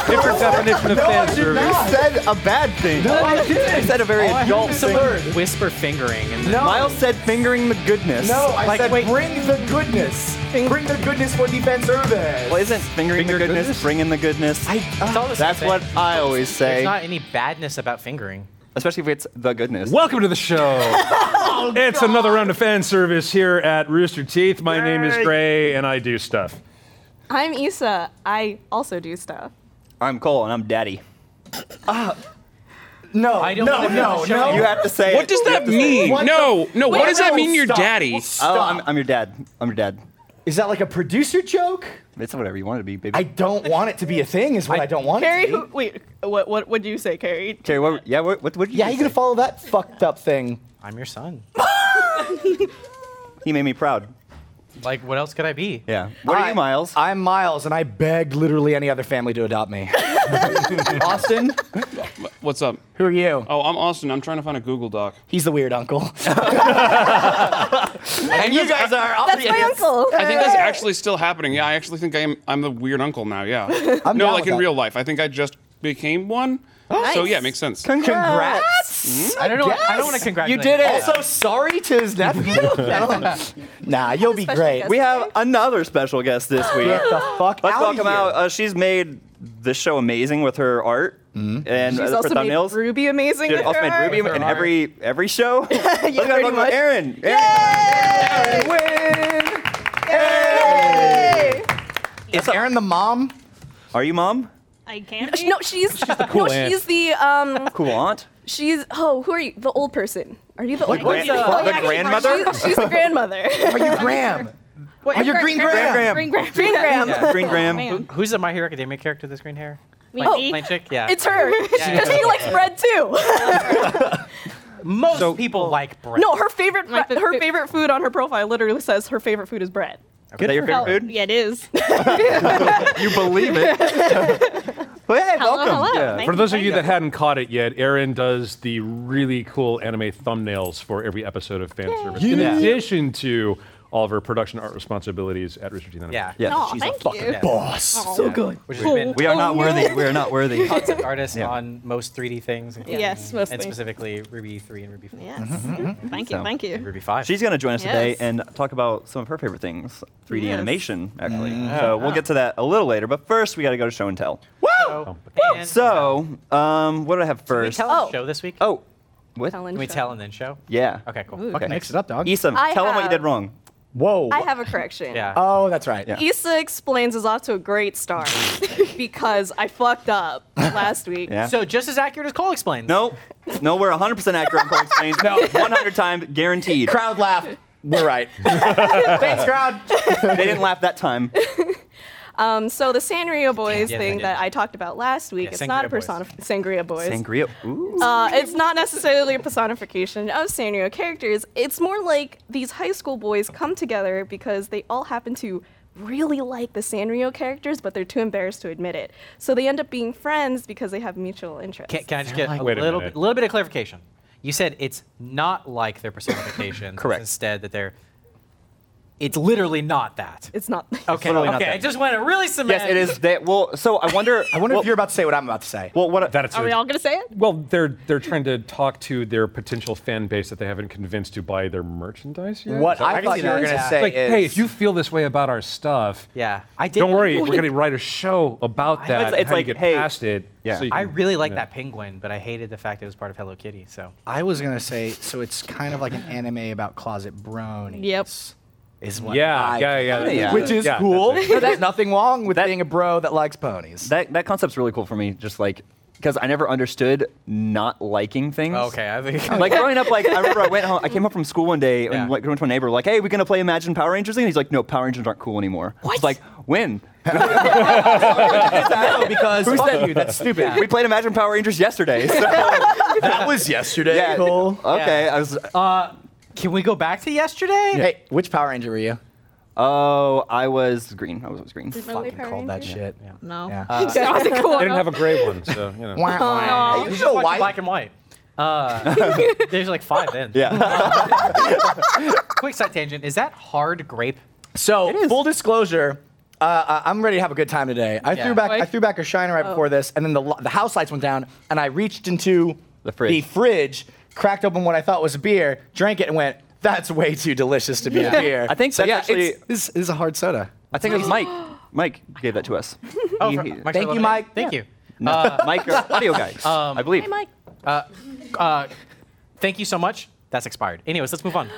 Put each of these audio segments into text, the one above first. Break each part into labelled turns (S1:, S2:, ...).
S1: definition of
S2: No, I
S1: fan
S2: did
S1: service.
S2: not.
S3: said a bad thing.
S2: No, I didn't.
S3: You said a very
S2: All I had
S3: adult
S2: was a
S3: thing.
S2: word.
S4: Whisper fingering. And
S2: No.
S3: Miles said fingering the goodness.
S2: No, I
S4: Like,
S2: said
S4: wait.
S2: bring the goodness. Bring the goodness for defense service.
S3: Well, isn't fingering
S1: Finger
S3: the goodness,
S1: goodness?
S3: bringing the goodness?
S4: I, it's all the same
S3: That's
S4: thing.
S3: what I always
S4: There's
S3: say,
S4: not any badness about fingering.
S3: especially if it's the goodness.
S1: Welcome to the show. it's another round of fan service here at Rooster Teeth. My name is Gray, and I do stuff.
S5: I'm Issa. I also do stuff.
S3: I'm Cole, and I'm daddy.
S2: no,
S4: I
S2: no,
S4: don't wanna be on
S2: no,
S4: the show.
S2: no.
S3: You have to say.
S6: What does that mean?
S2: What
S6: no, no.
S2: Wait,
S6: What does that
S2: no,
S6: mean? Your
S2: stop.
S6: daddy.
S3: Oh, I'm, I'm your dad. I'm your dad.
S2: Is that like a producer joke?
S3: It's whatever you want it to be, baby.
S2: I don't want it to be a thing. Is what I, don't want it
S5: Carrie,
S2: to be.
S5: who, wait, what what would you say, Carrie?
S3: okay, what, yeah, what, what, what did you
S2: yeah,
S3: just
S2: you gonna
S3: say?
S2: follow that fucked up thing?
S4: I'm your son.
S3: He made me proud.
S4: Like, what else could I be?
S3: Yeah. What are
S2: I-
S3: you, Miles?
S2: I'm Miles, and I begged literally any other family to adopt me. Austin,
S6: Uh, What's up?
S2: who are you?
S6: Oh, I'm Austin. I'm trying to find a Google Doc.
S2: He's the weird uncle.
S3: and you guys are. I'll
S5: That's
S3: be-
S5: my uncle.
S6: I think that's actually still happening. Yeah, I actually think I'm I'm the weird uncle now. Yeah.
S2: I'm
S6: no,
S2: down
S6: like
S2: with
S6: in
S2: that.
S6: real life. I think I just became one. So yeah, it makes sense.
S2: Congrats.
S4: I don't know. I don't want to
S2: Yes!
S4: congratulate.
S3: You did it.
S2: Also, sorry to his nephew. nah, you'll be
S5: Special
S2: great.
S5: guest.
S3: We have another special guest this week.
S2: Get the fuck
S3: Let's
S2: out
S3: welcome
S2: of here.
S3: out. Uh, she's made this show amazing with her art and
S5: She's
S3: uh,
S5: also
S3: for
S5: made
S3: thumbnails.
S5: Ruby amazing.
S3: Dude,
S5: with
S3: also
S5: her
S3: made
S5: art.
S3: Ruby
S4: With her
S3: in
S4: art.
S3: every every show. Let's go
S5: pretty
S3: welcome
S5: much.
S3: Aaron. Aaron.
S5: Yay! Yay!
S2: Is Aaron the mom?
S3: Are you mom?
S7: I can't.
S5: Sh-
S7: Be.
S5: No, she's, no,
S1: cool aunt.
S5: she's the um,
S3: Cool aunt.
S5: she's oh, who are you? The old person. Are you the old
S3: grand-
S5: person?
S3: the-
S5: Oh,
S3: the
S5: yeah,
S3: grandmother?
S5: She's, she's the grandmother.
S2: Are you Graham?
S7: What,
S2: Oh, you're Green Graham.
S7: Green Graham.
S5: Green Graham.
S3: Green Graham.
S7: Man.
S4: Who's the My Hero Academia character with the green hair?
S7: Me.
S4: Plain- plain chick? Yeah.
S5: Oh, It's her. Because she likes bread too.
S4: most people like bread.
S5: no, her favorite
S7: Like
S5: fre-
S7: the
S5: her
S7: food-
S5: favorite food on her profile literally says her favorite food is bread.
S3: Is that your favorite
S7: Hell-
S3: food?
S7: Yeah, it is.
S3: You believe it. Well, hey,
S7: Hello,
S3: welcome.
S7: hello.
S3: Yeah.
S7: Thank
S1: For those of
S7: thank
S1: you that hadn't caught it yet, Aaron does the really cool anime thumbnails for every episode of Fan Service, in
S3: Yeah.
S1: addition to all of her production art responsibilities at Richard T. Dunham.
S4: Yeah.
S3: Yeah,
S5: Oh,
S7: Aw,
S3: she's a
S7: thank
S3: fucking
S7: you.
S2: Boss.
S7: So good.
S4: Which has been
S3: We are not worthy. We are not worthy.
S4: concept artist
S3: Yeah.
S4: on most 3D things. including-
S7: Yes, mostly.
S4: And specifically Ruby 3 and Ruby 4.
S7: Yes.
S5: Mm-hmm,
S7: Thank you.
S3: So-
S7: Thank
S4: And
S7: you.
S4: Ruby 5.
S3: She's going to join us today
S7: Yes.
S3: and talk about some of her favorite things 3D
S7: Yes.
S3: animation, actually. So we'll get to that a little later, but first we got to go to show and tell.
S4: so, and-
S3: Oh. So, um, what do I have
S4: Can we
S3: first?
S4: tell oh.
S5: Oh.
S4: show this week?
S3: Oh, what?
S4: Can we tell and then show?
S3: Yeah.
S4: Okay, cool.
S3: Okay.
S2: Mix it up, dog.
S3: Isom,
S5: I
S3: tell them what you
S5: have-
S3: did wrong.
S2: Whoa.
S5: I have a correction.
S4: Yeah.
S2: Oh, that's right.
S3: Yeah.
S5: Issa explains is off to a great start because I fucked up last week.
S3: Yeah.
S4: So just as accurate as Cole explains.
S3: No, no, we're 100% accurate. Cole explains. no, 100 times guaranteed.
S2: Crowd laugh. We're right. Thanks, crowd.
S3: They didn't laugh that time.
S5: Um, so the Sanrio Boys
S4: Yeah,
S5: thing
S4: yeah.
S5: that I talked about last week,
S4: Yeah,
S5: it's not a
S4: Sangria Boys.
S5: personif- Sangria Boys.
S3: Sangria. Ooh.
S5: Uh, it's not necessarily a personification of Sanrio characters. It's more like these high school boys come together because they all happen to really like the Sanrio characters, but they're too embarrassed to admit it. So they end up being friends because they have mutual interests.
S4: Can, can I just get a
S1: Wait a
S4: little,
S1: minute.
S4: bit, little bit of clarification? You said it's not like their personifications.
S3: Correct.
S4: It's instead that they're. It's literally not that.
S5: it's not.
S4: okay.
S3: literally
S4: Okay.
S3: not that.
S4: I just want to really cement.
S3: Yes, it is. That, well, so I wonder.
S2: I wonder
S3: well,
S2: if you're about to say what I'm about to say.
S3: Well, what?
S1: That it's
S7: Are we all gonna say it?
S1: well, they're they're trying to talk to their potential fan base that they haven't convinced to buy their merchandise yet.
S2: what
S1: So
S2: I,
S4: I can
S2: thought
S4: see
S2: you were
S4: that.
S2: going to
S4: Yeah.
S2: say
S1: it's like,
S2: is,
S1: hey, if you feel this way about our stuff,
S4: Yeah. I did.
S1: don't worry. We're going to write a show about that.
S3: It's-
S1: and
S3: it's
S1: how you
S3: like,
S1: get
S3: hey,
S1: past it.
S3: yeah.
S1: so you
S4: I
S1: can-
S4: really like
S1: yeah.
S4: that penguin, but I hated the fact it was part of Hello Kitty. So
S2: I was going to say, so it's kind of like an anime about closet bronies.
S7: Yep.
S2: Is what
S1: Yeah,
S2: I-
S1: yeah, yeah,
S3: Yeah.
S2: Which is
S1: Yeah,
S2: cool.
S1: that's
S2: There's nothing wrong with
S3: That-
S2: being a bro that likes ponies.
S3: That that concept's really cool for me. Just like because I never understood not liking things.
S4: okay, I think
S3: Like growing up, like I remember I went home. I came home from school one day and
S4: Yeah.
S3: like went to my neighbor, like, "Hey, we gonna play Imagine Power Rangers?" And he's like, "No, Power Rangers aren't cool anymore." What? I was like, when?
S2: because
S3: Who said you?
S2: That's stupid.
S3: We played Imagine Power Rangers yesterday. So,
S2: That was yesterday.
S3: yeah.
S2: Cole.
S3: Okay. I was.
S4: Can we go back to yesterday?
S2: Hey, which Power Ranger were you?
S3: Oh, I was green. I was, I was green.
S2: Fucking called that shit.
S7: No.
S2: Yeah.
S1: I didn't have a gray one, so you know.
S2: Wah, wah.
S4: You
S2: You
S4: should
S2: know
S4: watch
S2: why-
S4: black and white. Uh, there's like five then.
S3: Yeah.
S4: Quick side tangent. Is that hard grape?
S2: So full disclosure, uh, I'm ready to have a good time today. I
S4: Yeah.
S2: threw back
S7: Wait.
S2: I threw back a shiner right before this, and then the lo- the house lights went down, and I reached into
S3: The fridge.
S2: fridge, cracked open what I thought was beer, drank it, and went, "That's way too delicious to be
S3: Yeah.
S2: beer."
S3: I think
S2: so.
S3: that's
S2: Yeah,
S3: actually-
S2: it's, this is a hard soda.
S3: I think it was Mike. Mike gave that to us.
S4: Oh,
S3: He-
S4: for-
S3: he-
S4: Mike's
S2: Thank
S4: lemonade.
S2: you, Mike.
S4: Thank you.
S3: No, Mike, our audio guy, I believe.
S5: Hey, Mike.
S4: Thank you so much. That's expired. Anyways, let's move on.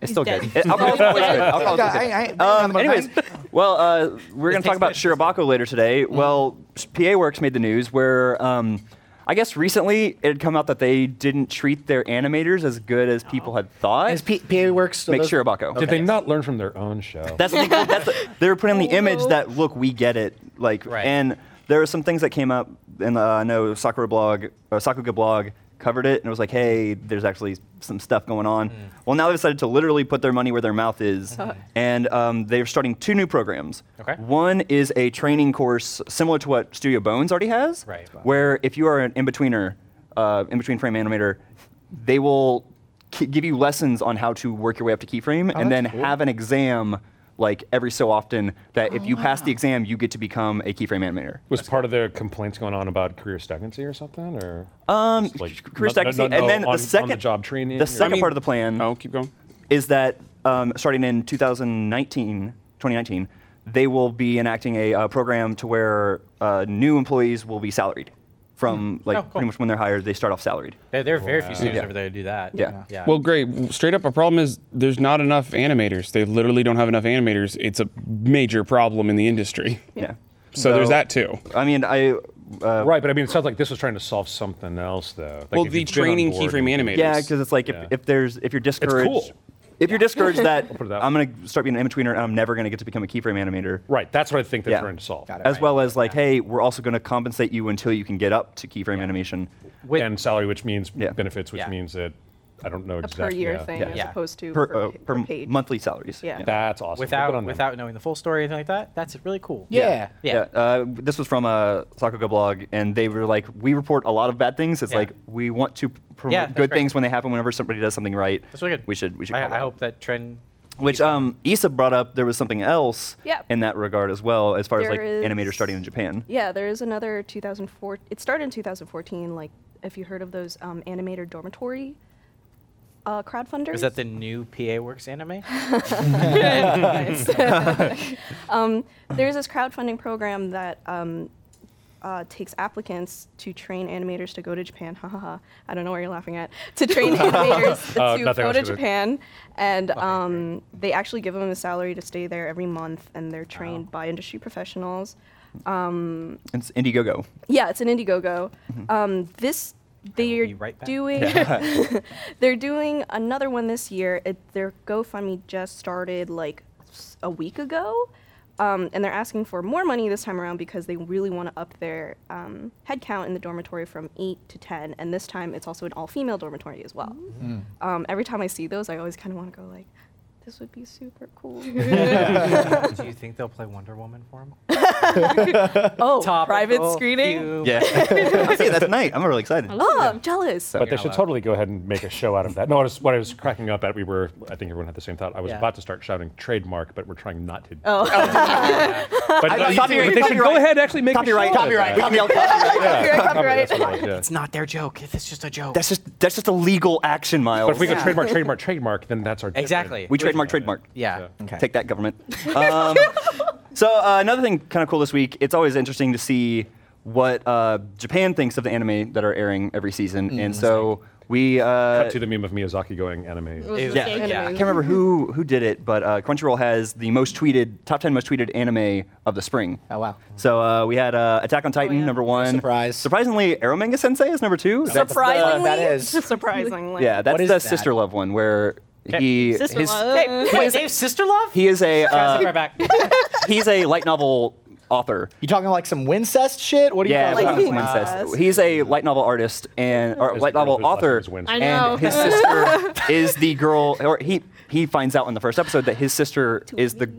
S3: It's still
S7: dead.
S3: good. It- alcohol's
S5: Oh,
S3: always good. Alcohol's
S2: Yeah,
S3: always good.
S2: I- I-
S3: Um, anyways, well, uh, we're going to talk
S4: takes
S3: about
S4: patience.
S3: Shirabako later today. Well, PA Works made the news where um, I guess recently it had come out that they didn't treat their animators as good as people had thought.
S2: Is P- PA works? still
S3: Make
S2: those-
S3: Shirabako.
S1: Did they not learn from their own show?
S3: That's the thing. That's the, they were putting the image
S5: Ooh.
S3: that look, we get it. Like,
S4: Oh. Right.
S3: and there are some things that came up, and uh, I know Sakura blog, uh, Sakuga blog covered it, and it was like, hey, there's actually some stuff going on.
S4: Mm.
S3: Well, now they decided to literally put their money where their mouth is, and um, they're starting two new programs.
S4: Uh-huh. Okay.
S3: One is a training course similar to what Studio Bones already has,
S4: Right.
S3: where if you are an in betweener, uh, in between frame animator, they will ki- give you lessons on how to work your way up to keyframe
S4: Oh,
S3: and then have an exam like every so often that if you
S4: Ah.
S3: pass the exam, you get to become a keyframe animator.
S1: was part of the complaints going on about career stagnancy or something, or
S3: Um,
S1: just
S3: career stagnancy, and then the
S1: on,
S3: second-
S1: on the job training.
S3: the
S1: or-
S3: second- part of the plan-
S6: Oh, keep going.
S3: Is that um, starting in 2019, 2019, they will be enacting a uh, program to where uh, new employees will be salaried from like
S4: Oh, cool.
S3: pretty much when they're hired, they start off salaried.
S4: There, there are very few studios
S3: Yeah.
S4: over there to do that.
S3: Yeah.
S4: Yeah.
S6: Well, great. Straight up, a problem is there's not enough animators. They literally don't have enough animators. It's a major problem in the industry.
S3: Yeah.
S6: So, there's that too.
S3: I mean, I
S1: right, but I mean, it sounds like this was trying to solve something else, though. Like,
S6: well,
S1: if
S6: the
S1: you've been on
S6: training
S1: board
S6: keyframe
S1: and-
S6: animators.
S3: Yeah, because it's like if,
S1: Yeah.
S3: if there's if you're discouraged,
S1: cool.
S3: if you're discouraged that,
S1: put it that
S3: I'm gonna start being an in betweener and I'm never gonna get to become a keyframe animator.
S1: Right, that's what I think they're
S3: Yeah.
S1: trying to solve.
S2: Got it.
S3: As
S2: Right.
S3: well as like, hey, we're also gonna compensate you until you can get up to keyframe animation.
S4: With-
S1: and salary, which means
S3: Yeah.
S1: benefits, which
S4: Yeah.
S1: means that I don't know
S5: A per
S1: exactly.
S5: year
S1: yeah.
S5: thing
S3: Yeah.
S5: as
S4: Yeah.
S5: opposed to
S3: Per,
S5: per,
S3: uh, per m-
S5: page.
S3: monthly salaries.
S5: Yeah.
S1: That's awesome. Good
S4: without
S1: on them.
S4: without knowing the full story or anything like that, that's really cool.
S2: Yeah.
S4: Yeah.
S3: Yeah, uh, this was from a Sakuga blog, and they were like, "We report a lot of bad things. It's
S4: Yeah.
S3: like we want to promote
S4: Yeah, that's
S3: good
S4: great.
S3: things when they happen. Whenever somebody does something right,
S4: That's really good.
S3: we should we should. call it
S4: I, I
S3: out.
S4: hope that trend.
S3: Which um, Issa brought up, there was something else
S5: Yep.
S3: in that regard as well, as far as
S5: There
S3: like
S5: is-
S3: animators starting in Japan.
S5: Yeah, there is another 2004. It started in 2014. Like, if you heard of those um, animator dormitory uh, crowdfunders.
S4: Is that the new PA Works anime?
S5: Nice. um, there's this crowdfunding program that um, uh, takes applicants to train animators to go to Japan. Ha ha ha. I don't know where you're laughing at. To train animators
S1: Uh,
S5: to
S1: nothing, I was
S5: go
S1: gonna-
S5: to Japan, and um, they actually give them a salary to stay there every month, and they're trained by industry professionals.
S3: It's Indiegogo.
S5: Yeah, it's an Indiegogo. Um, this they're
S4: Mm-hmm. be right back.
S5: doing. they're doing another one this year. It, their GoFundMe just started like s- a week ago, um, and they're asking for more money this time around because they really want to up their um, headcount in the dormitory from eight to ten. And this time, it's also an all-female dormitory as well.
S4: Mm.
S5: Um, every time I see those, I always kind of want to go like, "This would be super cool."
S4: Do you think they'll play Wonder Woman for him?
S5: oh, private screening.
S3: Yeah. I see it that tonight. I'm really excited.
S5: Oh, I'm jealous.
S1: But they
S4: out
S1: should
S4: loud.
S1: totally go ahead and make a show out of that. No, I was, what I was cracking up at, we were, I think everyone had the same thought. I was
S4: Yeah.
S1: about to start shouting trademark, but we're trying not to.
S5: Oh.
S1: But, no, you- but they should go ahead and actually make a
S3: Copyright.
S1: show
S3: Copyright.
S1: Out of that.
S3: Copyright. Copyright.
S1: Yeah,
S5: Copyright,
S1: copyright,
S5: copyright.
S1: that's what it was, yeah.
S4: It's not their joke. It's just a joke.
S3: That's just that's just a legal action, Miles.
S1: But if we go trademark, trademark, trademark, then that's our different-
S4: Exactly.
S3: We trademark, trademark.
S4: yeah.
S2: Okay.
S3: Take that, government. Um, so uh, another thing kind of cool this week. It's always interesting to see what uh, Japan thinks of the anime that are airing every season, and so we. Uh,
S1: Cut to the meme of Miyazaki going anime.
S7: It was
S4: Yeah.
S7: insane.
S4: Yeah.
S3: I can't remember who who did it, but uh, Crunchyroll has the most tweeted top ten most tweeted anime of the spring.
S2: Oh, wow.
S3: So uh, we had uh, Attack on Titan
S7: Oh, yeah.
S3: number one.
S2: Surprise.
S3: Surprisingly, Aeromanga Sensei is number two. That's the-
S7: Surprisingly,
S2: That is.
S5: Surprisingly.
S3: yeah, that's
S2: What is
S3: the
S2: that?
S3: sister love one where he
S7: sister
S3: his-
S7: love.
S4: Wait, Dave's sister love?
S3: he is a
S4: Sorry,
S3: uh,
S4: right back.
S3: he's a light novel author.
S2: You talking like some Wincest shit? What are you
S3: Yeah,
S2: talking
S5: Like-
S2: about?
S3: Winston
S5: Wincest.
S3: says. he's a light novel artist and or
S1: the
S3: light
S1: girl
S3: novel
S1: whose last name
S3: author,
S1: is Winston.
S7: I know.
S3: and his sister is the girl. Or he he finds out in the first episode that his sister is the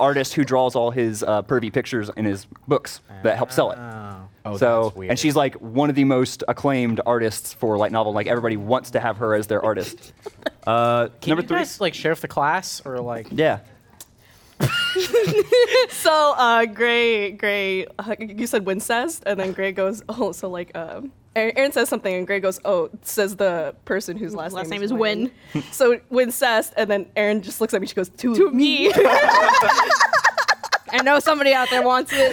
S3: artist who draws all his uh, pervy pictures in his books that help sell it.
S7: Ah.
S2: Oh,
S3: so
S2: that's weird.
S3: and she's like one of the most acclaimed artists for light novel. Like everybody wants to have her as their artist. Uh,
S4: Can
S3: number
S4: you
S3: three,
S4: guys like share with the class or like?
S3: yeah.
S5: so uh, Gray, Gray, uh, you said Wincest, and then Gray goes, oh, so like, uh, Aaron Aaron says something, and Gray goes, oh, says the person whose last,
S7: Last
S5: name,
S7: name is
S5: Win. so Wincest, and then Aaron just looks at me. She goes, to,
S7: to me. I know somebody out there wants it.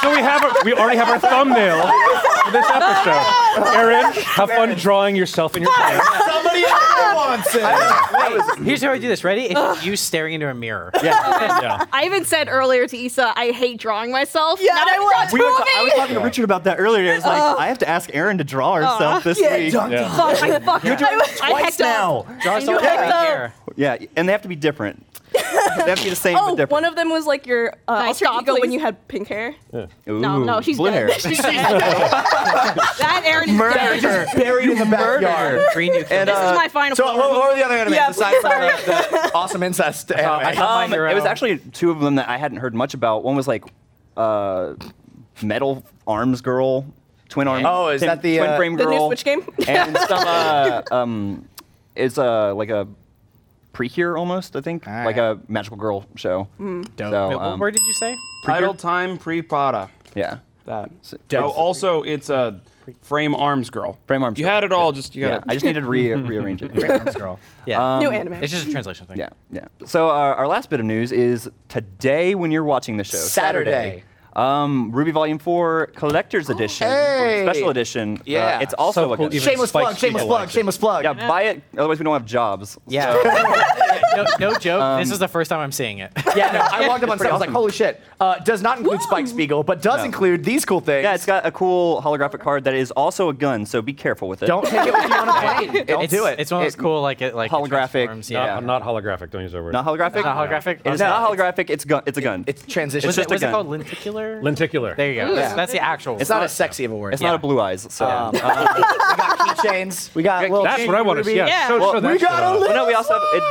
S1: So we have a, we already have our thumbnail for this episode. Aaron, have fun drawing yourself in your pants.
S2: Somebody else wants it.
S4: Here's how I do this. Ready? It's you staring into a mirror.
S7: I even said earlier to Issa, I hate drawing myself.
S5: Yeah,
S7: Now
S5: and I
S7: I'm
S5: want
S3: We
S7: drawing
S3: were ta- I was talking to Richard about that earlier. I was like,
S7: Oh.
S3: I have to ask Erin to draw herself this
S2: Yeah,
S3: week.
S2: dunk
S6: Yeah.
S2: on.
S7: myself. Fuck, fuck. You're doing
S5: it
S7: I
S2: Twice
S7: hecked up.
S2: now.
S4: Draw someone
S5: know,
S4: right
S5: though.
S4: here.
S3: Yeah, and they have to be different. they have to be the same but
S5: Oh,
S3: different.
S5: one of them was like your uh,
S7: Nice
S5: alter
S7: job,
S5: ego when
S7: please.
S5: you had pink hair.
S3: Ooh,
S7: No, no, she's
S3: blue
S7: dead.
S3: hair.
S7: She's dead. that Aaron is dead.
S3: Murder.
S2: Buried in the backyard.
S4: Green new
S3: And,
S7: This
S3: uh,
S7: is my final
S2: So, oh,
S7: form.
S2: what, what were the other anime
S5: Yeah,
S2: besides from the, the awesome incest anime?
S4: I saw my
S3: Um,
S4: hero.
S3: it was actually two of them that I hadn't heard much about. One was like uh, Metal Arms Girl, Twin Arms.
S2: Oh, is
S3: twin,
S2: that the,
S3: Twin
S2: uh,
S3: Frame
S5: the
S3: Girl?
S5: new Switch game?
S3: And some, uh, um, it's uh, like a precure almost, I think.
S2: All
S3: Like
S2: right.
S3: a magical girl show.
S2: Ah, Dope.
S3: So,
S4: Wait, what
S3: um,
S4: word did you say?
S6: Idle time pre Pada.
S3: yeah.
S6: That.
S2: Dope.
S6: Oh, also, it's a frame arms girl.
S3: Frame arms
S6: You
S3: girl.
S6: had it all. Just you
S3: Yeah,
S6: got
S3: I
S6: to
S3: just needed to re- rearrange it.
S2: girl.
S4: Yeah.
S5: New anime.
S4: it's just a translation thing.
S3: Yeah, yeah. So uh, our, our last bit of news is today when you're watching the show.
S2: Saturday. Oh,
S3: Um, Ruby Volume 4 Collector's Edition,
S2: Hey!
S3: special edition. Uh,
S2: Yeah.
S3: it's also
S1: So
S3: a
S1: cool,
S3: good-
S1: even-
S2: Shameless
S1: Spike
S2: plug, shameless
S1: Lee
S2: plug,
S1: likes it.
S2: shameless plug.
S3: Yeah, buy it. Otherwise, we don't have jobs.
S4: Yeah. no, no joke.
S2: Um,
S4: this is the first time I'm seeing it.
S2: Yeah, no, I walked up on set. I was like,
S3: awesome.
S2: holy shit. Uh, does not include Spike Spiegel, but does include these cool things.
S3: Yeah, it's got a cool holographic card that is also a gun, so be careful with it.
S2: Don't take it with you on a plane. Don't
S4: it's,
S2: do it.
S4: It's one of those
S3: It-
S4: cool like it like it
S3: holographic,
S4: transforms,
S3: yeah.
S4: Yeah.
S1: Not, not holographic. Don't use that word.
S3: Not holographic?
S4: Not holographic?
S3: It is
S4: No,
S3: not holographic. It's gun. It's a gun.
S2: it's transition.
S3: It's
S4: Was
S3: just
S4: it, was
S3: a
S4: it
S3: gun.
S4: called lenticular?
S1: Lenticular.
S4: There you go. That's, that's the actual.
S2: it's not as sexy of a word. Um,
S3: It's not a blue eyes. So. Uh,
S2: we got keychains. We got little.
S1: That's what I want to see. Yeah.
S7: Yeah.
S1: show-
S3: Well,
S1: show that
S2: we got
S1: shit off.
S2: a
S3: well, no, we also have it,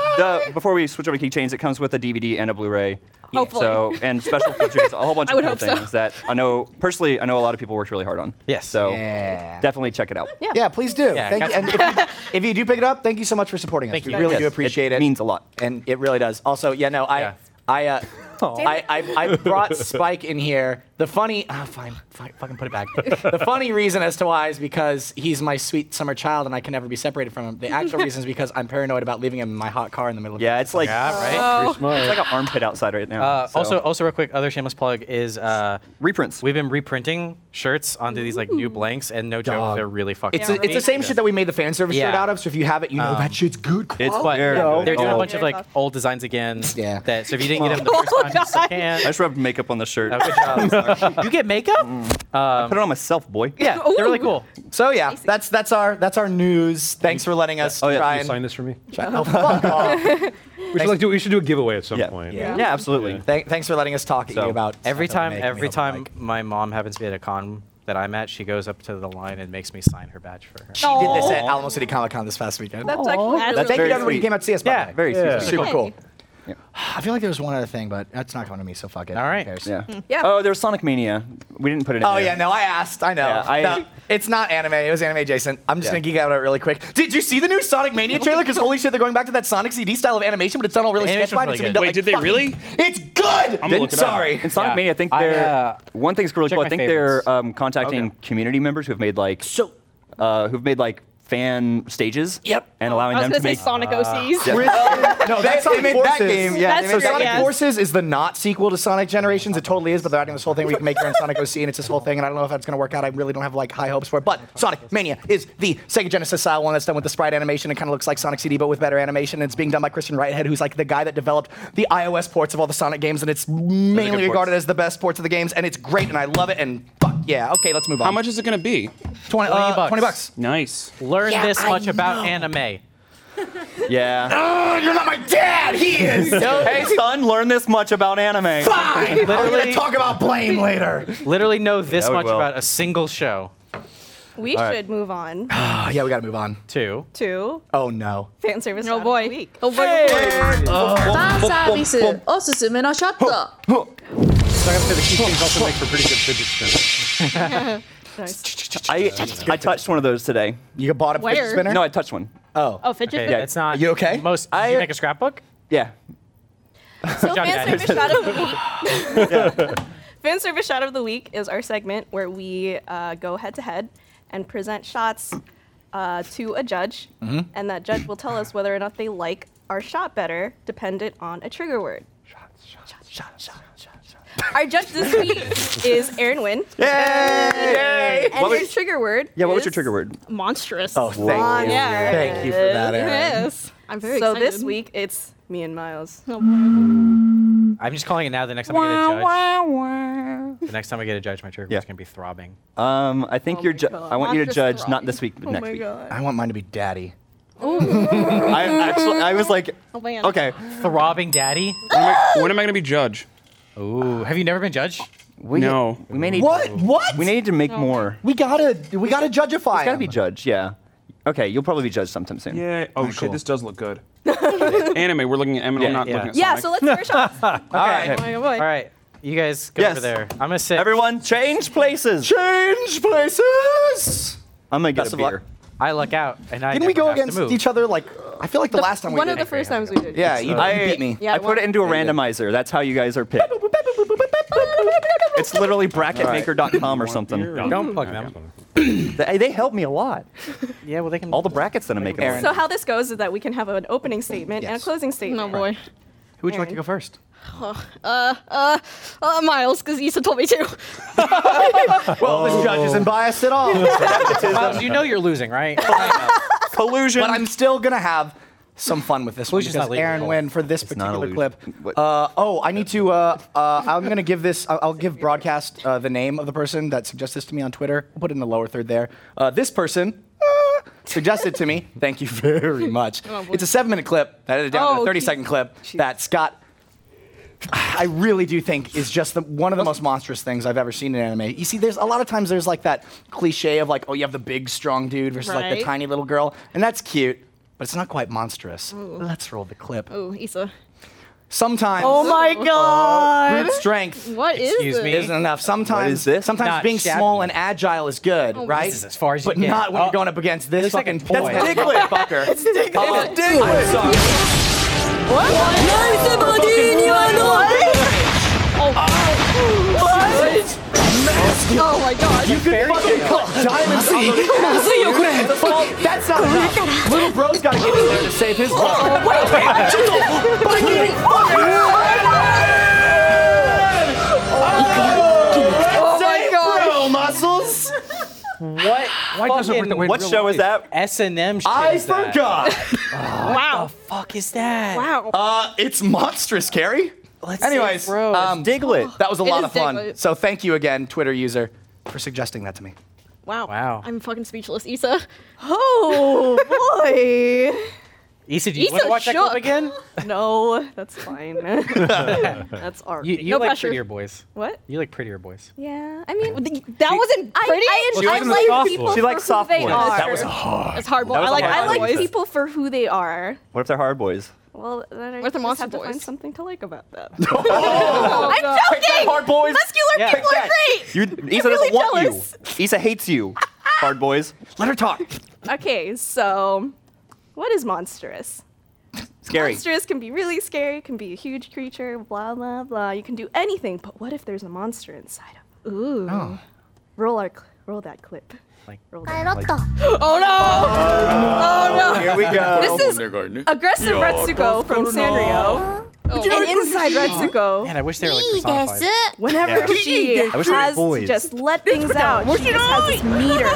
S3: the, before we switch over to keychains, it comes with a DVD and a Blu-ray.
S5: Hopefully.
S3: So and special features, a whole bunch
S5: I
S3: of
S5: would
S3: cool
S5: hope so.
S3: things that I know personally. I know a lot of people worked really hard on.
S4: Yes.
S3: So
S2: Yeah.
S3: definitely check it out.
S5: Yeah.
S2: Yeah, please do.
S4: Yeah,
S2: thank you. And if you, if you do pick it up, thank you so much for supporting us.
S4: Thank
S2: we
S4: you.
S2: really
S3: Yes,
S2: do appreciate it.
S3: It means a lot.
S2: and it really does. Also, yeah, no, I,
S4: Yeah.
S2: I, uh, I, I, I brought Spike in here. The funny, ah, fine, fine, fucking put it back. the funny reason as to why is because he's my sweet summer child, and I can never be separated from him. The actual reason is because I'm paranoid about leaving him in my hot car in the middle of.
S3: Yeah, it's like
S4: Yeah, right?
S5: Oh.
S3: it's like an armpit outside right now.
S4: Uh,
S3: so.
S4: Also, also real quick, other shameless plug is uh,
S3: reprints.
S4: we've been reprinting shirts onto these like new blanks, and no joke,
S2: Dog.
S4: they're really fucking.
S2: It's,
S7: Yeah,
S2: a, it's the
S7: right.
S2: same shit that we made the fan service shirt
S4: Yeah.
S2: out of. So if you have it, you know that shit's good. Quality.
S3: Um, it's
S4: But
S3: very good.
S4: they're doing a
S3: Oh.
S4: bunch of like old designs again.
S2: Yeah.
S4: That so if you didn't get them the first time, you still
S3: I
S4: can.
S3: just rubbed makeup on the shirt.
S4: Oh, good job. you get makeup?
S2: Mm.
S3: Put it
S4: um,
S3: on myself, boy.
S4: Yeah, they're really cool.
S2: So yeah, that's that's our that's our news. Thanks for letting us
S3: Oh, yeah,
S2: try
S1: Can you
S2: and.
S1: sign this for me?
S2: Oh, fuck off.
S1: We should, like, do, we should do a giveaway at some
S3: Yeah.
S1: point.
S2: Yeah.
S3: Yeah, absolutely.
S2: Thank, thanks for letting us talk at
S3: So,
S2: you about
S4: Every
S2: stuff that
S4: time,
S2: make me
S4: every
S2: look
S4: time
S2: like.
S4: my mom happens to be at a con that I'm at, she goes up to the line and makes me sign her badge for her.
S2: She did this at
S3: Aw.
S2: Alamo City Comic Con this past weekend.
S5: That's actually
S7: That's
S5: really
S2: Thank you
S3: very
S2: to everybody
S3: sweet.
S2: who came out to see us. by
S4: Yeah.
S2: the way.
S3: Very
S1: Yeah.
S3: sweet.
S2: super
S7: Hey.
S2: cool.
S3: Yeah.
S2: I feel like there was one other thing, but that's not coming to me, so fuck it.
S4: All
S2: Who
S4: right.
S2: cares?
S3: Yeah.
S5: Yeah.
S3: Oh, there's Sonic Mania. We didn't put it in.
S2: Oh
S3: there.
S2: yeah, no, I asked. I know.
S3: Yeah, I-
S2: No, it's not anime. It was anime Jason. I'm just
S3: Yeah.
S2: gonna geek out about it really quick. Did you see the new Sonic Mania trailer? Because holy shit, they're going back to that Sonic CD style of animation, but it's done all really
S4: The animation's
S2: sketchified.
S4: really
S2: It's gonna be
S4: good.
S2: done
S6: Wait,
S2: like
S6: did they
S2: fucking-
S6: really?
S2: It's good.
S6: gonna look it up.
S2: Sorry.
S3: In Sonic
S4: Yeah.
S3: Mania, I think
S4: I,
S3: they're
S4: uh,
S3: one thing's really
S4: check
S3: cool.
S4: my
S3: I think
S4: favorites.
S3: they're um, contacting community members who've made like
S2: So
S3: uh, who've made like fan stages.
S2: Yep.
S3: And allowing
S7: I was
S3: them to
S7: gonna say
S3: make Uh,
S7: Sonic OCs.
S2: no, that's they made that game. Yeah,
S7: That's
S2: so
S7: Sonic
S2: Sonic
S7: Forces.
S2: Forces is the not sequel to Sonic Generations. It totally is, but they're adding this whole thing where you can make your own Sonic OC, and it's this whole thing. And I don't know if that's gonna work out. I really don't have like high hopes for it. But Sonic Mania is the Sega Genesis style one that's done with the sprite animation and kind of looks like Sonic CD, but with better animation. And it's being done by Christian Whitehead, who's like the guy that developed the iOS ports of all the Sonic games, and it's mainly
S3: ports.
S2: regarded as the best ports of the games. And it's great, and I love it. And fuck yeah. Okay, let's move on.
S6: How much is it gonna be?
S2: 20, uh,
S4: 20 bucks.
S2: 20 bucks.
S6: Nice.
S4: Learn this much about anime.
S3: Yeah.
S2: You're not my dad. He is.
S3: hey son, learn this much about anime.
S2: Fine. We're gonna
S4: Literally-
S2: talk about blame later.
S4: Literally know this
S3: Yeah, we
S4: much
S3: will.
S4: about a single show.
S5: We
S3: All right.
S5: should move on
S2: Oh, yeah, we gotta move on.
S4: Two.
S5: to
S2: Oh no.
S5: fan service. round
S7: Oh
S5: of the
S7: boy.
S5: week.
S7: Oh boy. oh
S8: フ
S7: boy.
S8: ァンサービスおすすめのショット
S1: So I have to say the keychains also make for pretty good fidget spinners.
S5: Nice.
S3: I I touched one of those today.
S2: You bought a fidget
S7: Where?
S2: spinner?
S3: No, I touched one.
S7: Oh, fidget
S4: Okay,
S7: spinner?
S4: it's not.
S2: You okay?
S4: Most. Did
S3: I-
S4: you make a scrapbook?
S3: Yeah.
S5: So
S4: Johnny
S5: fan service
S4: Depp.
S5: shot of the week. fan service shot of the week is our segment where we uh, go head to head and present shots uh, to a judge,
S3: Mm-hmm.
S5: and that judge will tell us whether or not they like our shot better, dependent on a trigger word. Our judge this week is Aaron Wynn.
S3: Yay!
S5: And
S3: What
S5: his
S3: was,
S5: trigger word.
S3: yeah, what was
S5: is
S3: your trigger word?
S7: Monstrous.
S3: Oh, thank you.
S5: Yeah.
S2: Thank you for that, Aaron.
S7: Yes. I'm very
S5: so
S7: excited.
S5: this week it's me and Miles.
S7: oh,
S4: I'm just calling it now. The next time I get a judge, the next time I get a judge, my trigger
S3: Yeah.
S4: is gonna be throbbing.
S3: Um, I think
S7: Oh
S3: you're.
S7: my
S3: Ju-
S7: God.
S3: I want you to
S7: Monstrous
S3: judge not
S7: throbbing.
S3: this week, but next week.
S2: I want mine to be daddy.
S3: I actually, I was like,
S7: Oh, man.
S3: okay,
S4: Throbbing daddy.
S6: When am I, when am I going to be judge?
S4: Ooh, have you never been judged?
S3: we
S6: No.
S3: we may need
S2: What? What?
S3: We need to make more.
S2: We gotta, we gotta judgeify.
S3: Gotta
S2: him.
S3: be judged, yeah. Okay, you'll probably be judged sometime soon.
S6: Yeah. Oh shit,
S2: cool.
S6: this does look good. Anime. We're looking at. I'm
S3: Yeah,
S6: not
S4: yeah.
S6: looking at.
S5: Yeah,
S6: Sonic.
S5: so let's hear shots.
S3: All right.
S5: Oh my boy.
S4: All right, you guys go
S3: Yes.
S4: over there. I'm gonna sit.
S3: Everyone, change places.
S2: Change places.
S3: I'm gonna get
S2: Best
S3: a
S2: of luck.
S3: beer.
S4: I luck out, and I
S2: Didn't we
S4: never
S2: go
S4: have to
S2: against
S4: move.
S2: each other? Like, I feel like the, last time we
S5: One
S2: did.
S5: of the first times we did.
S2: yeah, you,
S3: I,
S2: you beat me.
S3: uh, I put it into a randomizer. That's how you guys are picked. It's literally bracketmaker.com or something.
S4: Don't plug them.
S3: They, they help me a lot.
S4: Yeah, well they can.
S3: All the brackets that I'm making.
S2: Aaron.
S5: So how this goes is that we can have an opening statement and
S2: Yes.
S5: a closing statement.
S7: No oh boy.
S4: Who would you like to go first?
S7: Uh, uh, uh, Miles, because Issa told me to.
S2: Well, this judge isn't biased at all.
S4: Miles, you know you're losing, right?
S3: Collusion.
S2: but I'm still gonna have some fun with this one
S4: Illusion's
S2: because
S4: not
S2: Aaron
S4: legal.
S2: Wynn for this
S3: not
S2: particular clip.
S3: illusion. What?
S2: Uh, oh, I need to. Uh, uh, I'm gonna give this. I'll, I'll give broadcast uh, the name of the person that suggested this to me on Twitter. I'll put it in the lower third there. Uh, this person. uh, Suggested to me. Thank you very much.
S7: boy.
S2: It's a seven-minute clip that edited down to
S7: Oh,
S2: a
S7: geez.
S2: thirty-second clip that Scott, I really do think is just the, one of the most monstrous things I've ever seen in anime. You see, there's a lot of times there's like that cliche of like, oh, you have the big strong dude versus like the
S7: Right.
S2: tiny tiny little girl, and that's cute, but it's not quite monstrous. Let's roll the clip.
S7: Oh, Issa.
S2: Sometimes
S7: Oh my god.
S2: brute strength
S7: What is
S4: Excuse
S7: this?
S4: me?
S2: isn't enough. Sometimes
S3: is this?
S2: sometimes
S4: Not
S2: being
S4: shabby.
S2: small and agile is good,
S7: Oh,
S2: right?
S4: This is as far as you
S2: but
S4: get.
S2: not when
S4: Oh.
S2: you're going up against this
S4: This
S2: fucking
S4: fucking boy.
S2: That's Diglett, fucker. It's Diglett.
S7: Oh my god.
S2: You could fucking call diamonds on the Well, That's not enough. Little bro's gotta get in there to save his brother.
S7: Oh my god.
S2: Bro muscles.
S4: What? Why doesn't it work the way
S3: what show is that?
S4: S and M.
S2: I forgot.
S7: Wow.
S4: Fuck is that?
S7: Wow.
S2: Uh, it's monstrous, Carrie.
S4: Let's see,
S2: Anyways,
S4: bro.
S2: um,
S3: Diglett.
S2: That was a
S7: It
S2: lot
S7: is
S2: of fun.
S7: Diglett.
S2: So thank you again, Twitter user, for suggesting that to me.
S7: wow.
S4: Wow.
S7: I'm fucking speechless, Issa.
S5: Oh boy.
S4: Issa, do you
S7: Issa
S4: want to watch that
S7: shook.
S4: clip again?
S5: No, that's fine. that's our
S4: You, you
S7: No
S4: like
S7: pressure.
S4: prettier boys.
S5: what?
S4: You like prettier boys.
S5: Yeah, I mean
S7: That wasn't
S5: I,
S7: pretty.
S5: I,
S4: She
S5: I,
S4: wasn't
S5: like
S4: soft
S5: people
S4: boy.
S5: for
S4: She
S3: likes soft
S5: who they
S3: boys.
S5: are.
S3: That was
S7: hard. It's hard. boy.
S3: That
S7: I
S3: was
S7: like.
S3: a hard
S7: I
S5: I
S3: one.
S7: like
S5: like
S3: Jesus.
S5: people for who they are.
S3: What if they're hard boys?
S5: Well, then I
S7: Where's the
S5: just
S7: monster
S5: have to find
S7: boys?
S5: something to like about that.
S7: Oh, God.
S5: I'm joking.
S3: hard boys.
S5: Muscular
S4: Yeah.
S5: people are
S3: Check that.
S5: great.
S3: You, Issa
S5: really
S3: doesn't want
S5: jealous.
S3: you. Issa hates you. Hard boys.
S2: Let her talk.
S5: Okay, so what is monstrous?
S3: Scary.
S5: Monstrous can be really scary, can be a huge creature, blah, blah, blah. You can do anything, but what if there's a monster inside of Ooh. Roll, our cl- roll that clip.
S4: Like-
S5: roll that.
S7: Oh no.
S3: Here we
S4: Oh,
S3: go.
S5: This is aggressive Retsuko from Sanrio.
S7: Oh,
S5: And inside Retsuko,
S4: Man, I wish they were like personified.
S5: whenever
S4: Yeah.
S5: she
S4: I wish they were
S5: has to
S4: boys.
S5: just let things out, she just has this meter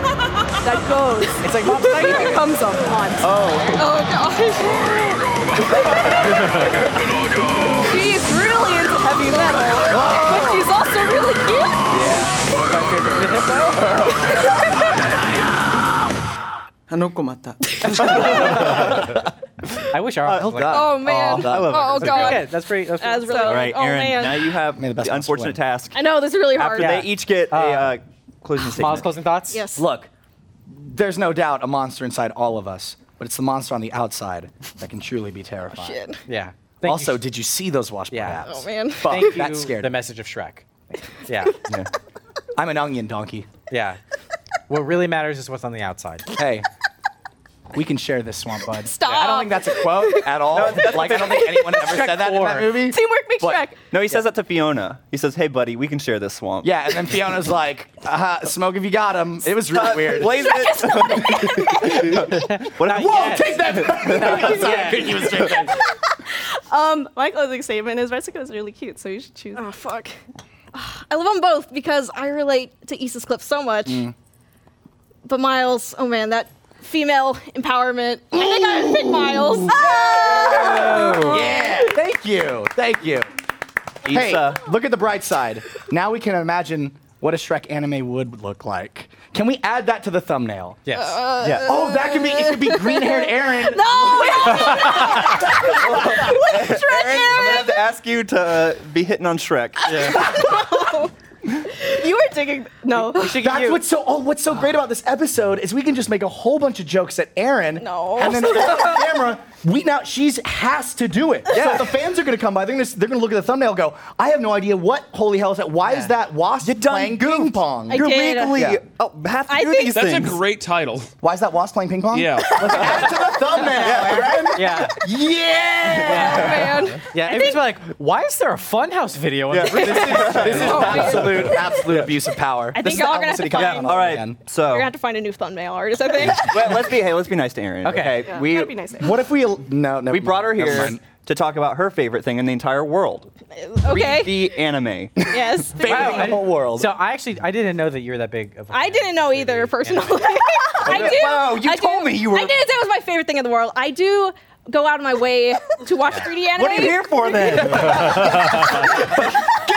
S5: that goes.
S4: It's like Mom Psycho.
S5: It becomes a monster.
S7: Oh god.
S5: She's really into heavy metal, but she's also really cute.
S4: I
S2: Uh,
S4: wish our office was like that.
S7: Oh man.
S2: I love
S7: oh god.
S4: Yeah, that's pretty. That's
S7: That's
S4: pretty.
S7: really.
S5: So-
S3: All right,
S7: oh
S3: Aaron.
S7: man.
S3: now you have
S2: May the
S3: the,
S2: best ones win.
S3: unfortunate task.
S7: I know this is really hard.
S3: After
S4: Yeah.
S3: they each get a uh, closing
S4: Miles,
S3: statement.
S4: closing thoughts.
S7: Yes.
S2: Look, there's no doubt a monster inside all of us, but it's the monster on the outside that can truly be terrifying.
S7: Oh, Shit.
S4: Yeah. Thank
S2: also,
S4: you.
S2: did you see those washboard
S4: Yeah.
S2: abs?
S7: Oh man.
S2: Fuck,
S4: thank you.
S2: that scared
S4: the
S2: me.
S4: message of Shrek. Yeah.
S3: Yeah.
S2: I'm an onion donkey.
S4: Yeah. What really matters is what's on the outside.
S2: Hey, We can share this swamp bud.
S7: Stop.
S2: I don't think that's a quote at all. like I don't think anyone ever said that in that movie.
S5: Teamwork makes
S2: But-
S5: Shrek.
S3: No, he says that to Fiona. He says, "Hey, buddy, we can share this swamp."
S2: Yeah, and then Fiona's like, uh, "Smoke if you got him." It was
S4: Uh,
S2: really weird.
S3: Blaze it. what if-
S2: Whoa, take that!
S5: Um, my closing statement is Retsuko is really cute, so you should choose.
S7: Oh, fuck. I love them both because I relate to Issa's clip so much.
S3: Mm.
S7: But Miles, oh man, that female empowerment. And I gotta fit Miles. Ah!
S2: yeah, thank you, thank you. Hey,
S3: Issa.
S2: look at the bright side. Now we can imagine what a Shrek anime would look like. Can we add that to the thumbnail?
S4: Yes.
S7: Uh,
S2: Yeah. Oh, that could be. It could be green-haired Aaron.
S7: Oh,
S3: Aaron, I'm gonna have to ask you to uh, be hitting on Shrek.
S5: You were digging. No.
S2: That's what's so. Oh, what's so great about this episode is we can just make a whole bunch of jokes at Aaron.
S5: No.
S2: And then it's on camera, we now she's has to do it. So if the fans are gonna come by. They're gonna s- they're gonna look at the thumbnail, and go, I have no idea what holy hell is that. Why is that wasp playing ping pong?
S3: You're
S7: did.
S3: legally
S2: Yeah.
S3: oh, have to
S7: I
S3: do
S7: think-
S3: these
S6: That's
S3: things.
S6: a great title.
S2: Why is that wasp playing ping pong?
S6: Yeah. Oh,
S2: Let's add it to the thumbnail, Aaron.
S4: Yeah.
S2: Yeah.
S7: man.
S4: Yeah. It was like, why is there a funhouse video? Yeah.
S2: This is absolute absolute abuse of power. I
S7: think y'all are gonna have to find-
S3: All right. So
S7: We're gonna have to find a new thumbnail artist, I think.
S3: let, us be hey, let's be nice to Aaron.
S4: Okay.
S5: Yeah,
S3: We
S5: gotta be nice.
S2: What if we el- no no
S3: we brought her
S2: never
S3: here
S2: mind.
S3: to talk about her favorite thing in the entire world.
S7: okay.
S3: The anime.
S7: yes.
S2: Favorite in the whole world.
S4: So I actually I didn't know that you were that big of a
S7: I didn't know either, personally. I do.
S3: Wow, you
S7: I
S3: told
S7: do-
S3: me you were-
S7: I didn't say it was my favorite thing in the world. I do go out of my way to watch 3D anime.
S3: what are you here for then?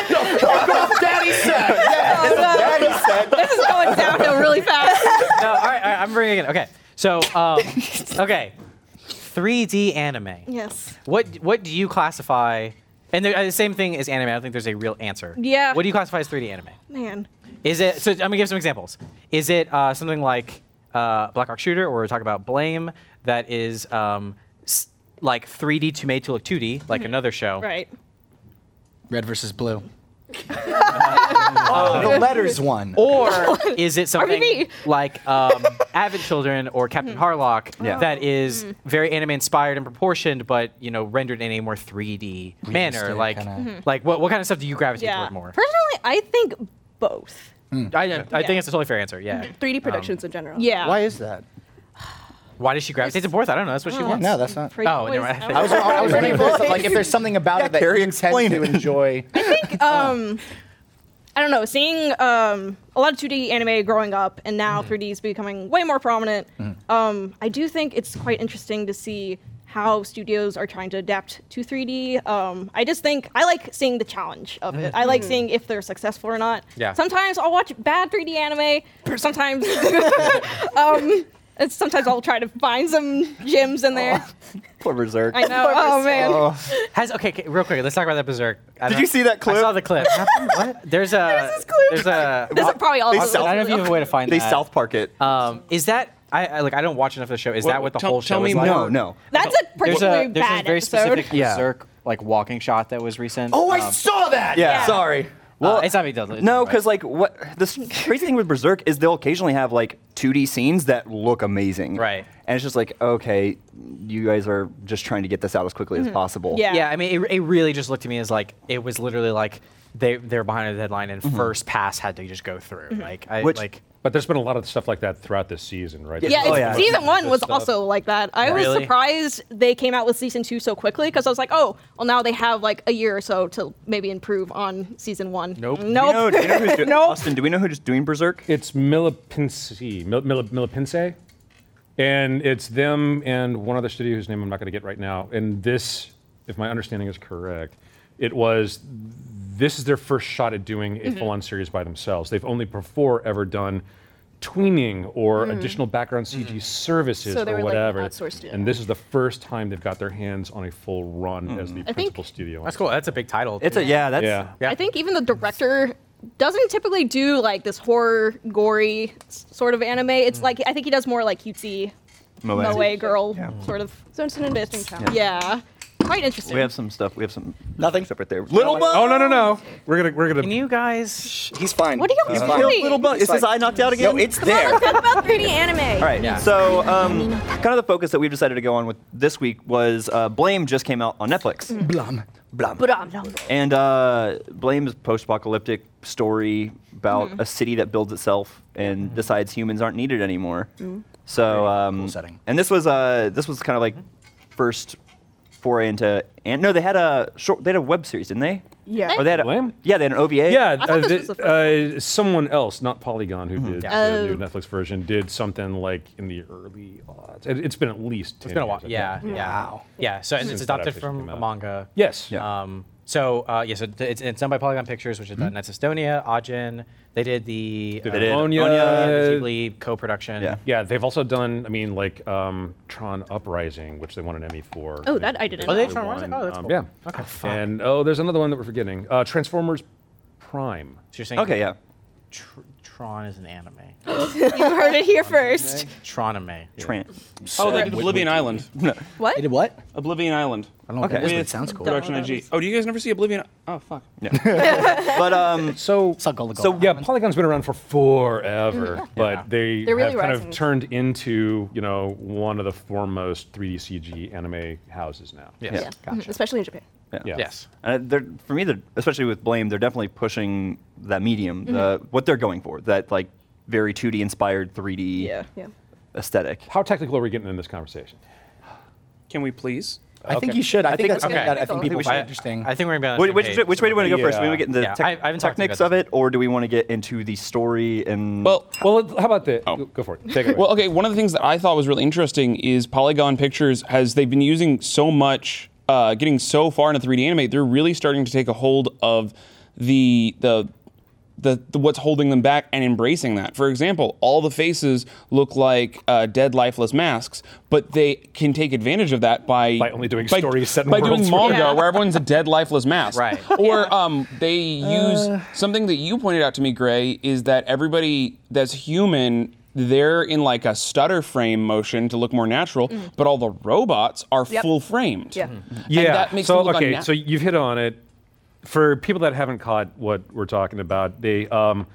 S2: Daddy said.
S7: Oh, no. This is going downhill really fast.
S4: No, all right, all right, I'm bringing it. Okay, so um, okay, 3D anime.
S7: Yes.
S4: What what do you classify? And the, uh, the same thing as anime. I don't think there's a real answer.
S7: Yeah.
S4: What do you classify as 3D anime?
S7: Man.
S4: Is it? So I'm gonna give some examples. Is it uh, something like uh, Black Rock Shooter, or we talk about Blame, that is um, s- like 3D to made to look 2D, like another show?
S7: Mm-hmm. Right.
S2: Red versus blue. oh, the letters one.
S4: Or is it something
S7: RBB.
S4: like um, Avid Children or Captain
S7: Hmm.
S4: Harlock
S3: Yeah.
S7: Oh.
S4: that is very anime inspired and proportioned, but you know rendered in a more 3D manner?
S2: Realistic
S4: Like,
S2: kinda-
S4: like what, what kind of stuff do you gravitate
S7: Hmm. Yeah.
S4: toward more? Hmm.
S7: Personally, I think both.
S4: I, I think it's a totally fair answer. Yeah.
S7: Hmm.
S5: 3D productions in general.
S7: Yeah.
S2: is that?
S4: Why does she gravitate towards? I don't know. That's what she wants.
S2: No, that's not.
S4: Oh, never mind.
S2: I was, I was running for like if there's something about
S3: Yeah,
S2: it that
S3: Carrie,
S2: you tend
S3: explain
S2: to
S3: it.
S2: enjoy.
S7: um I don't know, seeing um, a lot of 2D anime growing up and now 3D is becoming way more prominent. Um, I do think it's quite interesting to see how studios are trying to adapt to 3D. Um, I just think I like seeing the challenge of it. I
S4: Mm-hmm.
S7: like seeing if they're successful or not.
S4: Yeah.
S7: Sometimes I'll watch bad 3D anime. Sometimes, um, and sometimes I'll try to find some gems in there.
S3: Poor Berserk.
S7: I know. Oh man.
S4: Has okay, okay, real quick. Let's talk about that berserk. I
S3: Did
S4: don't-
S3: you see that clip?
S4: I saw the clip. what? There's a.
S7: this clip.
S4: There's a.
S7: This is probably all.
S3: They
S7: of us.
S3: sell-
S4: I don't know if you have a way to find
S3: They
S4: that.
S3: South Park it.
S4: uh, Um, is that I, I like I don't watch enough of the show. Is that what the
S6: tell-
S4: whole show
S6: tell me
S4: is like?
S3: no, no.
S7: That's a
S9: There's
S7: particularly
S9: a there's
S7: bad
S9: a very
S7: episode.
S9: specific
S4: Yeah.
S9: berserk like walking shot that was recent.
S2: Oh, I
S9: Um,
S2: saw that.
S3: Yeah. Uh,
S2: Sorry.
S4: Well, it's not a big deal. It's
S3: No,
S4: alright.
S3: because like what this crazy thing with Berserk is they'll occasionally have like 2D scenes that look amazing,
S4: Right.
S3: And it's just like, okay, you guys are just trying to get this out as quickly as possible.
S7: Yeah.
S4: yeah, I mean, it, it really just looked to me as like it was literally like they they're behind a deadline and first pass had to just go through.
S9: Mm-hmm.
S4: Like I
S3: Which-
S4: like
S1: But there's been a lot of stuff like that throughout this season, right?
S7: Yeah,
S3: Oh,
S7: it's-
S3: yeah.
S7: season one was
S1: Stuff.
S7: also like that. I was
S4: Really?
S7: surprised they came out with season two so quickly because I was like, oh, well now they have like a year or so to maybe improve on season one.
S4: Nope.
S3: Do we know,
S7: Nope.
S3: do we know who's do-
S7: Nope.
S3: Austin, do we know who's doing Berserk?
S1: It's Milipince, Mil- Mil- Milipince, and it's them and one other studio whose name I'm not going to get right now. And this, if my understanding is correct, it was this is their first shot at doing
S7: Mm-hmm.
S1: a full-on series by themselves. They've only before ever done tweening or additional background CG services
S7: Mm. Mm-hmm. So they
S1: or
S7: were, like,
S1: whatever.
S7: outsourced it.
S1: and this is the first time they've got their hands on a full run as the
S7: I think-
S1: principal studio.
S4: that's cool. That's a big title.
S3: It's a yeah. That's
S1: Yeah.
S4: yeah.
S7: I think even the director doesn't typically do like this horror, gory s- sort of anime. It's like I think he does more like cutesy,
S3: Mm. Moe.
S7: moe girl sort of.
S5: So it's an interesting challenge.
S7: Yeah. quite interesting.
S3: We have some stuff. We have some
S2: Nothing?
S3: stuff right there. Little bug.
S1: Oh no no no! We're gonna we're gonna.
S4: Can you guys?
S2: He's fine.
S7: What are you guys
S2: fine.
S7: doing?
S3: Little bug. Is his eye knocked out again?
S2: No, it's there.
S7: Talk about 3D anime.
S3: All right. So, um, kind of the focus that we've decided to go on with this week was uh, Blame just came out on Netflix.
S2: Blum. Blum.
S7: But um, no.
S3: And uh, Blame is a post-apocalyptic story about
S5: Mm-hmm.
S3: a city that builds itself and
S1: Mm-hmm.
S3: decides humans aren't needed anymore.
S5: Mm-hmm.
S3: So, um,
S2: setting.
S3: and this was uh, this was kind of like
S1: Mm-hmm.
S3: first foray into and no, they had a short, they had a web series, didn't they?
S5: Yeah.
S3: Or they had a,
S1: Blame?
S3: Yeah, they had an OVA.
S1: Yeah,
S7: I thought
S1: uh,
S7: this
S1: the-
S7: was the
S1: uh, someone else, not Polygon, who
S4: Mm-hmm.
S1: did the
S7: Oh.
S1: new Netflix version, did something like in the early odds. It, it's been at least. 10
S4: It's been a
S1: years,
S4: while.
S1: I think.
S4: Yeah, yeah.
S2: Wow.
S4: Yeah. So and it's
S1: Since that
S4: adopted
S1: actually
S4: from
S1: came
S4: a
S1: out.
S4: manga.
S1: Yes.
S3: Yeah.
S4: Um, so uh, yeah, so th- it's, it's done by Polygon Pictures, which is the Knights of Estonia, Ajin. They did the
S1: They
S4: uh,
S1: did Anya.
S4: the Ghibli co-production.
S3: Yeah.
S1: uh, Yeah, they've also done. I mean, like um, Tron Uprising, which they won an Emmy for.
S7: Oh, that I didn't
S4: Oh, they
S7: know.
S4: did Tron Uprising? Oh, that's
S1: um,
S4: cool.
S1: Yeah.
S4: Okay.
S1: And oh, there's another one that we're forgetting. Uh, Transformers Prime.
S4: So you're saying
S3: Okay. Yeah.
S4: Tr- Tron is an anime.
S7: You heard it here first.
S4: Troname.
S3: Tran-
S6: Oh, they did Oblivion Island.
S7: What?
S9: Did what?
S6: Oblivion Island.
S2: I don't know what that
S3: Okay.
S2: is, but it
S6: With
S2: sounds cool.
S6: Production IG. Oh, do you guys never see Oblivion? Oh, fuck.
S3: But um,
S1: So
S2: Suck all the gold.
S1: So yeah, Polygon's been around for forever, but they
S5: Mm-hmm. They're really
S1: have kind
S5: rising.
S1: of turned into you know one of the foremost 3D CG anime houses now.
S4: Yes.
S5: Mhm, Especially in Japan.
S1: Yeah.
S4: Yes.
S3: And they're, for me, they're, especially with Blame, they're definitely pushing that medium,
S5: Mm-hmm.
S3: the, what they're going for, that like very 2D inspired 3D
S7: Yeah.
S5: Yeah.
S3: aesthetic.
S1: How technical are we getting in this conversation?
S6: Can we please?
S2: I think you should. I, think, that's
S5: okay.
S2: something that I think
S5: Okay.
S2: people
S5: We
S2: find interesting.
S4: I think we're gonna be on the
S3: Which,
S4: same
S3: which,
S4: page.
S3: which way do we want to go first? Do we want to get into the
S4: Yeah,
S3: tec-
S4: I- I haven't talked to you
S3: technics
S4: about
S3: of it, or do we want to get into the story and
S6: Well,
S1: Well, how about that? Go for it. Take it away.
S6: Oh. Well, okay. One of the things that I thought was really interesting is Polygon Pictures has they've been using so much, uh, getting so far into 3D anime, they're really starting to take a hold of the the. The, the, what's holding them back and embracing that. For example, all the faces look like uh, dead, lifeless masks, but they can take advantage of that by
S1: By only doing stories set in
S6: by
S1: worlds
S6: doing
S1: where-
S6: manga where everyone's a dead, lifeless mask.
S4: Right.
S6: Or um, they use something that you pointed out to me, Gray, is that everybody that's human, they're in like a stutter frame motion to look more natural, but all the robots are full framed. Mm-hmm.
S5: Yeah.
S1: yeah.
S6: And that makes
S1: so
S6: them look
S1: okay,
S6: unnat-
S1: so you've hit on it. For people that haven't caught what we're talking about, they um,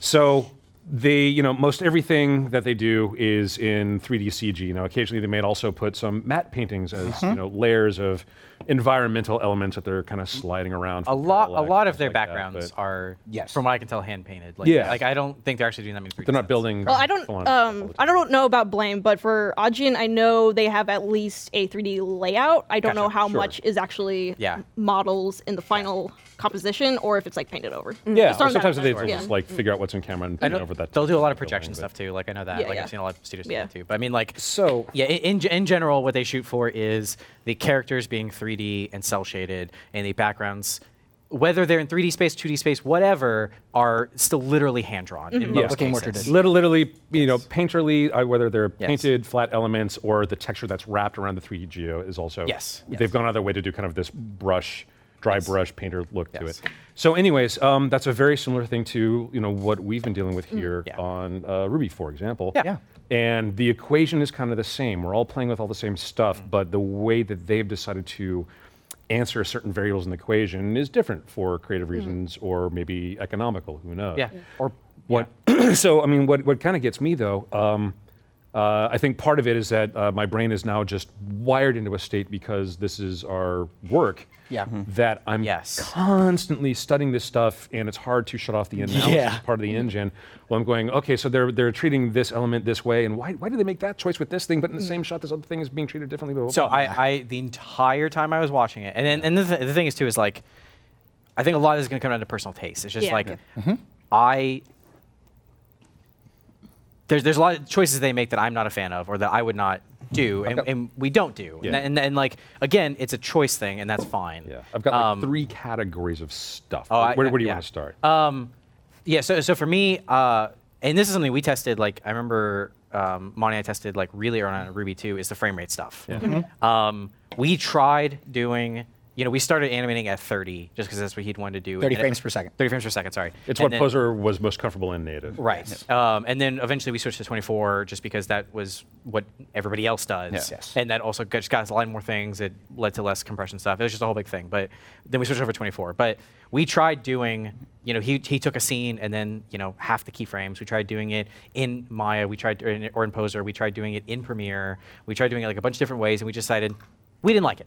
S1: so they you know most everything that they do is in 3D CG. Now occasionally they may also put some matte paintings as
S4: Mm-hmm.
S1: you know layers of environmental elements that they're kind of sliding around.
S4: A lot, a lot of their
S1: backgrounds
S4: backgrounds are,
S2: Yes.
S4: from what I can tell, hand painted. Like,
S1: Yeah.
S4: like I don't think they're actually doing that many. 3D
S1: They're not
S4: sets.
S1: building.
S7: Well, I don't.
S1: full-on
S7: Um,
S1: politics.
S7: I don't know about Blame, but for Ajin, I know they have at least a 3D layout. I don't know
S4: Gotcha,
S7: how
S1: sure.
S7: much is actually
S4: Yeah.
S7: models in the final composition, or if it's like painted over.
S1: Yeah,
S7: Just
S1: or
S7: throwing that
S1: sometimes
S7: out
S1: they
S7: there.
S1: will just
S7: Yeah.
S1: like figure out what's in camera and
S4: I
S1: paint
S4: know
S1: over that.
S4: they'll do a lot of
S1: building,
S4: projection
S1: but-
S4: stuff too. Like I know that.
S7: Yeah,
S4: like
S7: yeah.
S4: I've seen a lot of studios
S7: Yeah.
S4: do that too. But I mean, like
S1: So-
S4: yeah. In in- in general, what they shoot for is the characters being 3D and cell shaded, and the backgrounds. Whether they're in 3D space, 2D space, whatever, are still literally hand drawn.
S7: Mm-hmm.
S4: in most
S2: Looking more
S4: cases.
S2: traditional.
S1: Little, literally, you know, painterly, uh, whether they're
S4: Yes.
S1: painted flat elements or the texture that's wrapped around the 3D Geo is also.
S4: Yes,
S1: They've
S4: yes.
S1: gone out of their way to do kind of this brush, dry brush painter look to
S4: Yes.
S1: it. So, anyways, um, that's a very similar thing to you know what we've been dealing with here
S4: Mm, yeah.
S1: on uh, Ruby, for example.
S4: Yeah. Yeah.
S1: And the equation is kind of the same. We're all playing with all the same stuff,
S4: Mm.
S1: but the way that they've decided to answer certain variables in the equation is different for creative
S4: Mm.
S1: reasons or maybe economical. Who knows?
S4: Yeah.
S1: Or what? so I mean, what what kind of gets me though? Um, uh, I think part of it is that uh, my brain is now just wired into a state because this is our work.
S2: Yeah. Mhm.
S1: That I'm
S4: Mm-hmm. Yes.
S1: constantly studying this stuff, and it's hard to shut off the analysis
S2: Yeah.
S1: part of the engine. Well, I'm going, okay, so they're they're treating this element this way, and why why do they make that choice with this thing, but in the same shot, this other thing is being treated differently? blah, blah,
S4: Mm-hmm. So
S1: blah.
S4: I, I the entire time I was watching it, and then, and the, th- the thing is too is like, I think a lot of this is going to come down to personal taste. It's just
S5: Yeah.
S4: like,
S5: Yeah.
S1: Mm-hmm.
S4: I there's there's a lot of choices they make that I'm not a fan of or that I would not do, and, and we don't do.
S1: Yeah.
S4: And, and and like again, it's a choice thing, and that's fine.
S1: yeah, I've got like
S4: Um,
S1: three categories of stuff.
S4: Oh, I-
S1: where, where do you
S4: yeah.
S1: want to start?
S4: Um, yeah. So so for me, uh, and this is something we tested. Like I remember um, Monty and I tested like really early on in Ruby two is the frame rate stuff. Um, we Mm-hmm. tried doing you know, we started animating at 30 just because that's what he'd wanted to do.
S2: 30
S4: And-
S2: frames per second.
S4: 30 frames per second, sorry.
S1: It's
S4: And
S1: what
S4: then-
S1: Poser was most comfortable in native.
S4: Right. Um, and then eventually we switched to 24 just because that was what everybody else does.
S3: Yeah.
S2: Yes.
S4: And that also just got us a lot more things. It led to less compression stuff. It was just a whole big thing. But then we switched over to 24. But we tried doing, you know, he, he took a scene and then, you know, half the keyframes. We tried doing it in Maya. We tried, or in, or in Poser. We tried doing it in Premiere. We tried doing it like a bunch of different ways. And we decided we didn't like it.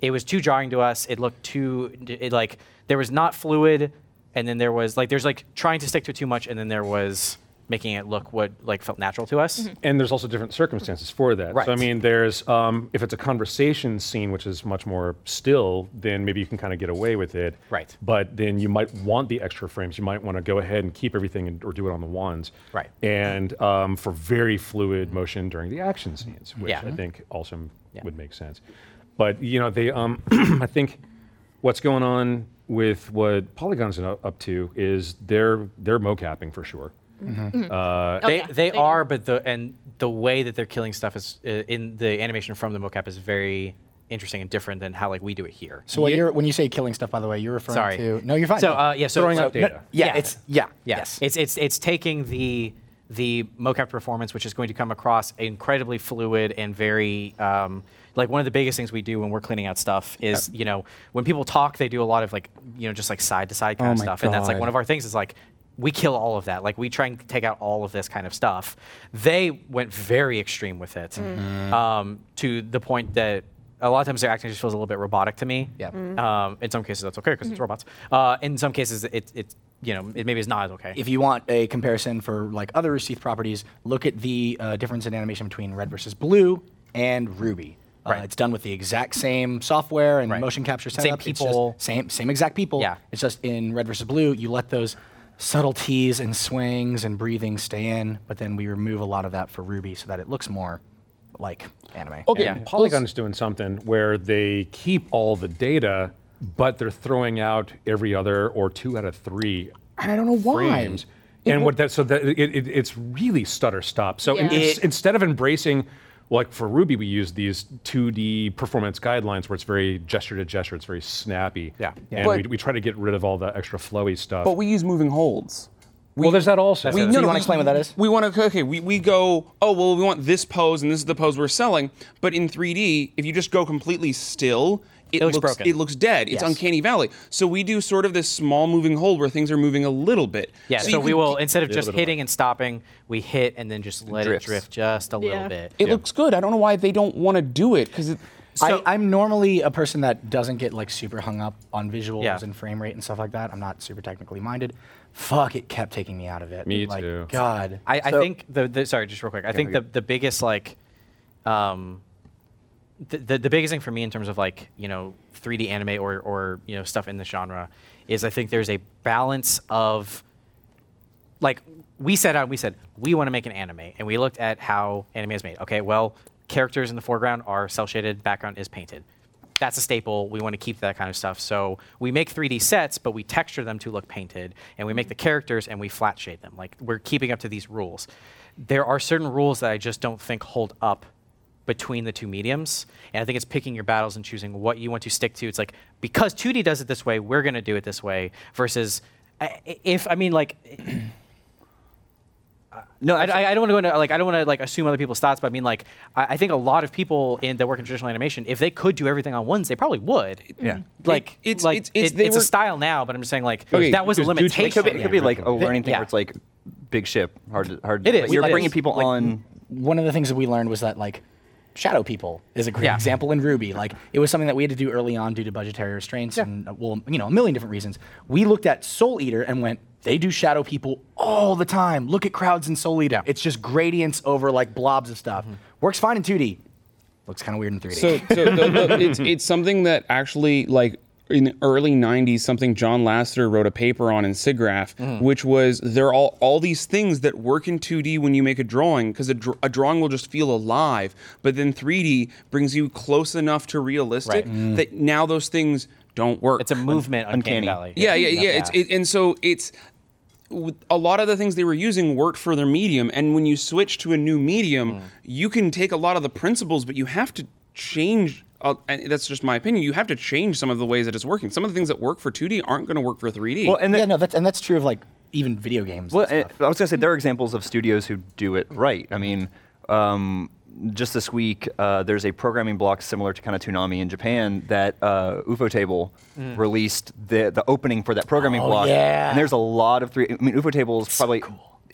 S4: It was too jarring to us. It looked too, it like, there was not fluid and then there was like there's like trying to stick to it too much and then there was making it look what like felt natural to us
S1: And there's also different circumstances for that.
S4: Right.
S1: So I mean, there's um, if it's a conversation scene, which is much more still, then maybe you can kind of get away with it.
S4: Right.
S1: But then you might want the extra frames. You might want to go ahead and keep everything and, or do it on the ones.
S4: Right.
S1: And um, for very fluid motion during the action scenes, which
S4: Yeah. Mm-hmm.
S1: I think also m-
S4: Yeah.
S1: would make sense. But you know, they um, I think what's going on with what Polygon's up up to is they're they're mocapping for sure. Uh,
S4: they,
S7: yeah.
S4: they
S7: They-
S4: are but the and the way that they're killing stuff is uh, in the animation from the mocap is very interesting and different than how like we do it here
S2: So what you're, when you say killing stuff, by the way, you're referring
S4: sorry
S2: to no, you're fine.
S4: so uh, yeah so
S1: Throwing
S4: so-
S1: out data.
S2: yeah,
S4: yeah.
S2: it's yeah,
S4: Yeah.
S2: yes.
S4: It's it's it's taking the the mocap performance, which is going to come across incredibly fluid and very um, like one of the biggest things we do when we're cleaning out stuff is you know when people talk they do a lot of like you know just like side to side kind of
S6: my
S4: stuff and that's like
S6: God.
S4: one of our things is like we kill all of that like we try and take out all of this kind of stuff they went very extreme with it um, to the point that a lot of times their acting just feels a little bit robotic to me
S2: Yeah. Mm.
S4: um, in some cases that's okay because it's robots uh, in some cases it, it you know it maybe is not as okay
S2: if you want a comparison for like other Ruseeth properties, look at the uh, difference in animation between red versus blue and Ruby. Uh,
S4: Right.
S2: It's done with the exact same software and
S4: Right.
S2: motion capture
S4: Same
S2: setup. It's just
S4: people.
S2: same same exact people.
S4: Yeah.
S2: It's just in red versus blue, you let those subtleties and swings and breathing stay in, but then we remove a lot of that for Ruby so that it looks more like anime.
S1: Okay,
S4: Yeah.
S1: Polygon's doing something where they keep all the data, but they're throwing out every other or two out of three
S2: And I don't know why.
S1: frames. And what that so that it, it, it's really stutter stop. So in-
S7: Yeah.
S1: ins- instead of embracing, like for Ruby, we use these 2D performance guidelines where it's very gesture to gesture, it's very snappy.
S4: Yeah. Yeah.
S1: And
S6: But-
S1: we, we try to get rid of all the extra flowy stuff.
S6: But we use moving holds.
S1: well, there's that also.
S6: We,
S2: you wanna explain what that is?
S6: We want to okay. We, we go. Oh well, we want this pose, and this is the pose we're selling. But in 3D, if you just go completely still, it,
S4: looks broken.
S6: It looks dead. It's
S2: Yes.
S6: uncanny valley. So we do sort of this small moving hold where things are moving a little bit.
S4: Yeah, so,
S6: you
S4: we
S6: can-
S4: will instead of
S1: Little
S4: just
S1: bit of
S4: hitting and stopping, we hit and then just let
S3: drifts.
S4: it drift just a
S7: Yeah.
S4: little bit.
S6: It looks good. I don't know why they don't want to do it because it,
S2: I, I'm normally a person that doesn't get like super hung up on visuals
S4: Yeah.
S2: and frame rate and stuff like that. I'm not super technically minded. Fuck, it kept taking me out of it.
S1: Me
S2: Like,
S1: too.
S2: God.
S4: I, I
S3: So-
S4: think the, the sorry, just real quick. I think the, the biggest like, um, the, the the biggest thing for me in terms of like you know 3D anime or or you know stuff in the genre is I think there's a balance of like we set out we said we want to make an anime and we looked at how anime is made okay well characters in the foreground are cell shaded background is painted that's a staple we want to keep that kind of stuff so we make 3d sets but we texture them to look painted and we make the characters and we flat shade them like we're keeping up to these rules there are certain rules that i just don't think hold up between the two mediums. And I think it's picking your battles and choosing what you want to stick to. It's like because 2D does it this way, we're going to do it this way. Versus I- I- if I mean like. No, I, I- I don't want to go into like I don't want to like assume other people's thoughts, but I mean like I, I think a lot of people in that work in traditional animation, if they could do everything on ones, they probably would.
S3: Yeah.
S4: Like
S6: It- it's-
S4: it's like
S6: it's-
S4: it's,
S6: it's-
S4: it's,
S6: they
S4: a
S6: were-
S4: style now, but I'm just saying like
S6: Okay,
S4: that was a
S1: because due to-
S4: limitation.
S1: It could be-
S3: It could be like a learning thing
S4: Yeah.
S3: where it's like big ship, hard, to, hard.
S4: It is,
S3: like, you're
S4: it is.
S3: bringing people on.
S2: One of the things that we learned was that like shadow people is a great
S4: Yeah.
S2: example in Ruby. Like it was something that we had to do early on due to budgetary restraints and uh, well, you know, a million different reasons. We looked at Soul Eater and went, they do shadow people all the time. Look at crowds in Soul Eater. It's just gradients over like blobs of stuff.
S4: Mm-hmm.
S2: Works fine in 2D. Looks kind of weird in 3D.
S6: So, so the, the, it's it's something that actually like in the early 90s something john lasseter wrote a paper on in sigraph
S4: Mm.
S6: which was there are all, all these things that work in 2d when you make a drawing because a, dr- a drawing will just feel alive but then 3d brings you close enough to realistic
S4: Right. Mm.
S6: that now those things don't work
S4: it's a movement
S3: Uncanny.
S4: uncanny uh, valley.
S6: yeah, yeah, yeah. It's it, and so it's with- a lot of the things they were using worked for their medium, and when you switch to a new medium, you can take a lot of the principles, but you have to change. Uh, and that's just my opinion. You have to change some of the ways that it's working. Some of the things that work for 2D aren't going to work for 3D.
S3: Well, and the,
S2: yeah, no, that's and that's true of like even video games. and
S3: Well,
S2: stuff.
S3: uh, I was gonna say there are examples of studios who do it right. I mean, um, just this week, uh, there's a programming block similar to kind of Toonami in Japan that uh, UFO Table released the the opening for that programming block.
S2: yeah.
S3: And there's a lot of three. I mean, UFO Table is probably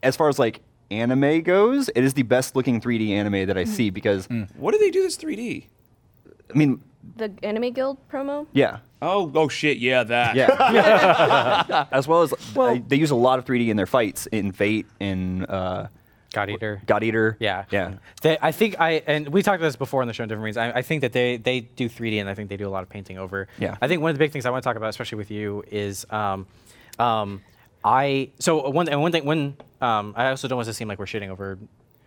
S3: as far as like anime goes, it is the best looking 3D anime that I see because
S6: what do they do this 3D?
S3: I mean,
S5: The Anime Guild promo?
S3: yeah.
S6: Oh, oh shit, yeah, that.
S3: Yeah. as well as uh, they use a lot of 3D in their fights in Fate in uh,
S4: God Eater.
S3: God Eater.
S4: Yeah,
S3: Yeah.
S4: They, I think I and we talked about this before on the show in different reasons. I, I think that they they do 3D and I think they do a lot of painting over.
S3: Yeah.
S4: I think one of the big things I want to talk about, especially with you, is um, um, I so one and one thing when um, I also don't want to seem like we're shitting over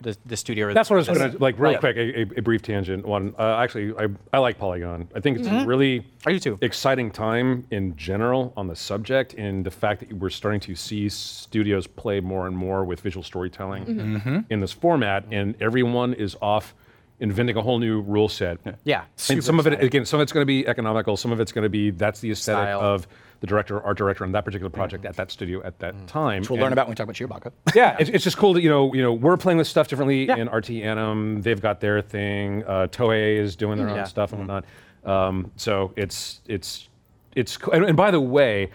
S4: the the studio. or
S1: That's
S4: the-
S1: what I was going to like real
S4: Right.
S1: quick. A, a- a brief tangent. One, uh, actually, I, I like Polygon. I think it's a really
S4: Mm-hmm. I do too.
S1: exciting time in general on the subject, and the fact that we're starting to see studios play more and more with visual storytelling
S4: Mm-hmm.
S1: in this format, and everyone is off inventing a whole new rule set.
S4: Yeah.
S1: and some of it again, some of it's going to be economical, some of it's going to be that's the aesthetic
S4: Style.
S1: of the director, art director on that particular project at that studio at that time.
S2: Which we'll learn
S1: And-
S2: about when we talk about Chewbacca.
S1: yeah, it's, it's just cool that you know you know we're playing with stuff differently in RT Anim. They've got their thing. Uh, Toei is doing their own
S4: Yeah.
S1: stuff and whatnot. Um, so it's it's it's co- and, and by the way,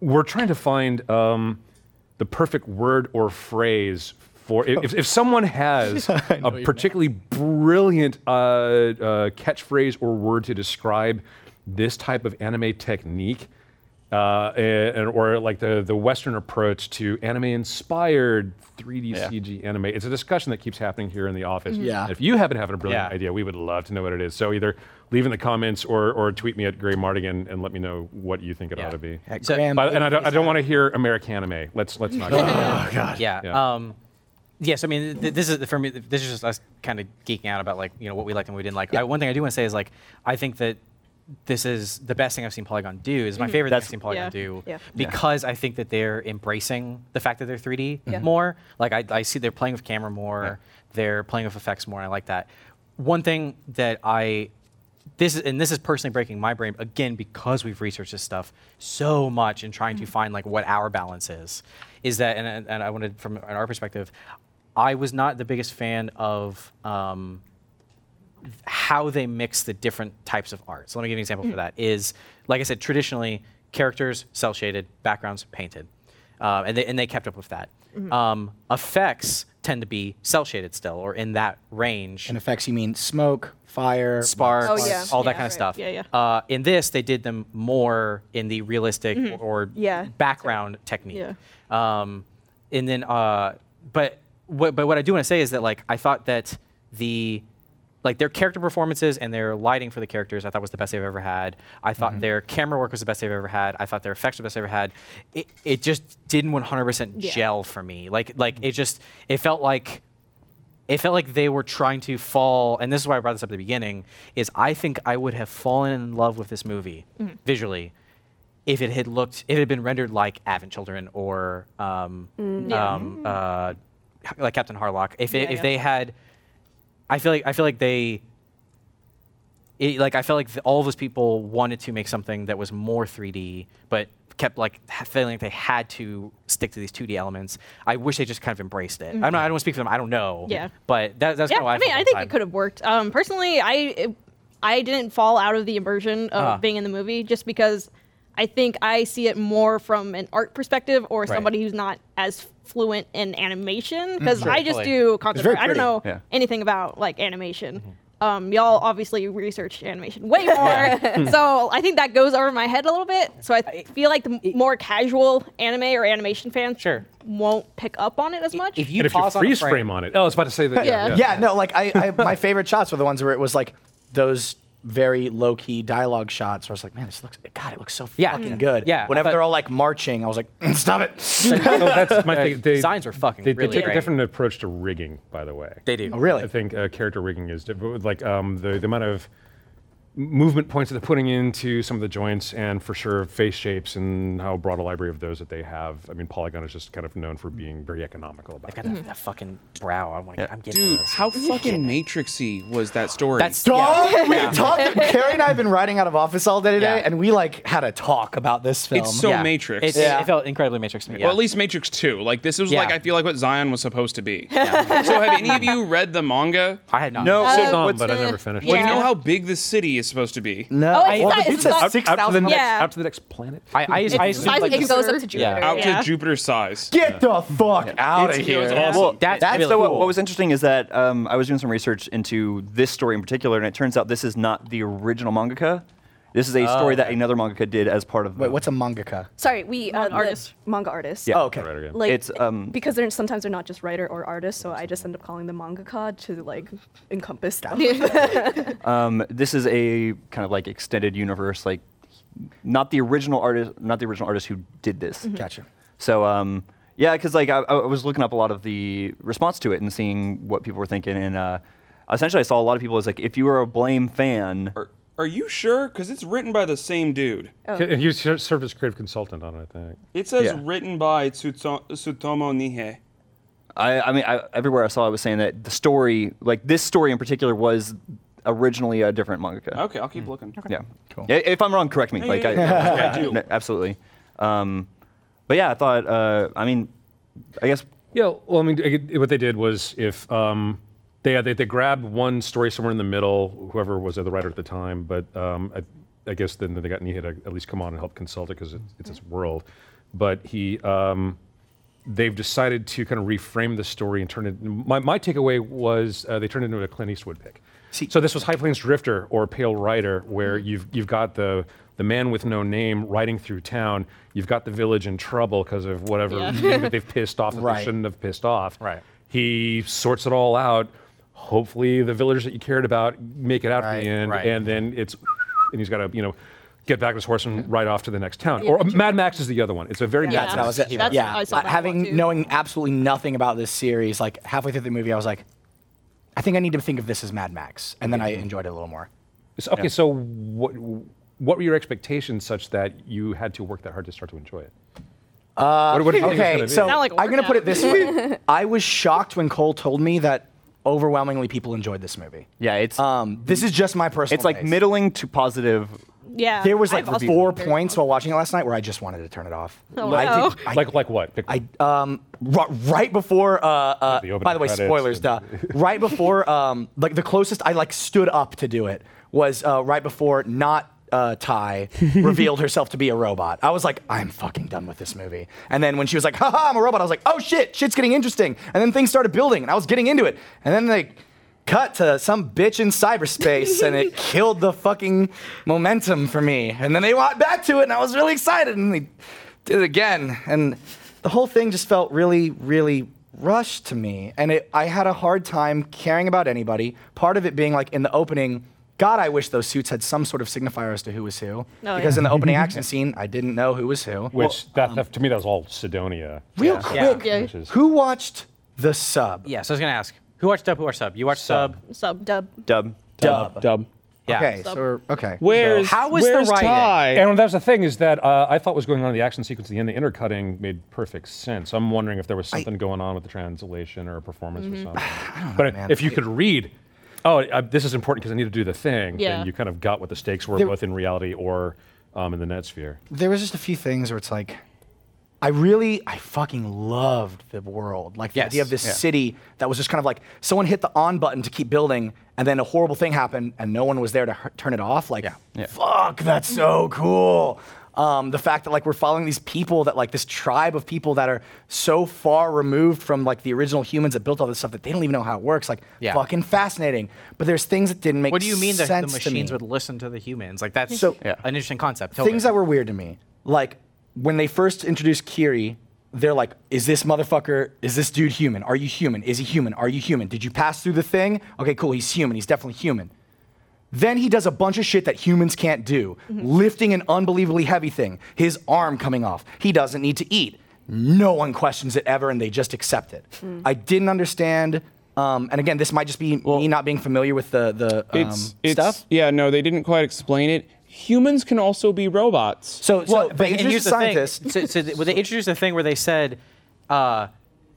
S1: we're trying to find um, the perfect word or phrase for if, if someone has a particularly brilliant uh, uh, catchphrase or word to describe this type of anime technique uh, and, or like the, the Western approach to anime inspired 3D CG anime. It's a discussion that keeps happening here in the office.
S2: Yeah.
S1: If you happen to have a brilliant
S4: Yeah.
S1: idea, we would love to know what it is. So either leave in the comments or, or tweet me at Gray Mardigan and let me know what you think it ought to be.
S4: So- Oh,
S2: Graham,
S1: But, and I don't, I don't want to hear American anime. Let's let's not. go
S4: yeah.
S1: Yeah.
S4: Um, yes, I mean, th- this is for me. This is just us kind of geeking out about like you know what we liked and what we didn't like. I, one thing I do want to say is like I think that this is the best thing I've seen Polygon do.
S1: Mm-hmm.
S4: Is my favorite thing I've seen Polygon
S5: Yeah.
S4: do
S5: Yeah.
S4: because I think that they're embracing the fact that they're 3D more. Like I, I see they're playing with camera more. They're playing with effects more. I like that. One thing that I this is and this is personally breaking my brain again because we've researched this stuff so much and trying to find like what our balance is is that and- and, and i wanted from our perspective i was not the biggest fan of um, how they mix the different types of art. So let me give you an example for that. Is like I said, traditionally characters cell shaded, backgrounds painted, Uh, and they and they kept up with that. Um, effects tend to be cell shaded still, or in that range
S2: and effects, you mean smoke, fire,
S4: sparks,
S5: Oh, yeah.
S4: all that
S5: Yeah,
S4: kind of
S5: right.
S4: stuff.
S5: Yeah, yeah.
S4: Uh, in this, they did them more in the realistic or
S5: Mm-hmm. Yeah.
S4: background technique. Um, and then, uh, but what, but what I do want to say is that like I thought that the like their character performances and their lighting for the characters, I thought was the best they've ever had. I thought their camera work was the best they've ever had. I thought their effects were the best they've ever had. It, it just didn't 100%
S5: Yeah. Mm-hmm.
S4: gel for me. Like like it just it felt like it felt like they were trying to fall and this is why i brought this up at the beginning is i think i would have fallen in love with this movie
S5: Mm-hmm.
S4: visually if it had looked if it had been rendered like avent children or um, um, uh, like captain harlock if, it,
S5: Mm-hmm. Yeah,
S4: if
S5: yeah.
S4: they had i feel like i feel like they it, like I felt like th- all of those people wanted to make something that was more 3D, but kept like ha- feeling like they had to stick to these 2D elements. I wish they just kind of embraced it. I'm not, I don't want to speak for them. I don't know.
S7: Mm-hmm. Yeah.
S4: But that, that's
S7: Yeah,
S4: kind of why
S7: I mean,
S4: felt
S7: I
S4: the
S7: think
S4: time.
S7: it could have worked. Um, personally, I it- I didn't fall out of the immersion of
S4: Ah.
S7: being in the movie just because I think I see it more from an art perspective or somebody who's not as fluent in animation because I just
S4: fully.
S7: do concept.
S2: very
S7: art. I don't
S2: pretty.
S7: know
S3: Yeah.
S7: anything about like animation. Um, y'all obviously research animation way more, so I think that goes over my head a little bit. So I th- feel like the more casual anime or animation fans
S4: Sure.
S7: won't pick up on it as much.
S4: If you
S1: and if you
S4: pause
S1: freeze
S4: on a
S1: frame.
S4: frame,
S1: on it, oh, I was about to say that.
S7: Yeah.
S2: Yeah, no, like I, I my favorite shots were the ones where it was like those very low key dialogue shots. Where I was like, man, this looks, God, it looks so
S4: Yeah.
S2: fucking good.
S4: Yeah,
S2: Whenever
S4: but-
S2: they're all like marching, I was like, "Mm, stop it.
S1: So that's my thing. They,
S4: Designs are fucking
S1: They, they
S4: really
S1: take
S4: great.
S1: a different approach to rigging, by the way.
S4: they do.
S2: Oh, really?
S1: I think uh, character rigging is diff- like um, the the amount of movement points that they're putting into some of the joints and for sure face shapes and how broad a library of those that they have. I mean, Polygon is just kind of known for being very economical about
S4: I've got
S1: it.
S4: Oh,
S7: Mm-hmm.
S4: that, that fucking brow. I'm like, I'm getting
S6: Dude,
S4: this.
S6: how fucking matrixy was that story?
S4: That's
S2: Dog,
S4: yeah.
S2: we talked. Carrie and I have been riding out of office all day today,
S4: Yeah.
S2: and we like had a talk about this film.
S6: It's so
S4: Yeah.
S6: Matrix.
S4: It's-
S2: Yeah.
S4: It felt incredibly Matrix to me. Yeah.
S6: Well, at least Matrix 2. Like, this was
S4: Yeah.
S6: like, I feel like what Zion was supposed to be. so, have any of you read the manga?
S4: I had not.
S3: No,
S1: It's
S3: so
S1: on,
S3: what's
S1: but I
S3: the-
S1: never finished.
S7: yeah.
S1: it.
S6: You know how big the city is supposed to be?
S2: no,
S7: Oh, it's
S2: well,
S7: not-
S2: the
S7: it's
S2: pizza
S7: not-
S2: is
S1: Out,
S2: six
S1: out to the
S2: thousand.
S1: next,
S7: Yeah.
S1: out to the next planet.
S4: I, I, I
S7: It's
S4: assumed
S7: size
S4: like
S7: it
S4: the-
S7: goes
S5: Jupiter.
S7: up to Jupiter.
S4: Yeah.
S6: Out
S7: yeah.
S6: to Jupiter size.
S2: Get the fuck out of
S6: It's-
S2: here.
S6: It was awesome.
S3: Well,
S4: That's
S3: that's
S4: really
S3: so what,
S4: cool.
S3: what was interesting is that um, I was doing some research into this story in particular, and it turns out this is not the original mangaka. This is a story that another mangaka did as part of.
S2: Oh, Wait, what's a mangaka?
S5: Sorry, we uh, the
S7: artist.
S5: manga artists.
S3: Yeah.
S2: Oh, okay.
S1: Right again.
S5: Like
S3: It's, um,
S5: because they're sometimes they're not just writer or artist, so I just end up calling them mangaka to like encompass stuff.
S3: um, this is a kind of like extended universe, like not the original artist, not the original artist who did this.
S2: Gotcha.
S3: So um, yeah, because like I, I was looking up a lot of the response to it and seeing what people were thinking, and uh, essentially I saw a lot of people as like, if you were a Blame fan,
S6: Are, are you sure? Because it's written by the same dude.
S1: You ser- served as creative consultant on it, I think.
S6: It says
S3: Yeah.
S6: written by Tsuto- Tsutomo Nihei.
S3: I, I mean, I, everywhere I saw, I was saying that the story, like this story in particular, was originally a different mangaka.
S6: Okay, I'll
S7: Hmm.
S6: keep looking.
S3: Yeah. Yeah, If I'm wrong, correct me.
S6: Yeah,
S3: like,
S6: yeah,
S3: I,
S6: yeah. I do.
S3: No, absolutely. Um, but yeah, I thought. Uh, I mean, I guess.
S1: Yeah, well, I mean, I get- what they did was if um, they, had, they they grabbed one story somewhere in the middle, whoever was the writer at the time, but um, I, I guess then they got Nia to at least come on and help consult it because it's, it's his world. But he, um, they've decided to kind of reframe the story and turn it. My, my takeaway was uh, they turned it into a Clint Eastwood pick. so this was High Plains Drifter or Pale Rider, where you've you've got the the man with no name riding through town. You've got the village in trouble because of whatever thing that they've pissed off that
S2: Right.
S1: they shouldn't have pissed off.
S4: Right.
S1: He sorts it all out. Hopefully, the villagers that you cared about make it out at
S2: Right.
S1: the end,
S4: Right.
S1: and then it's and he's got to you know. Get back on his horse and ride off to the next town. Or Mad Max is the other one. It's a very Mad
S7: That's
S1: Max.
S7: what I
S2: That was it.
S7: That's-
S2: yeah.
S7: I saw that one, too.
S2: having knowing absolutely nothing about this series, like halfway through the movie, I was like, I think I need to think of this as Mad Max, and then
S3: Mm-hmm.
S2: I enjoyed it a little more.
S1: So, okay, so what what were your expectations such that you had to work that hard to start to enjoy it? Uh, what, what did you think it was
S2: Okay,
S1: gonna be?
S2: so
S7: Not like
S2: I'm gonna
S7: workout.
S2: put it this way: I was shocked when Cole told me that overwhelmingly people enjoyed this movie.
S3: Yeah, it's
S2: Um, this is just my personal.
S3: it's like
S2: taste.
S3: middling to positive.
S7: Yeah.
S2: There was
S7: I've
S2: like
S7: also
S2: four
S7: been very
S2: points while watching it last night where I just wanted to turn it off.
S7: Oh,
S2: I
S7: wow.
S2: did- I-
S1: like like what? Pick-
S2: I um ri- right before uh, uh
S1: The opening
S2: by the way
S1: credits
S2: spoilers duh
S1: and-
S2: right before um like the closest I like stood up to do it was uh, right before not uh, Ty revealed herself to be a robot. I was like, I'm fucking done with this movie. And then when she was like, haha, I'm a robot, I was like, oh shit, shit's getting interesting. And then things started building and I was getting into it. And then they cut to some bitch in cyberspace and it killed the fucking momentum for me. And then they went back to it and I was really excited and they did it again. And the whole thing just felt really, really rushed to me. And it, I had a hard time caring about anybody. Part of it being like in the opening, God, I wish those suits had some sort of signifier as to who was who.
S7: Oh,
S2: because
S7: yeah.
S2: in the opening action scene, I didn't know who was who.
S1: which that,
S2: um,
S1: that- to me that was all Sidonia.
S2: Real
S4: Yeah.
S2: quick,
S7: Yeah.
S1: Which is-
S2: who watched the sub?
S4: Yeah, so I was gonna ask, who watched dub? Who watched sub? You watched sub.
S7: Sub.
S5: Dub.
S3: Dub.
S2: Dub.
S6: Dub.
S4: Yeah.
S2: Okay, so we're- okay.
S6: Where's
S4: how was the
S6: where's
S4: writing?
S6: Ty?
S1: And that's the thing is that uh, I thought was going on in the action sequence at the end. The intercutting made perfect sense. I'm wondering if there was something going on with the translation or a performance or something. but
S2: man.
S1: if you could read, oh, uh, this is important because I need to do the thing.
S7: Yeah.
S1: Then you kind of got what the stakes were,
S2: There-
S1: both in reality or um, in the net sphere.
S2: there was just a few things where it's like I really I fucking loved the world. Like the
S4: Yes,
S2: idea of this
S4: yeah.
S2: city that was just kind of like someone hit the on button to keep building and then a horrible thing happened and no one was there to hu- turn it off. Like fuck, that's so cool. Um, the fact that like we're following these people that like this tribe of people that are so far removed from like the original humans that built all this stuff that they don't even know how it works. Like
S4: Yeah.
S2: fucking fascinating. But there's things that didn't make
S4: What do you mean that the
S2: sense to me
S4: machines would listen to the humans? Like that's
S2: So- Yeah.
S4: an interesting concept.
S2: things that were weird to me. Like when they first introduced Kiri, they're like, "Is this motherfucker? Is this dude human? Are you human? Is he human? Are you human? Did you pass through the thing? Okay, cool. He's human. He's definitely human." Then he does a bunch of shit that humans can't do. Lifting an unbelievably heavy thing, his arm coming off. He doesn't need to eat. No one questions it ever and they just accept it. I didn't understand Um, and again, this might just be me not being familiar with the the um,
S6: It's, it's
S2: stuff.
S6: Yeah, no, they didn't quite explain it. Humans can also be robots.
S2: So, so
S4: Well,
S2: they
S4: and
S2: introduced
S4: here's the
S2: scientists.
S4: thing. So, so th- well, they introduced a thing where they said, uh,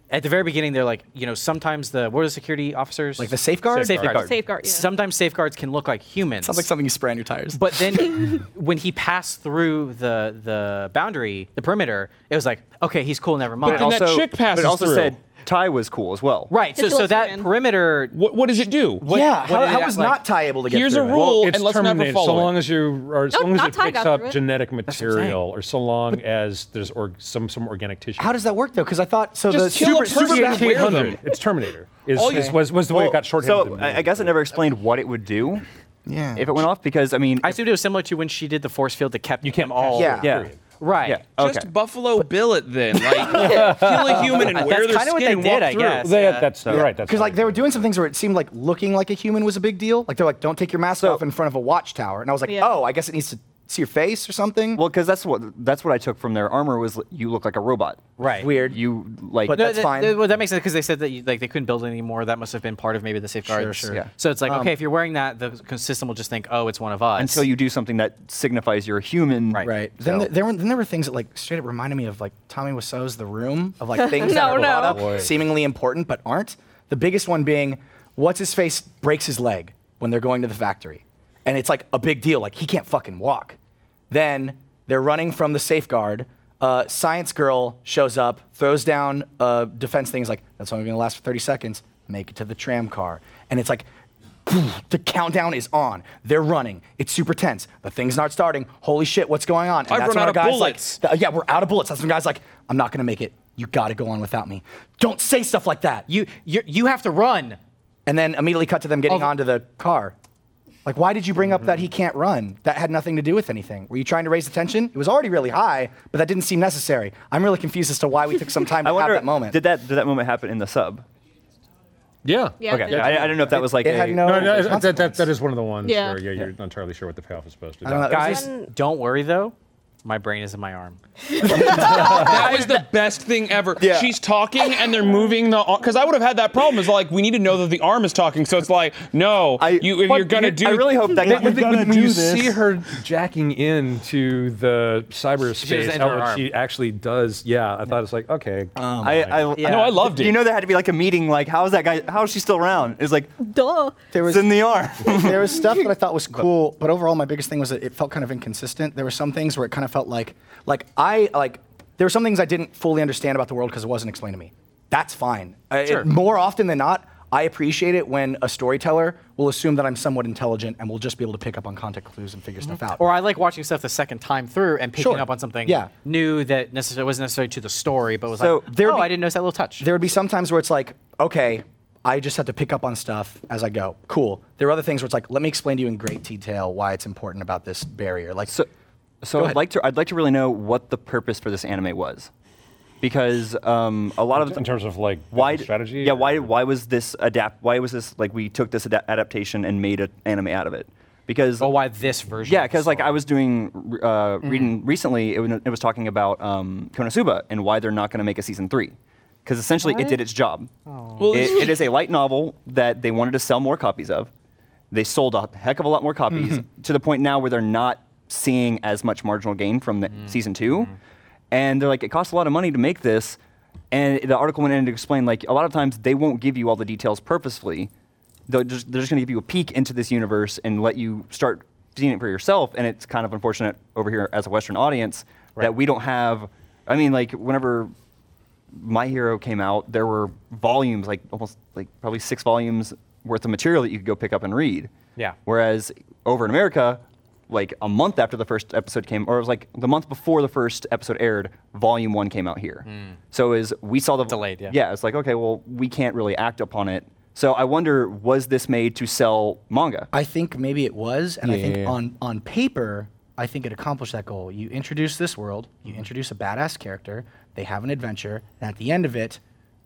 S4: at the very beginning, they're like, you know, sometimes the what are the security officers
S2: Like the safeguard?
S4: Safeguards.
S7: Safeguard. Safeguard, yeah.
S4: Sometimes safeguards can look like humans.
S2: Sounds like something you spray on your tires.
S4: But then when he passed through the the boundary, the perimeter, it was like, okay, he's cool. Never mind.
S6: and that chick
S3: but
S6: passes
S3: it also
S6: through.
S3: said Ty was cool as well.
S4: right. So
S7: It's
S4: so that
S7: Elizabeth.
S4: perimeter.
S6: What, what does it do?
S2: yeah,
S4: what
S2: how,
S4: is
S2: how
S4: that
S2: is
S4: like?
S2: not Ty able to get
S6: Here's a
S2: through it?
S6: rule,
S1: it's
S6: and let's never
S1: terminated,
S6: follow
S1: so
S6: it.
S1: long as you are, as
S7: No,
S1: long as
S7: not
S1: it
S7: Ty
S1: picks
S7: got
S1: up
S7: through it.
S1: genetic
S4: what I'm saying.
S1: material, or so long as there's org, some some organic tissue.
S2: How does that work though? Because I thought so.
S6: Just
S2: the
S6: kill
S2: super
S6: a person
S2: super
S6: and
S2: bad
S6: wear
S2: weird-
S6: them.
S1: It's Terminator. Is,
S6: Okay.
S1: is- was, was the way
S3: Well,
S1: it got shorthanded.
S3: So
S1: in the
S3: I, I
S1: movie.
S3: guess it never explained what it would do.
S2: Yeah.
S3: If it went off, because I mean,
S4: I assumed it was similar to when she did the force field that kept you can't all
S2: Yeah.
S3: yeah,
S4: right.
S3: yeah.
S6: Just
S3: okay.
S6: Buffalo Bill it then. Like, kill a human and
S4: That's
S6: wear their
S4: kinda
S6: skin
S4: what they
S6: and walk
S4: did, I
S6: through.
S4: guess.
S1: They-
S4: yeah.
S1: That's you're right. That's
S2: Because like
S1: fine.
S2: they were doing some things where it seemed like looking like a human was a big deal. Like they're like, don't take your mask off in front of a watchtower, and I was like,
S7: Yeah.
S2: oh, I guess it needs to see your face or something.
S3: Well, because that's what that's what I took from their armor was you look like a robot.
S4: Right.
S2: weird.
S3: You like
S2: But
S4: No,
S2: that's
S4: that-
S2: fine.
S4: that- well, that makes sense because they said that you, like they couldn't build it anymore. That must have been part of maybe the safeguards.
S2: Sure, Um, sure. Yeah.
S4: So it's like okay, if you're wearing that, the system will just think, oh, it's one of us.
S3: until you do something that signifies you're a human.
S4: Right.
S2: Right. Then,
S3: So-
S2: th- there were, then there were things that like straight up reminded me of like Tommy Wiseau's The Room of like things that
S7: No,
S2: are brought
S7: no.
S2: up seemingly important but aren't. The biggest one being, what's his face breaks his leg when they're going to the factory, and it's like a big deal. Like he can't fucking walk. Then they're running from the safeguard. Uh, science girl shows up, throws down uh, defense things like that's only going to last for 30 seconds. Make it to the tram car, and it's like the countdown is on. They're running. It's super tense. The thing's not starting. Holy shit, what's going on? And
S6: I've run
S2: when
S6: out
S2: our
S6: of
S2: guy's
S6: bullets.
S2: Like, th- yeah, we're out of bullets. That's when guys like, I'm not gonna make it. You gotta go on without me. Don't say stuff like that.
S4: you you you have to run.
S2: And then immediately cut to them getting
S4: Of-
S2: onto the car. Like, why did you bring up that he can't run? That had nothing to do with anything. Were you trying to raise the tension? It was already really high, but that didn't seem necessary. I'm really confused as to why we took some time
S3: I
S2: to
S3: wonder
S2: have that moment.
S3: did that did that moment happen in the sub?
S1: yeah.
S7: Yeah,
S3: okay,
S7: that's-
S3: I, I don't know if that was like
S2: it
S3: a,
S2: had no.
S1: No, no, that, that,
S2: consequence.
S1: that is one of the ones
S7: Yeah.
S1: where yeah, you're not entirely sure what the payoff is supposed to be.
S2: I don't know. It was
S4: Guys,
S2: just-
S4: don't worry though. My brain is in my arm.
S6: That was the best thing ever.
S3: Yeah.
S6: She's talking and they're moving the because I would have had that problem. Is like we need to know that the arm is talking. So it's like no,
S3: I-
S6: you if
S3: What?
S6: you're gonna do.
S3: I really hope that
S1: When,
S3: got-
S1: when- when you see her jacking into the
S4: just
S1: cyberspace,
S4: into her
S1: how
S4: arm.
S1: she actually does, yeah, I thought it's like, okay.
S3: I, I,
S4: Yeah. No, I
S6: loved it.
S3: You know, there had to be like a meeting. Like, how is that guy? How is she still around? It's like
S7: Duh.
S2: there was
S3: it's in the arm.
S2: there was stuff that I thought was cool, but overall my biggest thing was that it felt kind of inconsistent. There were some things where it kind of felt like like I like there were some things I didn't fully understand about the world because it wasn't explained to me. That's fine. I- it- more often than not, I appreciate it when a storyteller will assume that I'm somewhat intelligent and will just be able to pick up on context clues and figure stuff out.
S4: Or I like watching stuff the second time through and picking
S2: Sure.
S4: up on something
S2: Yeah.
S4: new that necessarily wasn't necessary to the story, but was
S3: So
S4: like,
S2: there'd
S4: oh,
S2: be-
S4: I didn't notice that little touch.
S2: there would be some times where it's like, okay, I just have to pick up on stuff as I go. Cool. There are other things where it's like, let me explain to you in great detail why it's important about this barrier. Like
S3: So, so I'd like to. I'd like to really know what the purpose for this anime was, because um, a lot of
S1: In terms of, like,
S3: why d-
S1: strategy
S3: Yeah, why
S1: or-
S3: why was this adapt? Why was this like we took this ada- adaptation and made an anime out of it? Because
S4: oh, why this version?
S3: Yeah,
S4: of the Mm.
S3: because like
S4: story?
S3: I was doing uh, reading recently, it, was- it was talking about um, Konosuba and why they're not going to make a season three, because essentially it did its job. It, it is a light novel that they wanted to sell more copies of. They sold a heck of a lot more copies to the point now where they're not seeing as much marginal gain from the season 2 and they're like, it costs a lot of money to make this. And the article went in to explain like a lot of times they won't give you all the details purposefully they're just, they're just going to give you a peek into this universe and let you start seeing it for yourself. And it's kind of unfortunate over here as a Western audience that we don't have. I mean, like whenever My Hero came out, there were volumes, like almost like probably six volumes worth of material that you could go pick up and read.
S4: Yeah.
S3: Whereas over in America, like a month after the first episode came, or it was like the month before the first episode aired, volume one came out here. So is we saw the
S4: Hmm. Delayed, yeah.
S3: Yeah, yeah, it's like, okay, well, we can't really act upon it. So I wonder, was this made to sell manga?
S2: I think maybe it was, and I think on on paper, I think it accomplished that goal. You introduce this world, you introduce a badass character, they have an adventure, and at the end of it,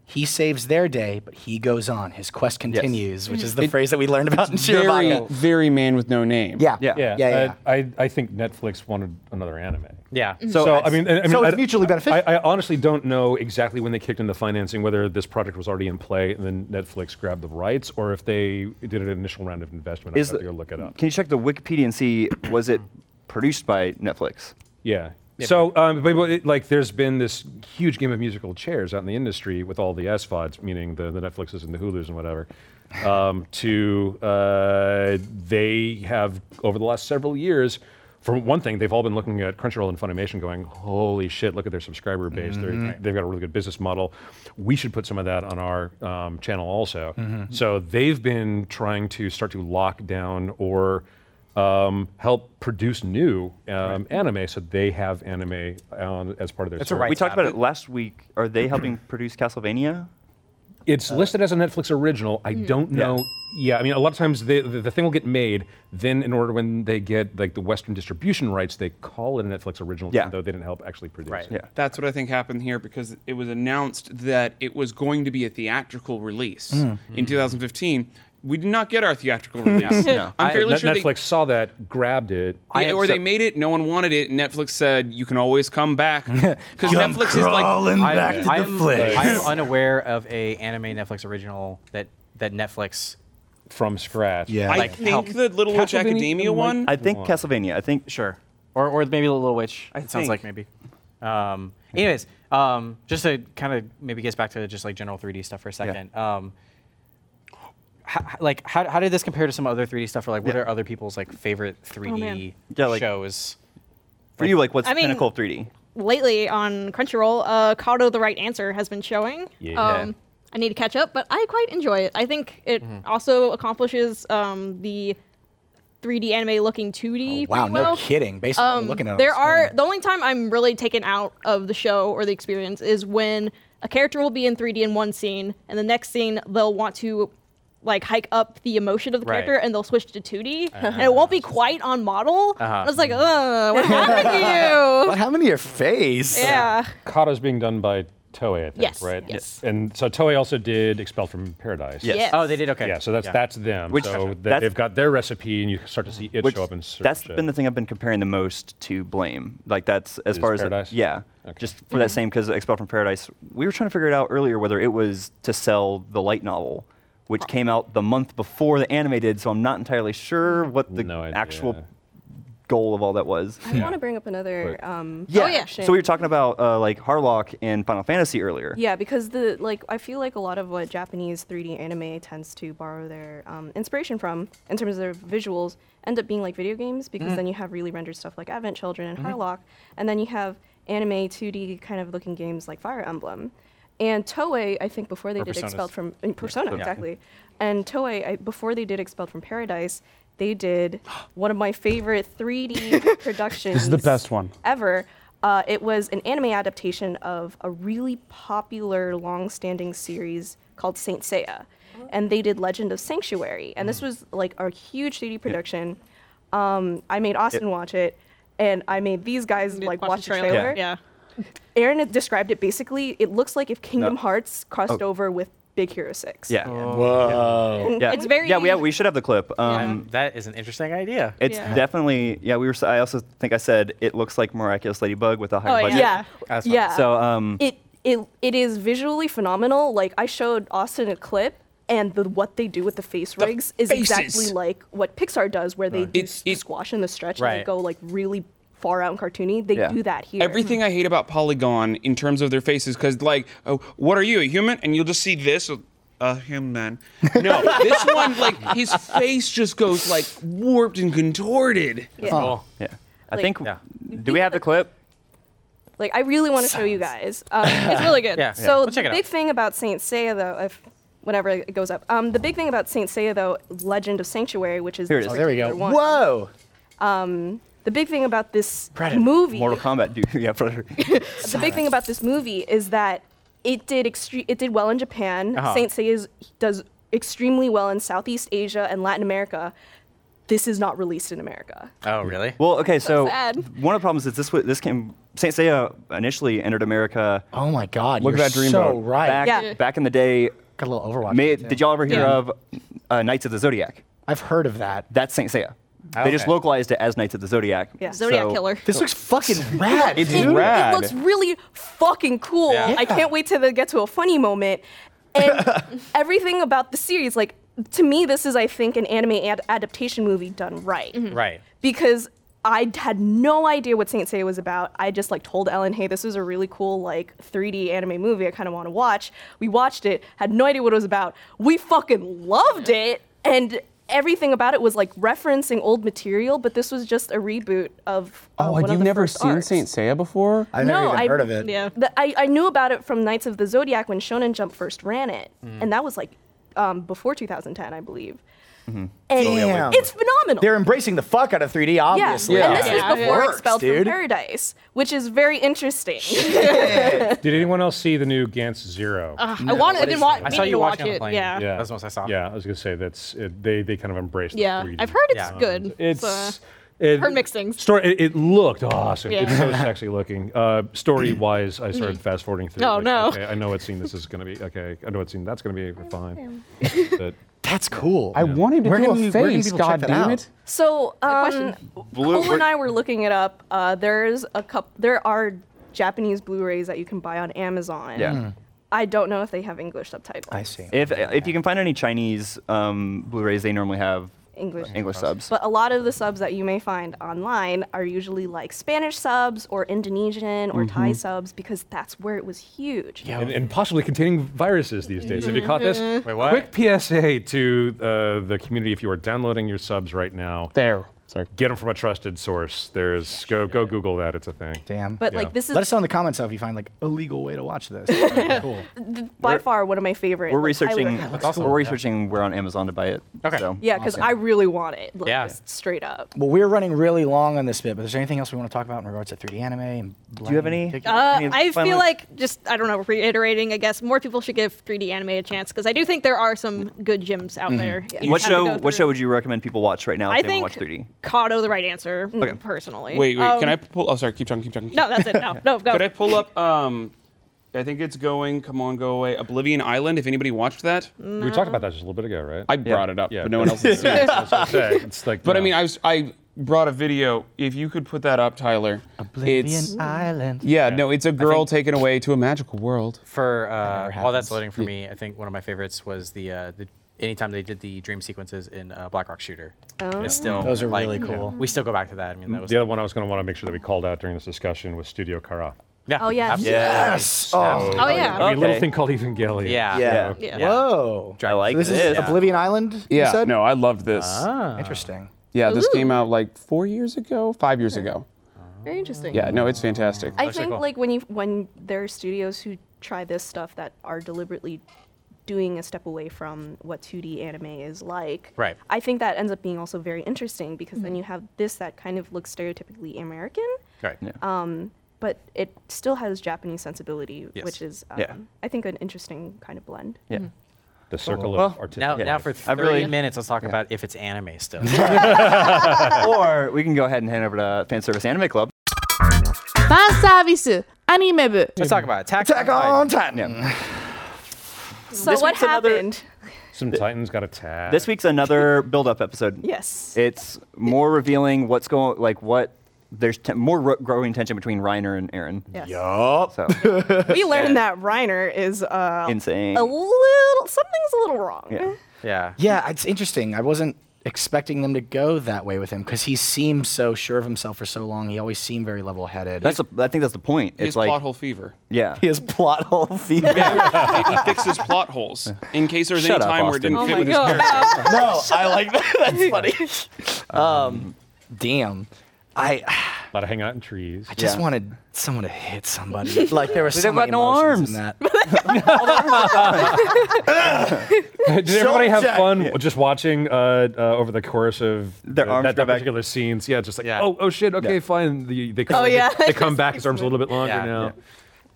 S2: He saves their day, but he goes on. His quest continues, which is the phrase that we learned about in
S6: Mm-hmm. Very,
S2: Shiravaga.
S6: very man with no name.
S2: Yeah.
S3: Yeah.
S1: Yeah, Uh,
S2: Yeah, yeah,
S1: I, I, I think Netflix wanted another anime.
S4: Yeah.
S1: So, I mean, I, I mean,
S2: Mm. so it's
S1: I-
S2: mutually beneficial.
S1: I, I honestly don't know exactly when they kicked in the financing, whether this project was already in play and then Netflix grabbed the rights, or if they did an initial round of investment.
S3: Is
S1: I have
S3: the-
S1: to go look it up.
S3: Can you check the Wikipedia and see was it produced by Netflix?
S1: Yeah. So, um, but, but it, like, there's been this huge game of musical chairs out in the industry with all the SVODs, meaning the, the Netflixes and the Hulus and whatever. Um, to uh, they have over the last several years, for one thing, they've all been looking at Crunchyroll and Funimation, going, "Holy shit! Look at their subscriber base. They're They've got a really good business model. We should put some of that on our um, channel also." So they've been trying to start to lock down or um, help produce new um, anime, so they have anime on, as part of their. That's
S3: we talked about it last week. Are they helping produce Castlevania? uh,
S1: It's listed as a Netflix original.
S6: Hmm.
S1: I don't know. Yeah. I mean, a lot of times they, the, the thing will get made. Then, in order when they get like the Western distribution rights, they call it a Netflix original,
S3: Yeah.
S1: even though they didn't help actually produce
S4: Right.
S1: it.
S3: Yeah.
S6: That's what I think happened here because it was announced that it was going to be a theatrical release in 2015. We did not get our theatrical release. I'm fairly
S1: Net-
S6: sure
S1: Netflix saw that, grabbed it.
S6: They,
S3: I
S6: yeah, or they
S3: accept-
S6: made it, no one wanted it, and Netflix said, you can always come back. Because Netflix is like,
S2: Crawling
S4: I'm,
S2: back to the
S4: I'm-
S2: flick.
S4: I'm unaware of a anime Netflix original that that Netflix.
S1: from scratch.
S2: Yeah.
S6: I
S4: like,
S6: think
S4: help.
S6: the Little Witch
S1: Castlevania
S6: Academia
S1: and White-
S6: one.
S3: I think
S1: on.
S3: Castlevania. I think
S4: Sure. Or or maybe the Little Witch.
S3: I
S4: it sounds
S3: think.
S4: like maybe. Um, anyways, um, just to kind of maybe get back to just like general 3D stuff for a second. Um, ho- ho- like how, how did this compare to some other 3D stuff? Or like what are other people's like favorite 3D
S3: Yeah, like-
S4: shows?
S3: for you, like what's
S7: I
S3: the
S7: mean-
S3: pinnacle of 3D?
S7: Lately on Crunchyroll, uh, Kado the Right Answer has been showing.
S1: Yeah.
S7: Um, I need to catch up, but I quite enjoy it. I think it also accomplishes um, the 3D anime looking 2D.
S2: Wow,
S7: pretty
S2: no
S7: well.
S2: kidding. Based on what we're looking at
S7: um, There are the only time I'm really taken out of the show or the experience is when a character will be in 3D in one scene, and the next scene they'll want to like hike up the emotion of the
S4: Right.
S7: character, and they'll switch to 2D, and it won't be quite on model. And I was like, ugh, what happened to
S2: What
S7: you?
S2: happened to your face?
S7: yeah.
S1: Kata's being done by Toei, I think,
S7: Yes,
S1: right?
S7: yes.
S1: And so Toei also did Expelled from Paradise.
S3: Yes.
S7: Yes.
S4: Oh, they did okay.
S1: Yeah, so that's that's them.
S3: Which-
S1: so that
S3: that's-
S1: they've got their recipe, and you start to see it
S3: Which
S1: show up in search.
S3: that's
S1: uh,
S3: been the thing I've been comparing the most to Blame. Like that's as
S1: Is
S3: far as
S1: Paradise?
S3: yeah,
S1: Okay.
S3: just for that same
S7: Hmm.
S3: because Expelled from Paradise. We were trying to figure it out earlier whether it was to sell the light novel, which came out the month before the anime did. So I'm not entirely sure what the
S1: No idea.
S3: actual goal of all that was.
S5: I want to bring up another. Um,
S3: Yeah.
S7: Oh, yeah.
S3: So we were talking about uh, like Harlock and Final Fantasy earlier.
S5: Yeah, because the like I feel like a lot of what Japanese 3D anime tends to borrow their um, inspiration from in terms of their visuals end up being like video games because then you have really rendered stuff like Advent Children and Harlock, and then you have anime 2D kind of looking games like Fire Emblem. And Toei, I think before they
S4: Or
S5: did
S4: Personas.
S5: Expelled from in Persona, exactly. And Toei, I, before they did Expelled from Paradise, they did one of my favorite 3D productions. This is
S10: the best one.
S5: ever. Uh, it was an anime adaptation of a really popular, long-standing series called Saint Seiya, and they did Legend of Sanctuary, and this was like a huge 3D production. Um, I made Austin watch it, and I made these guys like watch the trailer.
S7: Yeah.
S5: Aaron had described it basically. It looks like if Kingdom Hearts
S10: Oh.
S5: crossed over with Big Hero Six.
S3: Yeah.
S1: Oh.
S2: Whoa.
S3: Yeah.
S7: It's very-
S3: Yeah, we, have, we should have the clip. Um,
S4: That is an interesting idea.
S3: It's
S7: Yeah.
S3: definitely yeah. We were. s- I also think I said it looks like Miraculous Ladybug with a higher
S7: Oh, yeah.
S3: budget.
S5: Yeah.
S4: That's fine.
S5: yeah.
S3: So um,
S5: it it it is visually phenomenal. Like I showed Austin a clip, and the what they do with the face rigs is exactly
S10: faces.
S5: like what Pixar does, where they do
S6: It's-
S5: s-
S6: it-
S5: squash and the stretch and they
S4: Right.
S5: go like really far out and cartoony. They
S3: Yeah.
S5: do that here.
S6: Everything I hate about Polygon in terms of their faces, because like, oh, what are you, a human? And you'll just see this. uh, A human. No, this one, like, his face just goes like warped and contorted.
S5: Yeah.
S3: yeah. I
S5: Like-
S3: think.
S4: Yeah.
S3: Do we have the clip?
S5: Like I really want to show you guys. Um, it's really good.
S4: Yeah.
S5: So
S4: We'll
S5: the
S4: check it out.
S5: big thing about Saint Seiya, though, if whenever it goes up, um, the big thing about Saint Seiya, though, Legend of Sanctuary, which is
S3: Here it
S5: the
S3: is. Oh,
S2: There we go.
S5: particular one.
S2: Whoa.
S5: The big thing about this
S2: Predator.
S5: movie,
S3: Mortal Kombat. Dude. yeah. Predator.
S5: the big thing about this movie is that it did extre- it did well in Japan. Saint Seiya is- does extremely well in Southeast Asia and Latin America. This is not released in America.
S4: Oh, really?
S3: Well, okay. So
S5: sad.
S3: one of the problems is this. wa- This came Saint Seiya initially entered America
S2: Oh my God!
S6: Look at
S2: you're
S6: that dream
S2: so
S6: boat.
S2: right.
S3: back
S7: Yeah.
S3: back in the day.
S2: Got a little Overwatch.
S3: May,
S2: too.
S3: did y'all ever hear
S4: Yeah.
S3: of uh, Knights of the Zodiac?
S2: I've heard of that.
S3: That's Saint Seiya. They just
S1: Okay.
S3: localized it as Knights of the Zodiac.
S5: Yeah.
S7: Zodiac
S3: So-
S7: killer.
S2: This looks fucking rad,
S3: It's
S5: it,
S2: dude.
S5: it
S3: rad.
S5: looks really fucking cool.
S4: Yeah.
S5: I can't wait till they get to a funny moment. And everything about the series, like to me, this is I think an anime ad- adaptation movie done right.
S4: Right.
S5: Because I d- had no idea what Saint Seiya was about. I just like told Ellen, "Hey, this is a really cool like 3D anime movie. I kind of want to watch." We watched it. Had no idea what it was about. We fucking loved it, and everything about it was like referencing old material. But this was just a reboot of. uh,
S6: Oh,
S5: one
S6: had
S5: of
S6: you
S5: the
S6: never
S5: first
S6: seen
S5: arcs.
S6: Saint Seiya before?
S2: I've never
S5: No,
S2: even
S5: I-
S2: heard of it.
S7: Yeah.
S5: The, I, I knew about it from Knights of the Zodiac when Shonen Jump first ran it,
S2: Mm-hmm.
S5: and that was like um, before 2010, I believe.
S2: Mm-hmm.
S5: And
S2: Damn.
S5: it's phenomenal.
S2: Oh, They're embracing the fuck out of 3D,
S5: yeah.
S2: obviously.
S5: and this
S7: Yeah.
S5: is before
S2: Works,
S5: Expelled
S2: dude.
S5: from Paradise, which is very interesting.
S1: Did anyone else see the new Gantz Zero?
S7: I wanted, I didn't want,
S4: I
S7: meaning
S4: saw
S7: to
S4: you
S7: watch
S4: watching on the
S7: it.
S4: plane.
S7: Yeah.
S1: Yeah,
S4: That's the most I saw.
S1: Yeah, I was gonna say that's it, they they kind of embraced. the
S7: Yeah.
S1: 3D.
S7: I've heard it's
S4: Yeah.
S7: good.
S1: It's
S7: so-
S1: it,
S7: heard mixed things.
S1: Story. It, it looked awesome.
S7: Yeah.
S1: It's so sexy looking. Uh, story wise, I started fast forwarding through.
S7: Oh,
S1: like,
S7: no.
S1: Okay, I know what scene this is gonna be. Okay, I know what scene that's gonna be. We're fine. But
S2: That's cool.
S6: I wanted to
S2: Where
S6: do
S2: can we-
S6: a
S2: where can
S6: face.
S2: people check
S6: God
S2: that
S6: damn
S2: out?
S6: it!
S5: So um,
S7: question.
S5: Cole and I were looking it up. Uh, there's a couple. There are Japanese Blu-rays that you can buy on Amazon.
S3: Yeah. Mm.
S5: I don't know if they have English subtitles.
S2: I see.
S3: If if you can find any Chinese um, Blu-rays, they normally have
S5: English.
S3: English subs.
S5: But a lot of the subs that you may find online are usually like Spanish subs or Indonesian or Thai subs because that's where it was huge.
S1: and, and possibly containing viruses these days. Have you caught this?
S4: Wait, what?
S1: Quick PSA to uh, the community: if you are downloading your subs right now,
S6: There. Sorry.
S1: get them from a trusted source. There's go go Google that. It's a thing.
S2: Damn.
S5: But
S1: Yeah.
S5: like this is
S2: Let us know in the comments though if you find like a legal way to watch this. That'd be cool.
S5: by far one of my favorite.
S3: we're
S5: like, I would-
S3: researching.
S2: awesome.
S3: We're researching where on Amazon to buy it.
S4: Okay.
S3: So.
S5: Yeah, because I really want it. Like,
S4: Yeah.
S5: just straight up.
S2: Well, we're running really long on this bit, but is there anything else we want to talk about in regards to 3D anime? And
S3: Do you have any?
S7: Uh,
S3: any
S7: I
S3: final-
S7: feel like just I don't know, reiterating. I guess more people should give 3D anime a chance because I do think there are some good gyms out there. You
S3: What
S7: just have to
S3: show?
S7: go
S3: What
S7: through.
S3: show would you recommend people watch right now? If
S7: I
S3: they
S7: think
S3: want to watch 3D.
S7: Kado the right answer. Personally.
S6: Wait, wait.
S7: Um,
S6: can I pull? Oh, sorry. Keep talking. Keep talking.
S7: No, that's it. No, no, go.
S6: Could I pull up? Um, I think it's going. Come on, go away. Oblivion Island. If anybody watched that,
S1: We talked about that just a little bit ago, right?
S6: I brought it up,
S1: Yeah.
S6: but no one else has seen it.
S1: That's what I'm saying. It's like,
S6: But I
S1: no.
S6: mean, I was I brought a video. If you could put that up, Tyler. It's
S2: Island.
S6: yeah, no, it's a girl taken away to a magical world.
S4: For uh, all
S2: happens.
S4: that's loading for me, I think one of my favorites was the uh, the anytime they did the dream sequences in uh, Black Rock Shooter. Oh. It's still
S2: Those are
S4: like,
S2: really
S4: you know,
S2: cool.
S4: we still go back to that. I mean, that was
S1: Mm-hmm. the other one I was going to want to make sure that we called out during this discussion was Studio Kara.
S4: yeah.
S5: Oh, yeah.
S4: absolutely.
S2: Yes. Oh.
S7: Oh yeah.
S1: I mean, a little
S3: Okay.
S1: thing called Evangelion.
S4: Yeah.
S3: Yeah.
S7: Yeah.
S2: Whoa.
S3: I like
S2: So this is
S3: Yeah.
S2: Oblivion Island.
S6: Yeah,
S2: You said?
S6: no, I loved this.
S2: Ah. Interesting.
S6: Yeah, this came out like four years ago, five years ago.
S5: Very interesting.
S6: Yeah, no, it's fantastic.
S5: I think like when you when there are studios who try this stuff that are deliberately doing a step away from what 2D anime is like.
S4: Right.
S5: I think that ends up being also very interesting because then you have this that kind of looks stereotypically American,
S4: Right.
S5: but it still has Japanese sensibility,
S4: Yes.
S5: which is um,
S3: Yeah.
S5: I think an interesting kind of blend.
S3: Yeah.
S1: The circle
S3: Well,
S1: of artistic.
S4: Now, now
S1: life.
S4: for
S3: I've
S4: 30
S3: really-
S4: minutes, let's talk about if it's anime still.
S3: or we can go ahead and hand over to Fan Service Anime Club.
S8: Fan service. Anime 部。
S4: let's talk about Attack,
S2: Attack
S4: Titan.
S2: on Titan.
S5: So
S3: This
S5: what
S3: week's another-
S5: happened?
S1: Some Titans got attacked.
S3: This week's another build-up episode.
S5: Yes.
S3: It's more revealing what's going, like what there's te- more ro- growing tension between Reiner and Aaron.
S5: Yes.
S2: Yup.
S3: So
S5: We learned that Reiner is uh,
S3: insane.
S5: a little something's a little wrong.
S3: Yeah.
S4: Yeah.
S2: Yeah, it's interesting. I wasn't expecting them to go that way with him because he seemed so sure of himself for so long. He always seemed very level-headed.
S3: That's a, I think that's the point.
S6: It's
S3: It's like
S6: plot hole fever.
S3: yeah.
S2: his plot hole theme.
S6: It it fixes plot holes in case there was
S3: Shut
S6: any
S3: up,
S6: time where it
S3: Austin.
S6: didn't
S7: Oh
S6: fit
S7: my
S6: with his character.
S7: god.
S2: no, I like that. That's funny. Um, damn, I
S1: a lot of hang out in trees.
S2: I just
S3: Yeah.
S2: wanted someone to hit somebody. like there was so
S3: they've got
S2: many
S3: no
S2: emotions in that.
S1: Did everybody have
S2: Jack-
S1: fun just watching uh, uh, over the course of
S3: Their
S1: uh,
S3: arms
S1: that, that
S3: go back.
S1: particular scenes? Yeah, just like
S4: Yeah.
S1: oh oh shit okay fine. The, they come,
S5: Oh, yeah.
S1: they, they come back. His arms a little bit longer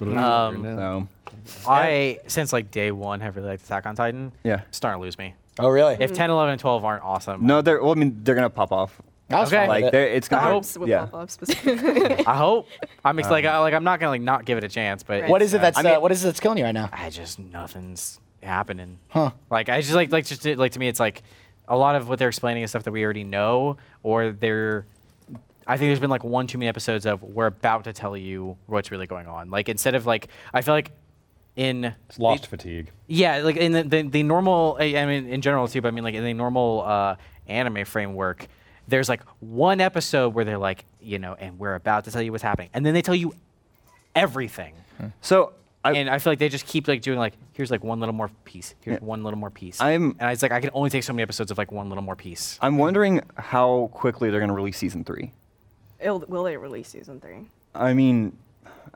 S4: Yeah.
S1: now. uh,
S4: Um,
S3: So
S4: I, since like day one, have really liked Attack on Titan.
S3: Yeah.
S4: It's starting to lose me.
S2: Oh really?
S4: If 10, 11, and 12 aren't awesome,
S3: no, they're well. I mean, they're gonna pop off.
S2: I was fine
S4: Okay.
S2: with
S3: Like
S2: it.
S3: there, it's
S5: The
S3: gonna
S5: arms would
S3: yeah.
S5: pop up specifically.
S4: I hope. I'm ex- like, I, like I'm not gonna like not give it a chance, but
S5: Right.
S2: What is it
S4: uh,
S2: that's
S3: I mean-
S2: uh, what is it that's killing you right now?
S4: I just nothing's happening. Huh? Like I just like like just like to me, it's like a lot of what they're explaining is stuff that we already know, or they're. I think there's been like one too many episodes of we're about to tell you what's really going on. Like instead of like I feel like in
S1: It's lost fatigue.
S4: yeah, like in the, the, the normal, I I mean, in general too, but I mean, like in the normal uh, anime framework, there's like one episode where they're like, you know, and we're about to tell you what's happening. And then they tell you everything.
S3: So I,
S4: and I feel like they just keep like doing like, here's like one little more piece, here's one little more piece.
S3: I'm-
S4: and it's like, I can only take so many episodes of like one little more piece.
S3: I'm wondering how quickly they're gonna release season three.
S5: It'll, will they release season three?
S3: I mean,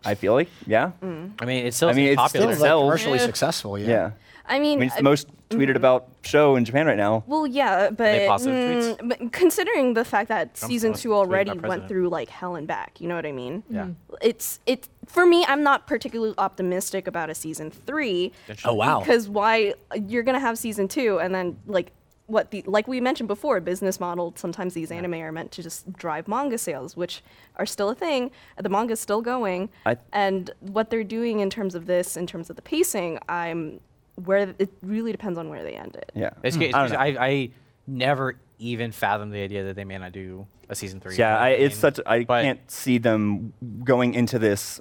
S3: I feel like yeah,
S4: I mean, it's still
S3: I mean,
S4: seems
S3: it's
S4: popular.
S3: still,
S2: It's like
S3: sells.
S2: commercially
S7: Yeah.
S2: successful, yeah.
S3: yeah.
S5: I
S3: I
S5: mean,
S3: mean, mm-hmm. it's
S5: uh,
S3: the most tweeted about show in Japan right now.
S5: Well, yeah, but,
S4: positive tweets?
S5: mm, but considering the fact that season
S4: posted
S5: two
S4: a tweet
S5: already
S4: about
S5: went
S4: president.
S5: through like hell and back, you know what I mean?
S4: Yeah.
S2: Mm.
S5: It's it for me. I'm not particularly optimistic about a season three.
S2: Oh wow.
S5: Because why you're gonna have season two and then like what the like we mentioned before business model sometimes these anime are meant to just drive manga sales which are still a thing the manga's still going
S3: I-
S5: and what they're doing in terms of this in terms of the pacing i'm where it really depends on where they end it
S3: Yeah,
S4: It's, it's,
S3: Hmm. I don't know.
S4: I, I never even fathomed the idea that they may not do a season three.
S3: Yeah,
S4: you know
S3: I,
S4: what
S3: it's
S4: mean?
S3: such. I
S4: But-
S3: can't see them going into this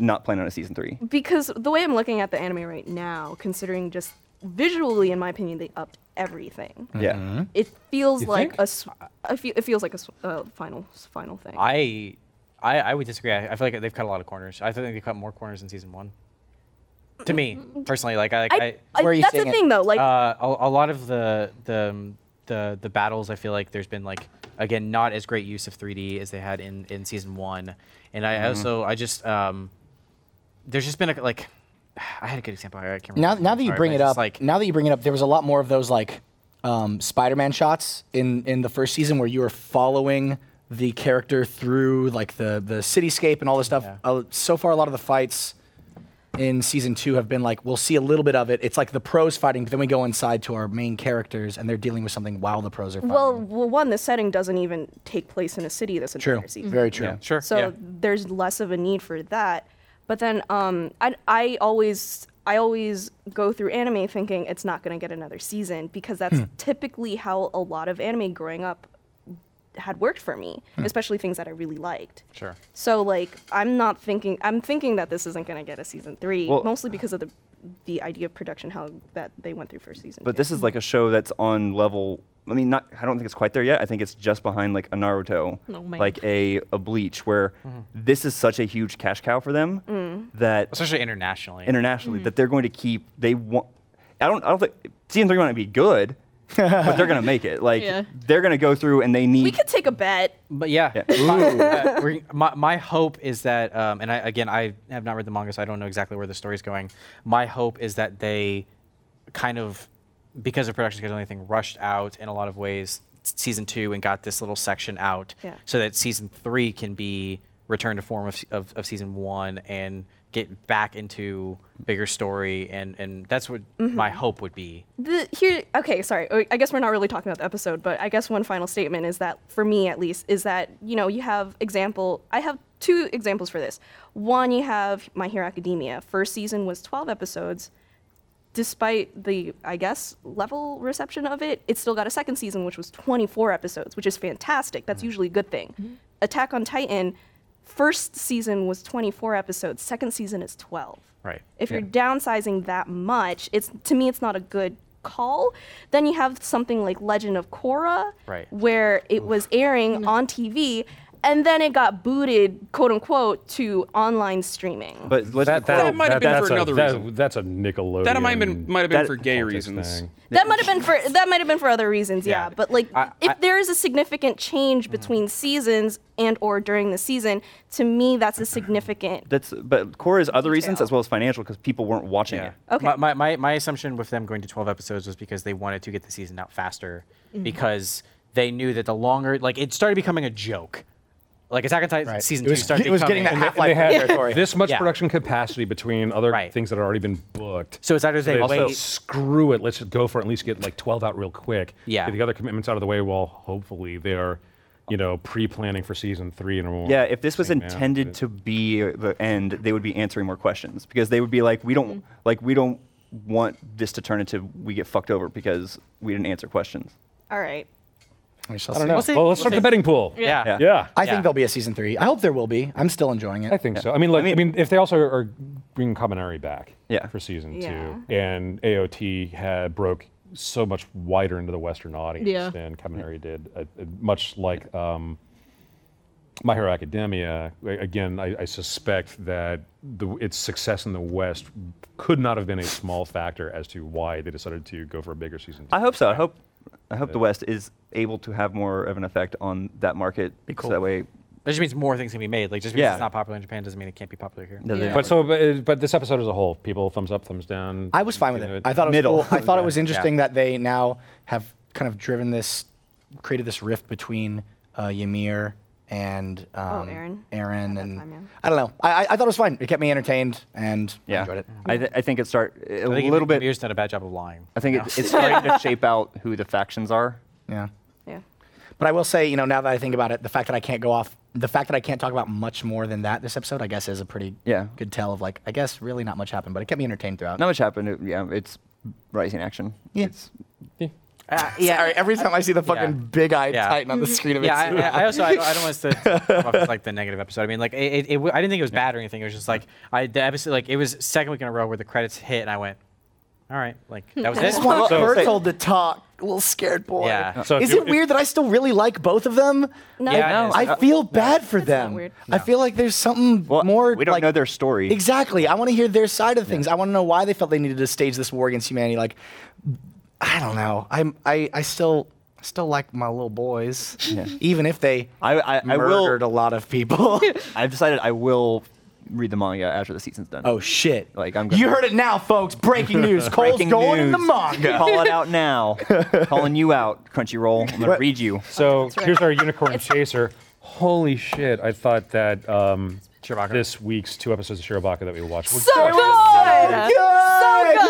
S3: not planning on a season three.
S5: because the way I'm looking at the anime right now, considering just visually, in my opinion, they upped everything.
S3: Yeah,
S2: Mm-hmm.
S5: It feels
S1: You
S5: like
S1: think?
S5: a, s- a fe- it feels like a s- uh, final final thing.
S4: I, I, I would disagree. I, I feel like they've cut a lot of corners. I think they cut more corners in season one. To me personally, like I,
S5: I,
S4: I,
S5: I-
S2: Where are you
S5: that's the
S2: seeing it?
S5: thing though. Like
S4: uh, a, a lot of the the um, the the battles, I feel like there's been like again not as great use of 3D as they had in in season one, and
S2: Mm-hmm.
S4: I also I just um, there's just been a like. I had a good example. I can't remember.
S2: Now,
S4: his
S2: now
S4: name,
S2: that you
S4: sorry,
S2: bring
S4: but
S2: it
S4: it's
S2: up,
S4: just
S2: now that you bring it up, there was a lot more of those like um, Spider-Man shots in in the first season where you were following the character through like the the cityscape and all this stuff. Uh, so far, a lot of the fights in season two have been like we'll see a little bit of it. It's like the pros fighting, but then we go inside to our main characters and they're dealing with something while the pros are fighting.
S5: well, well, one the setting doesn't even take place in a city this entire
S2: true,
S5: season.
S2: very true.
S4: sure.
S5: So
S4: yeah.
S5: there's less of a need for that. But then um, I, I always I always go through anime thinking it's not going to get another season because that's
S3: Hmm.
S5: typically how a lot of anime growing up had worked for me,
S3: Hmm.
S5: especially things that I really liked.
S4: Sure.
S5: So like I'm not thinking I'm thinking that this isn't going to get a season 3
S3: Well-
S5: mostly because of the the idea of production how that they went through for season
S3: but
S5: two.
S3: this is like a show that's on level. I mean, not. I don't think it's quite there yet. I think it's just behind like a Naruto,
S7: No, man.
S3: like a a Bleach, where
S1: Mm-hmm.
S3: this is such a huge cash cow for them that
S4: especially internationally.
S3: internationally that they're going to keep. They want. I don't. I don't think season three might be good, but they're gonna make it. Like
S7: Yeah.
S3: they're gonna go through and they need.
S5: we could take a bet.
S4: But yeah,
S3: Yeah.
S4: my, uh, we're- my, my hope is that, um, and I, again, I have not read the manga, so I don't know exactly where the story's going. My hope is that they kind of, because of production schedule and anything, rushed out in a lot of ways s- season two and got this little section out
S5: Yeah.
S4: so that season three can be returned to form of, s- of, of season one and get back into bigger story. And, and that's what my hope would be.
S5: the here okay sorry uh, i guess we're not really talking about the episode but i guess one final statement is that for me at least is that you know you have example i have two examples for this one you have my hero academia first season was 12 episodes despite the i guess level reception of it it still got a second season which was 24 episodes which is fantastic that's usually a good thing attack on titan first season was 24 episodes second season is 12
S4: Right.
S5: if you're downsizing that much, it's to me it's not a good call. Then you have something like Legend of Korra,
S4: Right.
S5: where it was airing on TV and then it got booted, quote unquote, to online streaming.
S3: but let's
S1: That, that,
S6: might have been
S1: that's
S6: for
S1: a-
S6: another
S1: that-
S6: reason.
S1: That's a Nickelodeon.
S6: That might have been might have been
S3: That-
S6: for gay
S1: politics
S6: reasons.
S1: thing.
S5: that might have been for that might have been for other reasons, yeah.
S4: Yeah.
S5: But like,
S4: I- Mm-hmm.
S5: if
S4: I-
S5: there is a significant change between seasons and or during the season, to me that's a significant.
S3: That's but Cora's other reasons
S5: Detail.
S3: as well as financial because people weren't watching
S4: Yeah.
S3: it.
S5: Okay.
S4: My, my, my, my assumption with them going to 12 episodes was because they wanted to get the season out faster because they knew that the longer, like, it started becoming a joke. Like, Attack on Titan
S2: Right.
S4: season
S2: it was,
S4: two started
S2: it was getting
S4: becoming.
S2: that
S1: And they- and they
S2: half-life
S1: had
S2: territory.
S1: this much
S4: Yeah.
S1: production capacity between other
S4: Right.
S1: things that had already been booked.
S4: so it's either they
S1: they
S4: wait.
S1: also screw it. Let's just go for it. At least get like twelve out real quick.
S4: Yeah.
S1: Get the other commitments out of the way. While hopefully they are you know, pre-planning for season three and more.
S3: Yeah, if this was
S1: Same now,
S3: intended
S1: but-
S3: to be the end, they would be answering more questions because they would be like, we don't like we don't want this to turn into we get fucked over because we didn't answer questions.
S5: All right.
S2: I
S1: I don't
S2: don't
S1: know.
S4: see.
S1: Well, let's
S4: We'll
S1: start
S4: see.
S1: the betting pool.
S4: Yeah.
S3: Yeah.
S1: Yeah.
S2: I
S4: Yeah.
S2: think there'll be a season three. I hope there will be. I'm still enjoying it.
S1: I think so. I mean, like, I mean,
S3: mean-
S1: if they also are bringing Kaminari back
S3: Yeah.
S1: for season
S5: Yeah.
S1: two, and AOT had broke so much wider into the Western audience
S7: Yeah.
S1: than Kaminari did, uh, uh, much like um, My Hero Academia. a- Again, I, I suspect that the, its success in the West could not have been a small factor as to why they decided to go for a bigger season. Two.
S3: I hope so. I hope I hope the West is able to have more of an effect on that market so that way.
S4: That just means more things can be made. Like just because
S3: Yeah.
S4: it's not popular in Japan doesn't mean it can't be popular here.
S3: that they
S7: Yeah.
S1: But so, but, uh, but this episode as a whole, people, thumbs up, thumbs down.
S2: I was fine with
S1: you know,
S2: it. I thought it was
S3: Middle.
S2: cool. I thought it was interesting that they now have kind of driven this, created this rift between uh, Ymir and um,
S5: Oh, Aaron.
S2: Aaron and
S5: time, yeah.
S2: I don't know. I, I, I thought it was fine. It kept me entertained and I
S3: yeah,
S2: enjoyed it.
S3: I, th- I think it start a
S4: I think
S3: little bit.
S4: Mir's done a bad job of lying.
S3: I think it, it's starting to shape out who the factions are.
S2: Yeah.
S5: Yeah.
S2: But I will say, you know, now that I think about it, the fact that I can't go off, the fact that I can't talk about much more than that this episode, I guess, is a pretty
S3: Yeah.
S2: good tell of like, I guess really not much happened, but it kept me entertained throughout.
S3: Not much happened. It- yeah, it's rising action.
S2: Yeah.
S3: It's,
S2: yeah. Sorry, every time I see the fucking big-eyed
S4: Yeah.
S2: Titan on
S5: Mm-hmm.
S2: the screen, it
S4: Yeah,
S2: makes me
S4: I, I- I also I don't, I don't want us to come off as, like the negative episode. I mean, like it, it, it, w- I didn't think it was bad or anything. It was just like I the episode like it was second week in a row where the credits hit and I went, all right, like that was it.
S2: just want
S1: So-
S2: Berthold to talk, little scared boy.
S4: Yeah.
S1: So if
S2: is
S1: you-
S2: it
S1: if-
S2: weird that I still really like both of them?
S5: No.
S4: Yeah, it is.
S2: I feel bad for
S5: That's not
S2: them.
S5: weird.
S2: I feel like there's something
S3: well,
S2: more.
S3: we don't
S2: like-
S3: know their story.
S2: Exactly. I want to hear their side of things. I want to know why they felt they needed to stage this war against humanity. Like, I don't know. I'm. I. I still. I Still like my little boys, even if they
S3: I- I- I will-
S2: murdered a lot of people.
S3: I've decided I will read the manga after the season's done.
S2: oh shit!
S3: Like, I'm
S2: you
S3: gonna-
S2: heard it now, folks. Breaking news: Cole's
S3: Breaking
S2: going in the
S3: news.
S2: manga.
S3: Call it out now. Calling you out, Crunchyroll. I'm gonna read you.
S1: So here's our unicorn chaser. Holy shit! I thought that um,
S4: Chewbacca.
S1: this week's two episodes of Shirobaka that we watched. were
S5: So good.
S2: Good!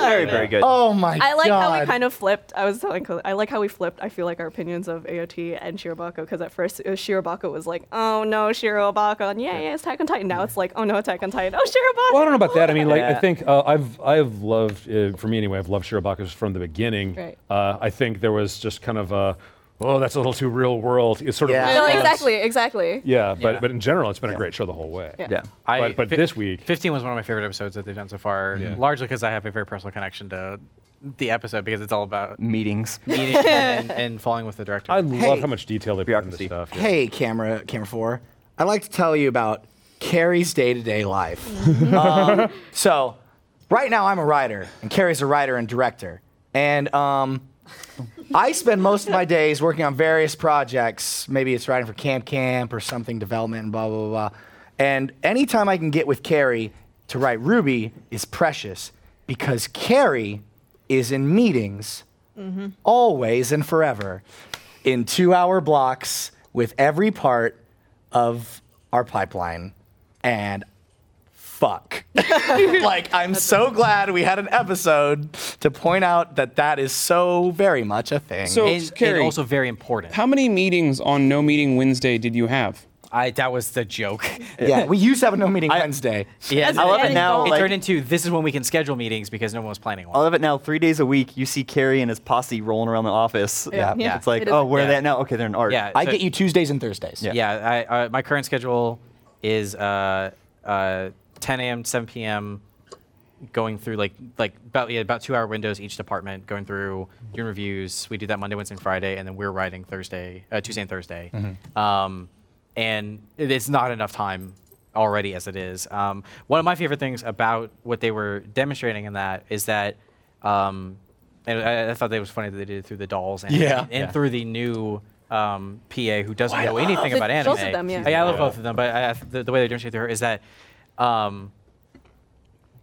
S3: Very, very good.
S2: Oh my god!
S5: I like how we kind of flipped. I was telling Cole, I like how we flipped. I feel like our opinions of AOT and Shirobako because at first it was Shirobako was like, oh no, Shirobako, and yeah, yeah, it's Attack on Titan. Now it's like, oh no, Attack on Titan. Oh, Shirobako.
S1: Well, I don't know about that. I mean, like, I
S3: Yeah.
S1: think uh, I've I've loved uh, for me anyway. I've loved Shirobaka's from the beginning.
S5: Right.
S1: Uh, I think there was just kind of a oh, that's a little too real world. It's sort
S2: Yeah.
S1: of
S5: No,
S1: intense.
S5: exactly, exactly.
S1: Yeah, but
S4: Yeah.
S1: but in general, it's been a great show the whole way.
S5: Yeah.
S3: Yeah.
S4: I-
S1: but but
S4: fi-
S1: this week,
S4: 15 was one of my favorite episodes that they've done so far,
S1: Yeah.
S4: largely because I have a very personal connection to the episode because it's all about
S3: Meetings.
S4: meeting and, and falling with the director.
S1: I love
S2: Hey.
S1: how much detail they put into
S3: Bureaucracy.
S1: stuff. yeah.
S2: Hey, camera, camera four. I'd like to tell you about Carrie's day-to-day life. um, so, right now I'm a writer, and Carrie's a writer and director, and um, I spend most of my days working on various projects. Maybe it's writing for Camp Camp or something, development, and blah blah blah. blah. And anytime I can get with Carrie to write Ruby is precious because Carrie is in meetings always and forever in two hour blocks with every part of our pipeline. And fuck. like, I'm so glad we had an episode to point out that that is so very much a thing.
S6: So,
S4: and, and
S6: Carrie,
S4: also very important.
S6: how many meetings on No Meeting Wednesday did you have?
S4: I that was the joke.
S2: yeah, we used to have a no meeting Wednesday.
S4: Yeah,
S3: I love it now.
S4: It
S3: Like,
S4: turned into this is when we can schedule meetings because no one was planning
S3: I
S4: one.
S3: love it now. Three days a week, you see Carrie and his posse rolling around the office.
S5: Yeah. Yeah.
S3: It's like,
S5: It is-
S3: oh, where are
S4: Yeah.
S3: they at now? Okay, they're in art.
S4: Yeah,
S2: I
S4: so-
S2: get you Tuesdays and Thursdays.
S3: Yeah.
S4: Yeah, I, uh, my current schedule is uh, uh, 10 a.m. to 7 p.m. Going through like like about yeah, about two hour windows each department going through doing reviews. We do that Monday, Wednesday, and Friday, and then we're writing Thursday, uh, Tuesday, and Thursday.
S2: Mm-hmm.
S4: Um, and it is not enough time already as it is. Um, one of my favorite things about what they were demonstrating in that is that, um, and I, I thought that was funny that they did it through the dolls and,
S2: Yeah.
S4: and, through the new um, PA who doesn't know anything
S5: The-
S4: about anime. Oh,
S5: both of them, yeah.
S4: I love both of them, but I, I- the, the way they demonstrate her is that um,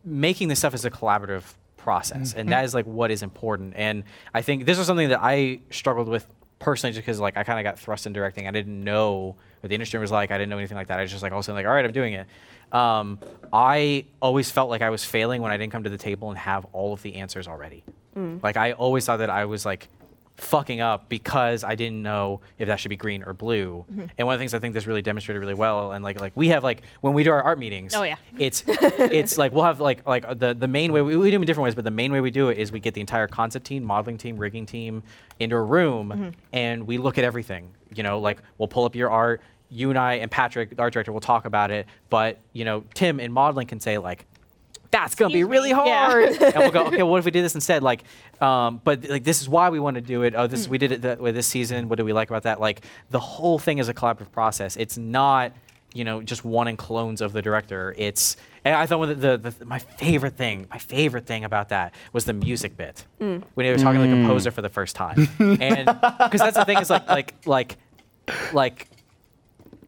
S4: making this stuff is a collaborative process, and
S7: Mm-hmm.
S4: that is like what is important. And I think this was something that I struggled with personally, just because like I kind of got thrust in directing. I didn't know what the industry was like. I didn't know anything like that. I was just like all of a sudden like, all right, I'm doing it. Um, I always felt like I was
S7: Mm.
S4: failing when I didn't come to the table and have all of the answers already. Like I always thought that I was like fucking up because I didn't know if that should be green or blue.
S7: Mm-hmm.
S4: And one of the things I think this really demonstrated really well, and like like we have like when we do our art meetings.
S7: Oh, yeah.
S4: It's it's like we'll have like like the the main way we, we do them in different ways, but the main way we do it is we get the entire concept team, modeling team, rigging team into a room, and we look at everything. You know, like we'll pull up your art. You and I and Patrick, the art director, will talk about it. But you know, Tim in modeling can say like, that's gonna be
S7: Excuse me.
S4: really
S7: Yeah.
S4: hard. and we'll go, okay, what if we did this instead? Like, um, but like this is why we want to do it. Oh, this we did it that way this season. What do we like about that? Like, the whole thing is a collaborative process. It's not, you know, just wanting clones of the director. It's and I thought one of the, the, the my favorite thing, my favorite thing about that was the music bit when they were talking to the composer for the first time, and because that's the thing is like like like like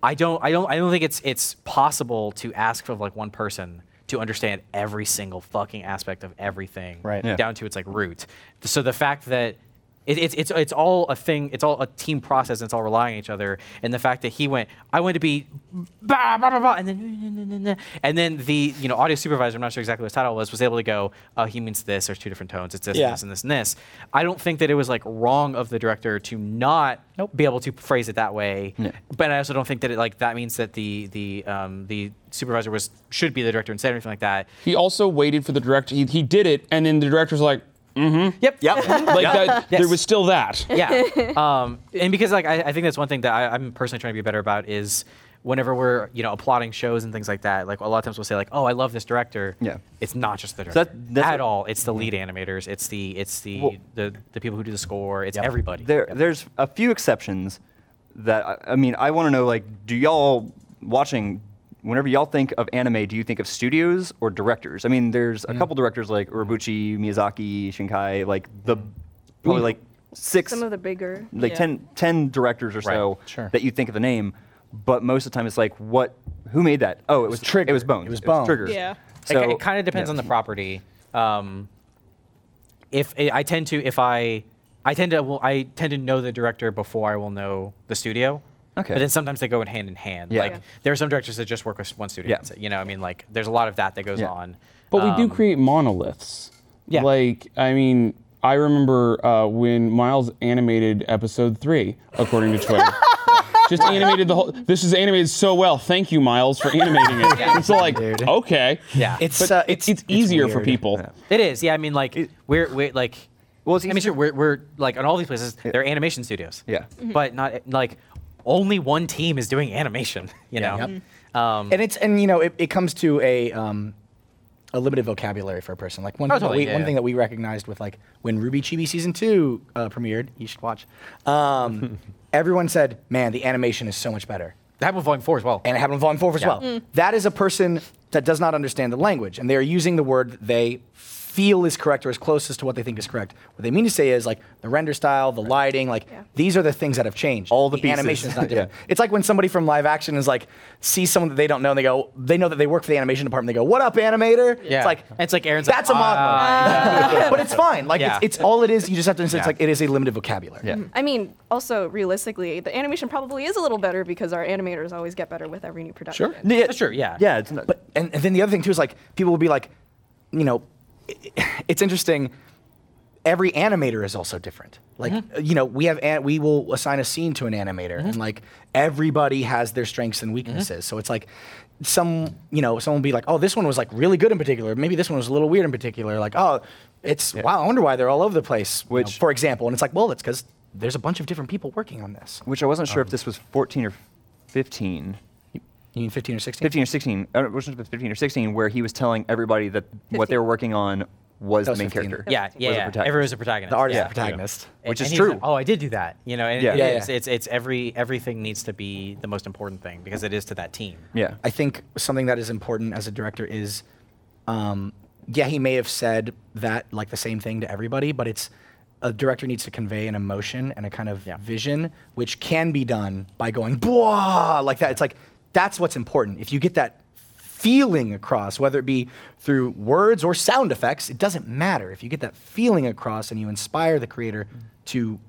S4: I don't I don't I don't think it's it's possible to ask of like one person to understand every single fucking aspect of everything
S9: Right. Yeah.
S4: down to its like root. So the fact that it, it's it's it's all a thing. It's all a team process. And it's all relying on each other. And the fact that he went, I want to be, bah, blah, blah, blah, and then and then the you know audio supervisor. I'm not sure exactly what his title was. Was able to go. Oh, he means this. There's two different tones. It's this,
S2: Yeah.
S4: this, and this, and this. I don't think that it was like wrong of the director to not be able to phrase it that way. But I also don't think that it like that means that the the um, the supervisor was should be the director and said anything like that.
S6: He also waited for the director. He, he did it, and then the director's like,
S4: Yep.
S3: Yep.
S6: like that,
S4: Yes.
S6: there was still that.
S4: yeah. Um, and because like I, I think that's one thing that I, I'm personally trying to be better about is whenever we're you know applauding shows and things like that. Like a lot of times we'll say like, oh, I love this director.
S3: Yeah.
S4: It's not just the
S3: that-
S4: director
S3: that's
S4: at
S3: what-
S4: all. It's the lead animators. It's the it's the
S3: Well-
S4: the, the people who do the score. It's everybody.
S3: There, there's a few exceptions that I- I mean. I want to know, like, do y'all watching? Whenever y'all think of anime, do you think of studios or directors? I mean, there's
S5: Mm.
S3: a couple directors like Urobuchi, Miyazaki, Shinkai, like the probably like six,
S5: Some of the bigger.
S3: like
S5: yeah.
S3: ten, ten directors or so
S4: Right, sure.
S3: that you think of the name. But most of the time, it's like, what? Who made that? Oh, it was
S2: Trigger.
S3: It was Bones.
S2: It was Bones.
S3: Trigger.
S7: Yeah.
S4: It- it, kind of depends on the property. Um, if eh, I I tend to, if I, I tend to, well, I tend to know the director before I will know the studio.
S3: Okay.
S4: But then sometimes they go in hand in hand.
S3: Yeah.
S4: Like
S3: Yeah.
S4: there are some directors that just work with one studio.
S3: Yeah.
S4: That's it. You know, I mean, like there's a lot of that that goes
S3: Yeah.
S4: on.
S6: But we
S4: Um,
S6: do create monoliths.
S4: Yeah.
S6: Like, I mean, I remember uh, when Miles animated episode three, according to Twitter. Just animated the whole. This is animated so well. Thank you, Miles, for animating it. It's like okay,
S4: Yeah.
S2: It's,
S6: but
S2: uh,
S6: it's,
S2: it's,
S6: it's easier for
S2: weird.
S6: people.
S4: It is, yeah. I mean, like we're we're like.
S3: Well, it's
S4: I mean,
S3: easy-
S4: sure, we're, we're like on all these places. They're animation studios.
S3: Yeah.
S4: But not like only one team is doing animation. You know. Um,
S2: and it's and you know it, it comes to a um, a limited vocabulary for a person. Like one,
S4: Oh,
S2: thing,
S4: totally,
S2: that we,
S4: yeah,
S2: one
S4: yeah.
S2: thing that we recognized with like when Ruby Chibi season two uh, premiered, you should watch. Um, everyone said, "Man, the animation is so much better,"
S4: that happened with Volume Four as well.
S2: and it happened in Volume Four as
S4: Yeah. Mm.
S2: well. That is a person that does not understand the language, and they are using the word that they feel is correct or is closest to what they think is correct. What they mean to say is like the render style, the lighting, like these are the things that have changed.
S3: All the
S2: the
S3: pieces.
S2: animation is not
S3: Yeah.
S2: different. It's like when somebody from live action is like sees someone that they don't know and they go, they know that they work for the animation department. They go, "What up, animator?" It's like "Ah,
S4: It's like Aaron's like, "Ah."
S2: that's a
S4: Uh,
S2: model, but it's fine. Like
S4: Yeah.
S2: it's, it's all it is. You just have to understand.
S4: Yeah.
S2: It's like it is a limited vocabulary.
S3: Yeah.
S5: I mean, also realistically, the animation probably is a little better because our animators always get better with every new production.
S3: Yeah,
S4: That's true, yeah.
S3: Yeah. It's not,
S2: But and, and then the other thing too is like people will be like, you know, it's interesting. Every animator is also different. Like you know, we have an, we will assign a scene to an animator, and like everybody has their strengths and weaknesses. So it's like some you know someone will be like, oh, this one was like really good in particular. Maybe this one was a little weird in particular. Like oh, it's wow, I wonder why they're all over the place. you know,
S3: Which-
S2: for example, and it's like well, that's because there's a bunch of different people working on this.
S3: which I wasn't sure if this was 14 or 15.
S2: You mean fifteen or sixteen?
S3: 15 or uh, 16, I don't, which one was 15 or 16, where he was telling everybody that what they were working on was the
S2: That was
S3: main
S2: 15.
S3: character.
S4: yeah,
S3: Was
S4: yeah,
S3: a
S4: yeah.
S3: protagonist.
S4: Everyone's a protagonist.
S2: The artist,
S4: yeah.
S2: the protagonist.
S4: And-
S3: Which is
S4: and he's
S3: true.
S4: like, oh, I did do that. You know, and
S3: Yeah.
S4: it-
S3: Yeah,
S4: it's,
S2: yeah.
S4: it's it's every everything needs to be the most important thing because it is to that team.
S3: Yeah.
S2: I think something that is important as a director is, um, yeah, he may have said that like the same thing to everybody, but it's a director needs to convey an emotion and a kind of
S4: Yeah.
S2: vision, which can be done by going blah like that. It's like that's what's important. If you get that feeling across, whether it be through words or sound effects, it doesn't matter. If you get that feeling across and you inspire the creator to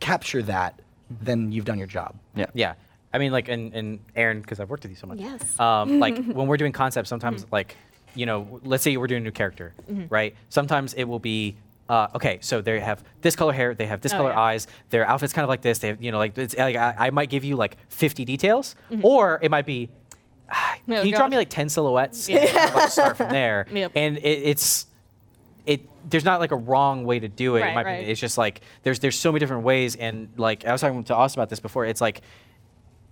S2: capture that, then you've done your job.
S3: yeah.
S4: Yeah. I mean, like, and, and Aaron, because I've worked with you so much.
S5: Yes.
S4: Um, like, when we're
S7: Mm-hmm.
S4: doing concepts, sometimes, like, you know, let's say we're doing a new character, right? Sometimes it will be, uh, okay, so they have this color hair, they have this
S7: Oh,
S4: color
S7: yeah.
S4: eyes, their outfit's kind of like this. They have, you know, like, it's, like I, I might give you like 50 details, or it might be, ah,
S7: Mm-hmm. Oh,
S4: can you draw
S7: gosh.
S4: me like 10 silhouettes? And kind of, like, start from there.
S7: Yep.
S4: And it, it's, it there's not like a wrong way to do it. in
S7: Right,
S4: my opinion.
S7: right.
S4: It's just like there's there's so many different ways, and like I was talking to us about this before. It's like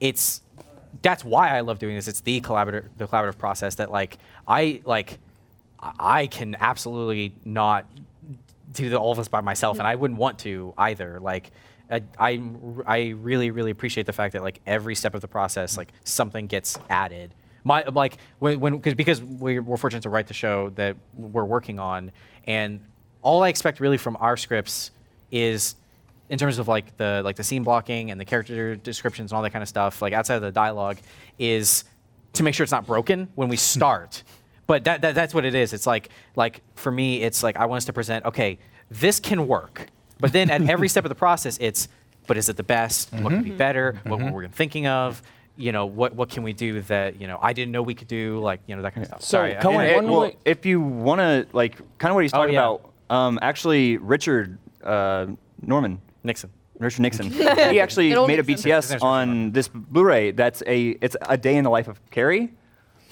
S4: it's that's why I love doing this. It's the collaborative the collaborative process that like I like I can absolutely not do the, all of this by myself, and I wouldn't want to either. Like. I, I'm- I really really appreciate the fact that like every step of the process like something gets added my like when when because because we're, we're fortunate to write the show that we're working on, and all I expect really from our scripts is in terms of like the like the scene blocking and the character descriptions and all that kind of stuff. Like outside of the dialogue, is to make sure it's not broken when we
S9: Hmm.
S4: start. but that, that that's what it is. It's like like for me, it's like I want us to present. Okay, this can work. But then at every step of the process, it's but is it the best? What could be
S9: Mm-hmm.
S4: better? What were we thinking of? You know, what what can we do that you know I didn't know we could do? Like you know that kind of stuff.
S9: So,
S4: Sorry, I-
S9: Cohen,
S3: And it-
S9: one
S3: well,
S9: way-
S3: if you want to, like, kind of what he's talking
S4: Oh, yeah.
S3: about, um, actually, Richard uh, Norman,
S4: Nixon.
S3: Richard Nixon, he actually
S11: It all
S3: made a
S11: makes sense.
S3: BTS on this Blu-ray. That's a it's a day in the life of Carrie.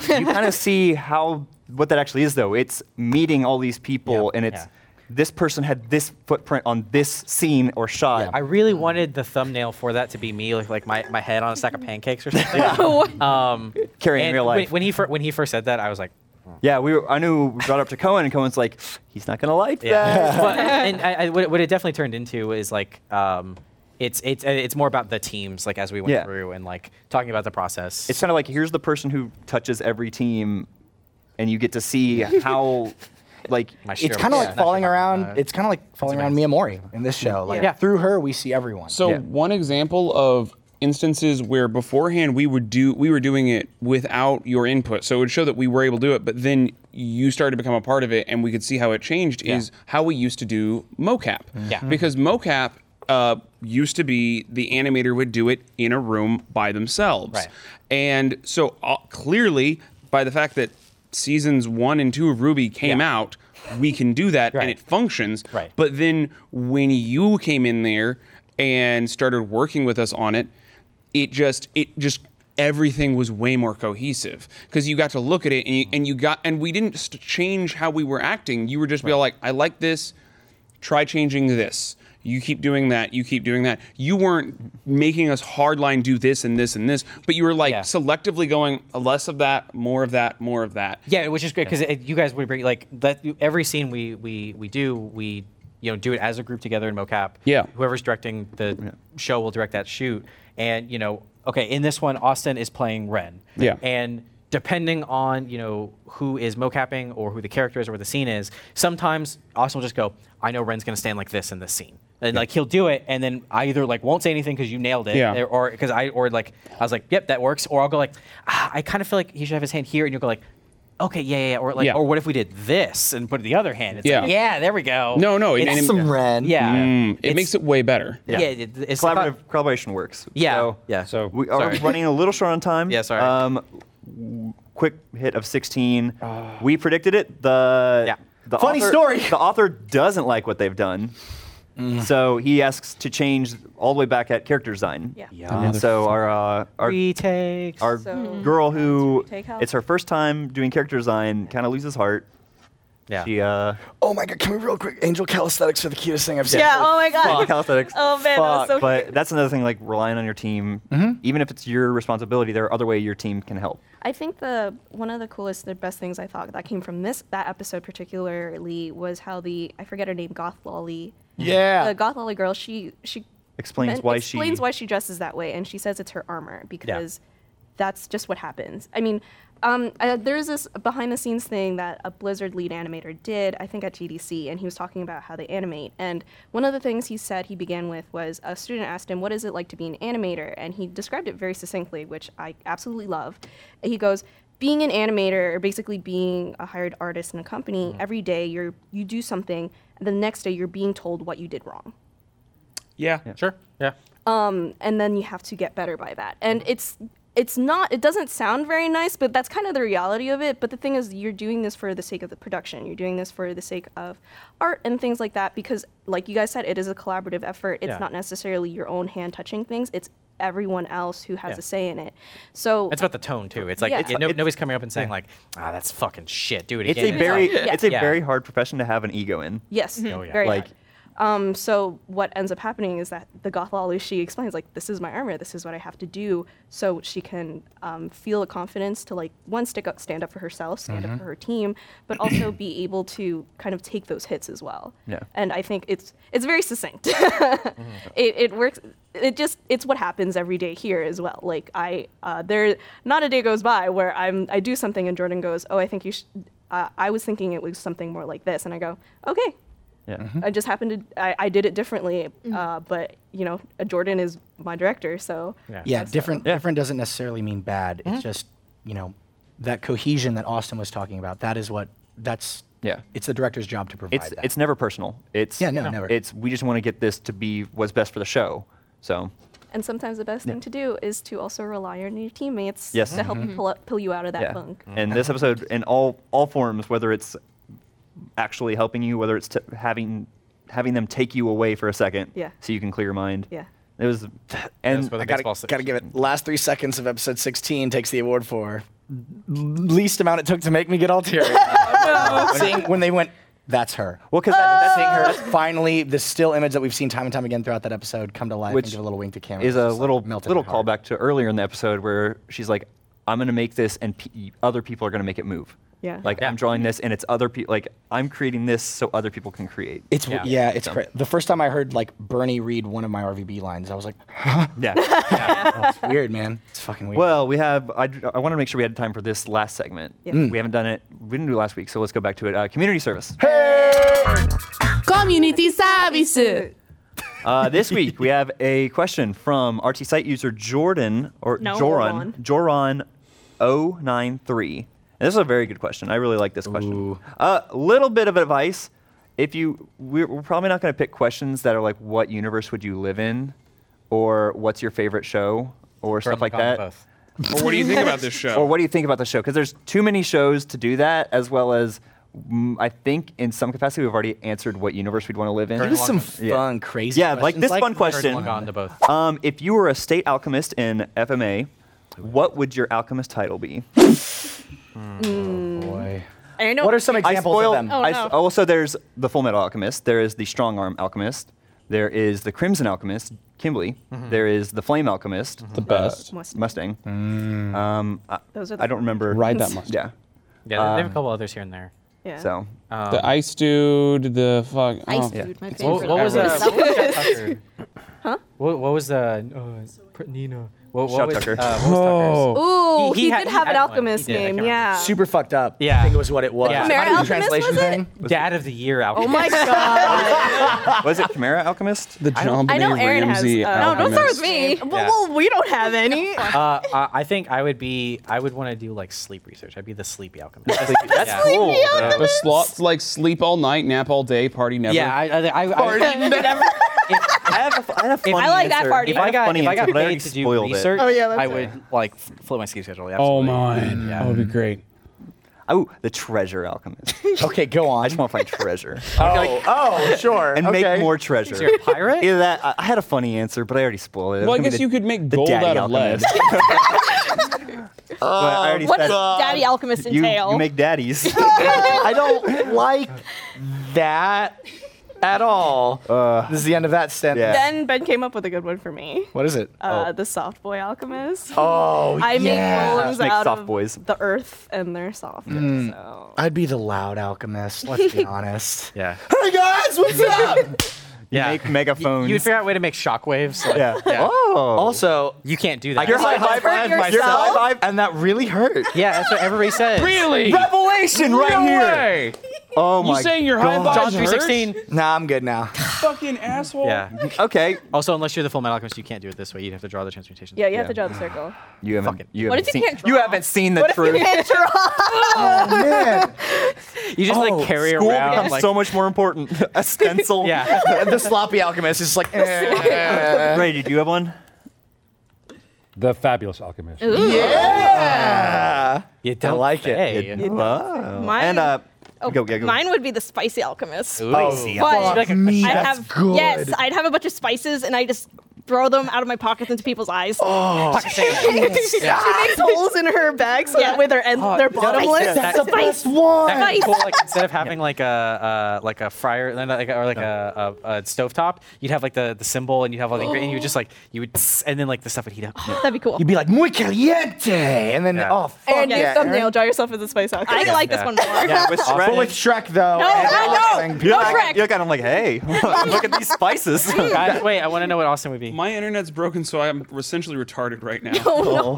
S3: You kind of see how what that actually is, though. It's meeting all these people,
S4: Yeah,
S3: and it's
S4: yeah.
S3: this person had this footprint on this scene or shot.
S4: I really wanted the thumbnail for that to be me, like, like my, my head on a stack of pancakes or something. um,
S3: Carrie in
S4: and
S3: real
S4: when-
S3: life.
S4: When, he fir- when he first said that, I was like, "Hmm."
S3: yeah, we were, I knew we brought it up to Cohen, and Cohen's like, he's not gonna like that.
S4: yeah. But- and I, I, what, it- what it definitely turned into is like, um, it's it's it's more about the teams, like as we went
S3: Yeah.
S4: through and like talking about the process.
S3: it's kind of like here's the person who touches every team, and you get to see how, like,
S4: My shit.
S2: It's
S4: Sure,
S2: kind of
S4: yeah.
S2: like falling
S4: Not sure about
S2: around.
S4: that.
S2: It's kind of like falling around Mia Mori in this show. Like
S4: Yeah.
S2: through her, we see everyone.
S9: So
S3: Yeah.
S9: one example of instances where beforehand we would do we were doing it without your input. So it would show that we were able to do it, but then you started to become a part of it and we could see how it changed is how we used to do mocap.
S4: Yeah. Mhm.
S9: Because mocap uh, used to be the animator would do it in a room by themselves.
S4: Right.
S9: And so uh, clearly by the fact that seasons 1 and 2 of Ruby came
S4: Yeah.
S9: out, we can do that
S4: Right.
S9: and it functions.
S4: Right.
S9: But but then when you came in there and started working with us on it, it just it just everything was way more cohesive because you got to look at it and you, and you got and we didn't st- change how we were acting. You were just be all like, I like this. Try changing this. You keep doing that. You keep doing that. You weren't making us hardline do this and this and this, but you were like
S4: Yeah.
S9: selectively going less of that, more of that, more of that.
S4: Yeah, which is great because you guys would bring like that. Every scene we we we do, we you know do it as a group together in mocap.
S9: Yeah.
S4: Whoever's directing the show will direct that shoot, and you know, okay, in this one, Austin is playing Ren.
S9: Yeah.
S4: And depending on you know who is mocapping or who the character is or where the scene is, sometimes Austin will just go, "I know Ren's gonna stand like this in this scene." And like he'll do it, and then I either like won't say anything because you nailed it,
S9: Yeah.
S4: or because I or like I was like, "Yep, that works," or I'll go like, ah, "I kind of feel like he should have his hand here," and you'll go like, "Okay, yeah, yeah,", yeah," or like,
S9: Yeah.
S4: "Or what if we did this and put the other hand?" It's yeah,
S9: Yeah.
S4: like, yeah, there we go.
S9: No, no, it-
S4: it's,
S9: and
S2: some Ren.
S4: yeah,
S9: Mm,
S4: It's-
S9: it makes it way better.
S4: yeah,
S3: Yeah.
S4: it- it's the
S3: collaborative
S4: thought-
S3: collaboration works.
S4: Yeah,
S3: So
S4: yeah.
S1: So
S3: we are
S4: Sorry.
S3: running a little short on time.
S4: Yeah, sorry.
S3: Um, w- quick hit of 16. we predicted it. The
S4: Uh, Yeah.
S3: the
S2: Funny
S3: author-
S2: story. Mm.
S3: The author doesn't like what they've done. So he asks to change all the way back at character design.
S5: Yeah.
S3: And So our uh, our
S4: retakes.
S3: our
S5: So-
S3: girl who
S5: Take out.
S3: it's her first time doing character design kind of loses heart.
S4: yeah.
S3: She uh
S2: oh my god, can we real quick? Angel calisthenics are the cutest thing I've seen.
S5: Yeah, oh my god.
S3: calisthenics.
S5: Oh, man, that
S3: Fuck,
S5: was so
S3: but
S5: cute.
S3: that's another thing like relying on your team.
S2: Mm-hmm.
S3: Even if it's your responsibility, there are other way your team can help.
S5: I think the one of the coolest, the best things I thought that came from this that episode particularly was how the I forget her name, Goth Lolly.
S2: Yeah.
S5: The Goth Lolly girl, she she
S3: Explains
S5: men-
S3: why she
S5: explains why she dresses that way, and she says it's her armor because that's just what happens. I mean, um, uh, there's this behind the scenes thing that a Blizzard lead animator did, I think at GDC, and he was talking about how they animate. And one of the things he said he began with was a student asked him, What is it like to be an animator? And he described it very succinctly, which I absolutely love. He goes, being an animator or basically being a hired artist in a company,
S3: Mm-hmm.
S5: every day you're you do something, and the next day you're being told what you did wrong
S9: Yeah.
S4: Sure. Yeah. Mm-hmm.
S5: and then you have to get better by that. And it's it's not it doesn't sound very nice but that's kind of the reality of it but the thing is you're doing this for the sake of the production you're doing this for the sake of art and things like that because like you guys said it is a collaborative effort it's
S4: Yeah.
S5: not necessarily your own hand touching things it's everyone else who has a say in it so
S4: It's about the tone too. It's like
S5: Yeah.
S4: it- no- nobody's coming up and saying like, "Ah, that's fucking shit. Do it
S3: It's
S4: again."
S3: a very
S4: like-
S3: it's a
S4: Yeah.
S3: very hard profession to have an ego in.
S5: yes
S4: Oh, yeah.
S5: very
S3: Like
S5: much. Um, so what ends up happening is that the goth Lalu, she explains like, this is my armor, this is what I have to do, so she can um, feel the confidence to like one stick up, stand up for herself, stand up for her team, but also be able to kind of take those hits as well.
S3: Yeah.
S5: And I think it's it's very succinct. it, it works. It just it's what happens every day here as well. Like I uh, there not a day goes by where I'm I do something and Jordan goes, oh I think you should. Uh, I was thinking it was something more like this, and I go, okay,
S3: yeah.
S5: I just happened to I, I did it differently, uh, but you know Jordan is my director, so
S2: Yeah, different different doesn't necessarily mean bad.
S5: Mm-hmm.
S2: It's just you know that cohesion that Austin was talking about. That is what that's
S3: Yeah.
S2: It's the director's job to provide
S3: It's
S2: that.
S3: it's never personal. It's
S2: Yeah, no, No. never.
S3: It's we just want to get this to be what's best for the show. So
S5: and sometimes the best thing to do is to also rely on your teammates
S3: Yes.
S5: to help you pull up, pull you out of that
S3: yeah.
S5: funk.
S3: And this episode in all all forms, whether it's actually helping you, whether it's t- having having them take you away for a second,
S5: Yeah.
S3: so you can clear your mind.
S5: Yeah.
S3: It was and
S4: what
S2: I
S4: I
S2: gotta,
S4: baseball six.
S2: gotta give it. Last three seconds of episode 16 takes the award for least amount it took to make me get all teary. Seeing when they went, that's her.
S3: well, because
S2: Seeing her finally, the still image that we've seen time and time again throughout that episode come to life
S3: Which
S2: and give a little wink to camera.
S3: is
S2: It's
S3: a
S2: just, like,
S3: little
S2: melted
S3: little
S2: my heart.
S3: callback to earlier in the episode where she's like, "I'm going to make this, and pe- other people are going to make it move."
S5: Yeah.
S3: Like I'm drawing this, and it's other people. Like I'm creating this so other people can create.
S2: It's yeah, yeah it's cra- the first time I heard like Bernie read one of my RVB lines, I was like,
S3: yeah.
S2: it's weird, man. It's fucking weird.
S3: Well, we have. I, I want to make sure we had time for this last segment. We haven't done it. We didn't do it last week, so let's go back to it. Uh, community service.
S8: Community service.
S3: Uh, this week we have a question from RT site user Jordan or
S7: No,
S3: Joron Joron 093. And this is a very good question. I really like this question. A little bit of advice. If you, we're, we're probably not going to pick questions that are like, what universe would you live in, or what's your favorite show, or stuff like that.
S4: Both.
S6: Or what do you think about this show?
S3: Or what do you think about the show? Because there's too many shows to do that, as well as mm, I think in some capacity we've already answered what universe we'd want to live in.
S2: It was some fun, crazy.
S3: Yeah, like
S2: questions,
S3: this fun
S4: Heard
S3: question.
S4: one gone to both.
S3: Um, if you were a state alchemist in FMA, what would your alchemist title be?
S2: Boy.
S7: I know.
S2: What are some
S3: I
S2: examples
S3: spoil.
S2: of them?
S7: Oh,
S3: I
S7: no.
S3: s- also, there's the Full Metal Alchemist. There is the Strong Arm Alchemist. There is the Crimson Alchemist, Kimberly.
S6: Mm-hmm.
S3: There is the Flame Alchemist,
S6: The best.
S5: Must-
S3: Mustang.
S6: Mm-hmm.
S3: Um, I,
S5: Those are the
S3: I don't remember.
S6: Ride that Mustang.
S3: Yeah.
S4: Yeah, they
S3: Um,
S4: have a couple others here and there.
S5: Yeah.
S3: So
S6: The ice dude. The fuck.
S8: Ice
S6: oh.
S8: dude, my
S4: What,
S8: favorite.
S4: what was
S6: Everyone.
S4: uh, what was Chuck Tucker? What, what was the uh, Nina? What, what
S3: Shout
S4: was,
S3: Tucker.
S4: Uh, what was Tucker's?
S5: Ooh,
S4: He-
S5: he,
S4: he had-
S5: did
S4: he
S5: have
S4: had
S5: an
S4: one. He
S5: alchemist
S4: did, I
S5: name.
S4: can't remember.
S5: Yeah.
S2: Super fucked up.
S4: Yeah.
S2: I think it was what it was.
S4: Yeah.
S2: Might have been a
S5: Alchemist,
S2: translation
S5: was it?
S2: thing.
S4: Dad of the Year alchemist.
S5: Oh my god!
S3: was it Chimera Alchemist?
S6: The John
S5: I know Aaron has.
S6: Ramsey.
S5: uh, no, don't start with
S6: alchemist.
S5: me. Well,
S4: Yeah.
S5: well, we don't have any.
S4: Uh, I- I think I would be. I would want to do like sleep research. I'd be the sleepy alchemist.
S3: That's
S4: Yeah.
S3: cool.
S6: The slots like sleep all night, nap all day, party never.
S9: Yeah, I, I, I, I,
S3: I have a, f- I had a funny
S7: I like that
S3: answer.
S7: party.
S4: if I got
S3: funny
S4: if I got
S3: answer, but I
S4: paid
S3: already
S4: to do
S3: spoiled it.
S4: research,
S7: Oh, yeah, that's
S9: I
S7: right.
S9: would like f- flip my ski schedule.
S6: Oh
S9: Absolutely.
S6: my. That would be great.
S3: Oh, the treasure alchemist.
S2: Okay, go on.
S3: I just want to find treasure
S2: oh, oh, sure.
S3: and
S2: okay.
S3: make more treasure.
S4: you're a pirate.
S3: Either that, I, I had a funny answer, but I already spoiled it. It was
S6: Well, I
S3: gonna
S6: guess
S3: be
S6: you
S3: the-
S6: could make
S3: the
S6: gold
S3: daddy
S6: out of lead.
S3: alchemist. But I already
S7: What
S3: said
S7: does Daddy Alchemist
S3: uh, you,
S7: entail?
S3: you make daddies.
S2: I don't like that at all. Uh, this is the end of that sentence.
S3: yeah.
S5: Then Ben came up with a good one for me.
S2: What is it?
S5: Uh, The soft boy alchemist.
S2: oh,
S5: I
S2: yeah.
S5: make golems
S3: Make
S5: out
S3: soft
S5: of
S3: boys.
S5: the earth, and they're soft. So.
S2: I'd be the loud alchemist. Let's be honest.
S4: Yeah.
S2: Hey guys, what's up?
S4: Yeah.
S3: Make megaphones.
S4: you would figure out a way to make shockwaves. Like,
S3: yeah.
S4: yeah.
S3: Oh.
S2: also,
S4: You can't do that.
S3: You're high five
S5: hurt
S3: myself.
S5: yourself.
S3: high five.
S2: and that really hurt.
S4: yeah, that's what everybody says.
S6: Really?
S3: Revelation right here. Oh my.
S6: You saying your high
S3: God.
S6: five
S4: John three sixteen.
S2: Nah, I'm good now.
S6: Fucking asshole.
S4: Yeah.
S3: Okay.
S4: Also, unless you're the Full Metal Alchemist, you can't do it this way. You'd have to draw the transmutation.
S5: Yeah, you have to draw the circle.
S3: You haven't.
S4: it.
S3: You
S7: What
S3: haven't
S7: if you
S3: seen.
S7: can't
S3: you
S7: draw?
S3: haven't seen the truth.
S2: Man,
S4: You just
S7: Oh,
S4: like carry
S3: School
S4: around
S3: becomes
S4: like
S3: so much more important. a stencil.
S4: yeah.
S2: the sloppy alchemist is just like. eh.
S3: Ray, do you have one?
S1: The Fabulous Alchemist.
S2: Yeah.
S4: You
S2: I
S4: don't
S2: like it.
S4: say.
S7: Mine,
S3: And uh,
S7: oh,
S3: go, yeah, go.
S7: mine would be the spicy alchemist.
S4: Ooh.
S7: But
S2: Fuck me,
S7: I'd
S2: that's
S7: have
S2: good.
S7: yes, I'd have a bunch of spices and I just throw them out of my pockets into people's eyes.
S2: Oh.
S5: she makes holes in her bag so
S7: Yeah.
S5: that way they're, end- they're bottomless.
S2: Oh, That's the
S7: Spice.
S2: best one.
S4: That could be cool. Like instead of having like a uh, like a fryer like, or like a, a, a stovetop, you'd have like the, the symbol and you'd have all the
S7: Oh.
S4: ingredients. You would just like you would tss, and then like the stuff would heat up.
S7: That'd be cool.
S2: You'd be like muy caliente, and then
S4: Yeah.
S2: oh fuck
S5: And
S2: yeah,
S5: your
S2: Aaron.
S5: thumbnail, draw yourself with a spice
S7: I
S5: alchemist.
S7: like this one more.
S4: Yeah, with
S2: But with Shrek though.
S7: No,
S2: and
S7: no,
S2: all
S7: no,
S2: that thing.
S3: you're,
S7: no,
S3: like,
S7: Shrek.
S3: you're like, kind of like, hey, look at these spices.
S4: I, wait, I want to know what Austin would be.
S6: My internet's broken, so I'm essentially retarded right now.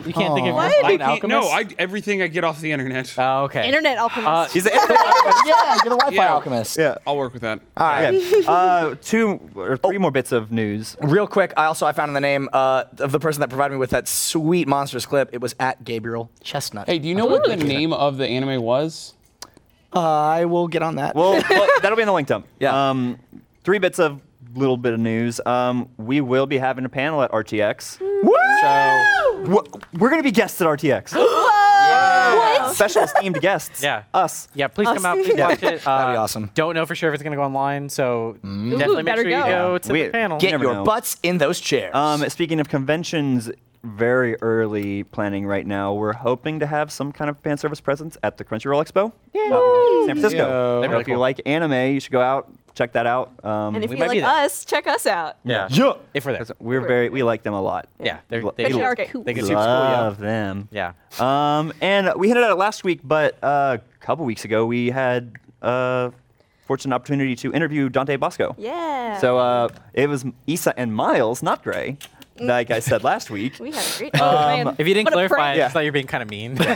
S4: you can't think of
S2: What?
S4: your blind
S6: Can't-
S4: alchemist.
S6: no, I, everything I get off the internet.
S4: Oh, okay.
S7: Internet alchemist.
S4: Uh,
S3: He's a,
S2: yeah, you're the Wi-Fi
S6: Yeah.
S2: alchemist.
S3: yeah.
S6: I'll work with that.
S2: All right.
S3: Okay. Uh, two or three more bits of news.
S2: Real quick, I also I found the name uh, of the person that provided me with that sweet monsters clip. It was at Gabriel Chestnut.
S6: Hey, do you know what the name of the anime was?
S2: I will get on that.
S3: Well, well, that'll be in the link dump.
S2: Yeah.
S3: Um, three bits of little bit of news. Um, we will be having a panel at RTX.
S2: Woo!
S3: So w- we're going to be guests at RTX. Special esteemed guests.
S4: Yeah.
S3: Us.
S4: Yeah, please come out. Please watch it. Uh,
S2: That'd be awesome.
S4: Don't know for sure if it's going to go online, so
S3: Mm.
S4: definitely make
S7: better
S4: sure you
S7: go.
S4: go
S3: Yeah.
S4: to
S3: We-
S4: the panel.
S2: get
S3: never
S2: your
S3: know.
S2: butts in those chairs.
S3: Um, speaking of conventions, very early planning right now. We're hoping to have some kind of fan service presence at the Crunchyroll Expo, out in San Francisco.
S1: Yeah.
S3: So
S4: Really
S3: if you
S4: cool.
S3: like anime, you should go out check that out. Um,
S5: and if
S4: We
S5: you
S4: might be
S5: like
S4: there.
S5: us, check us out.
S4: yeah. If we're there.
S3: we're very we like them a lot.
S4: Yeah, they're,
S3: Lo-
S4: they,
S3: we
S7: They
S4: they,
S7: are
S4: they,
S7: cool.
S4: can super cool. Yeah.
S3: love them.
S4: Yeah.
S3: Um, and we hinted at it last week, but uh, a couple weeks ago we had a fortunate opportunity to interview Dante Bosco.
S5: Yeah.
S3: So uh, it was Issa and Miles, not Gray, like I said last week,
S5: we had a great
S7: oh,
S5: time.
S7: man.
S4: If you didn't
S7: What a
S4: clarify,
S7: prank.
S4: it,
S3: Yeah.
S4: I thought you were being kind of mean.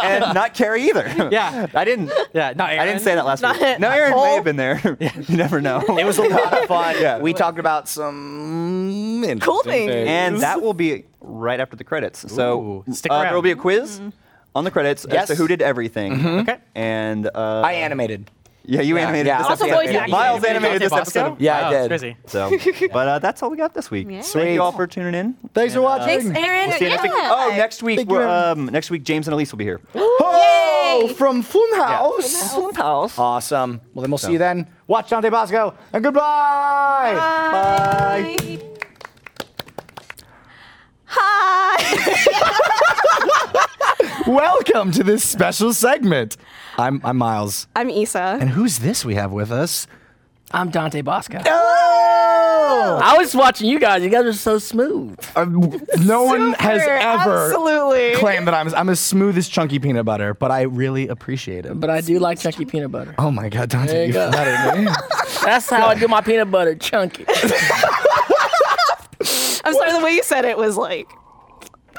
S3: and not Carrie either.
S4: yeah.
S3: I didn't.
S4: Yeah. No, Aaron.
S3: I didn't say that last
S5: Not-
S3: week. No, Aaron may have been there. you never know. It was a lot of fun. Yeah.
S2: we talked about some interesting
S5: cool thing.
S3: and that will be right after the credits. So
S4: Ooh, stick
S3: uh, there will
S4: around.
S3: be a quiz
S5: Mm-hmm.
S3: on the credits
S2: Yes.
S3: as to who did everything.
S4: Okay.
S3: And uh,
S2: I animated.
S3: Mm-hmm. Yeah, you animated
S2: yeah.
S3: this
S2: Also
S3: episode.
S7: voice acting.
S3: Miles
S7: Yeah,
S3: animated this
S4: Dante
S3: episode.
S4: Bosco?
S2: Yeah, I
S4: Wow, it's
S2: did.
S4: Crazy.
S3: So, but uh, that's all we got this week. Thank
S2: Sweet.
S3: you all for tuning in.
S2: Thanks for watching.
S5: Thanks, Aaron.
S3: See you next week.
S5: Yeah.
S3: Oh, next week.
S2: Thank you,
S3: we're,
S2: Aaron.
S3: Um, next week, James and Elise will be here.
S2: Oh, from Funhouse.
S3: House.
S2: Awesome. Well, then we'll see you then. Watch Dante Bosco and goodbye.
S5: Bye. Hi.
S2: Welcome to this special segment. I'm I'm Miles.
S5: I'm Issa.
S2: And who's this we have with us?
S9: I'm Dante Bosco.
S2: Oh!
S9: I was watching you guys. You guys are so smooth.
S2: Uh, no one has
S5: Super,
S2: ever
S5: absolutely.
S2: claimed that I'm I'm as smooth as chunky peanut butter, but I really appreciate it.
S9: But I do like chunky peanut butter.
S2: Oh my god, Dante,
S9: There
S2: you
S9: you go.
S2: flattered me.
S9: That's how I do my peanut butter, chunky.
S5: I'm sorry, the way you said it was like,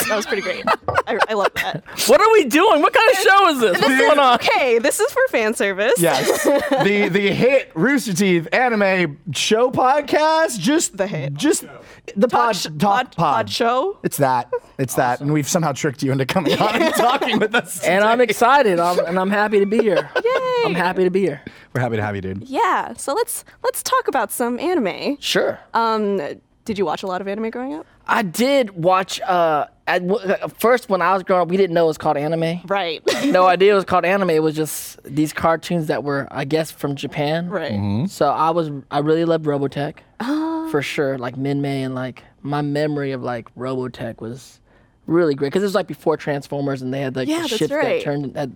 S5: that was pretty great. I, I love that.
S9: What are we doing? What kind of show is this? What's
S5: This
S9: going
S5: is,
S9: on?
S5: okay, this is for fan service.
S2: Yes. the the hit Rooster Teeth anime show podcast. Just
S5: The hit.
S2: Just the
S5: Pod,
S2: pod
S5: sh-
S2: talk
S5: pod, pod,
S2: pod.
S5: show.
S2: It's that. It's that. And we've somehow tricked you into coming on and talking with us.
S9: And I'm excited. I'm, and I'm happy to be here. I'm happy to be here.
S2: We're happy to have you, dude.
S5: Yeah. So let's let's talk about some anime.
S9: Sure.
S5: Um, did you watch a lot of anime growing up?
S9: I did watch. Uh, at, w- at first when I was growing up, we didn't know it was called anime.
S5: Right.
S9: No idea it was called anime. It was just these cartoons that were, I guess, from Japan.
S5: right. Oh.
S9: So I was I really loved Robotech for sure. Like Min May and like my memory of like Robotech was really great because it was like before Transformers and they had like
S5: Yeah,
S9: the
S5: that's
S9: ships
S5: right.
S9: that turned that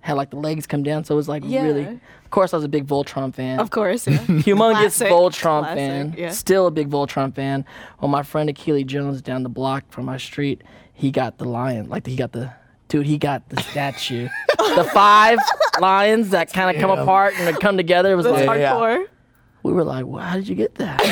S9: had like the legs come down. So it was like really.
S5: Yeah.
S9: Of course, I was a big Voltron fan.
S5: Of course. Yeah.
S9: Humongous
S5: Classic,
S9: Voltron
S5: classic,
S9: fan.
S5: yeah.
S9: Still a big Voltron fan. When my friend Akili Jones down the block from my street, he got the lion. Like he got the dude. He got the statue. the five lions that kind of come apart and they come together. It was
S5: That's
S9: like
S2: yeah.
S5: hardcore.
S9: we were like, well, how did you get that?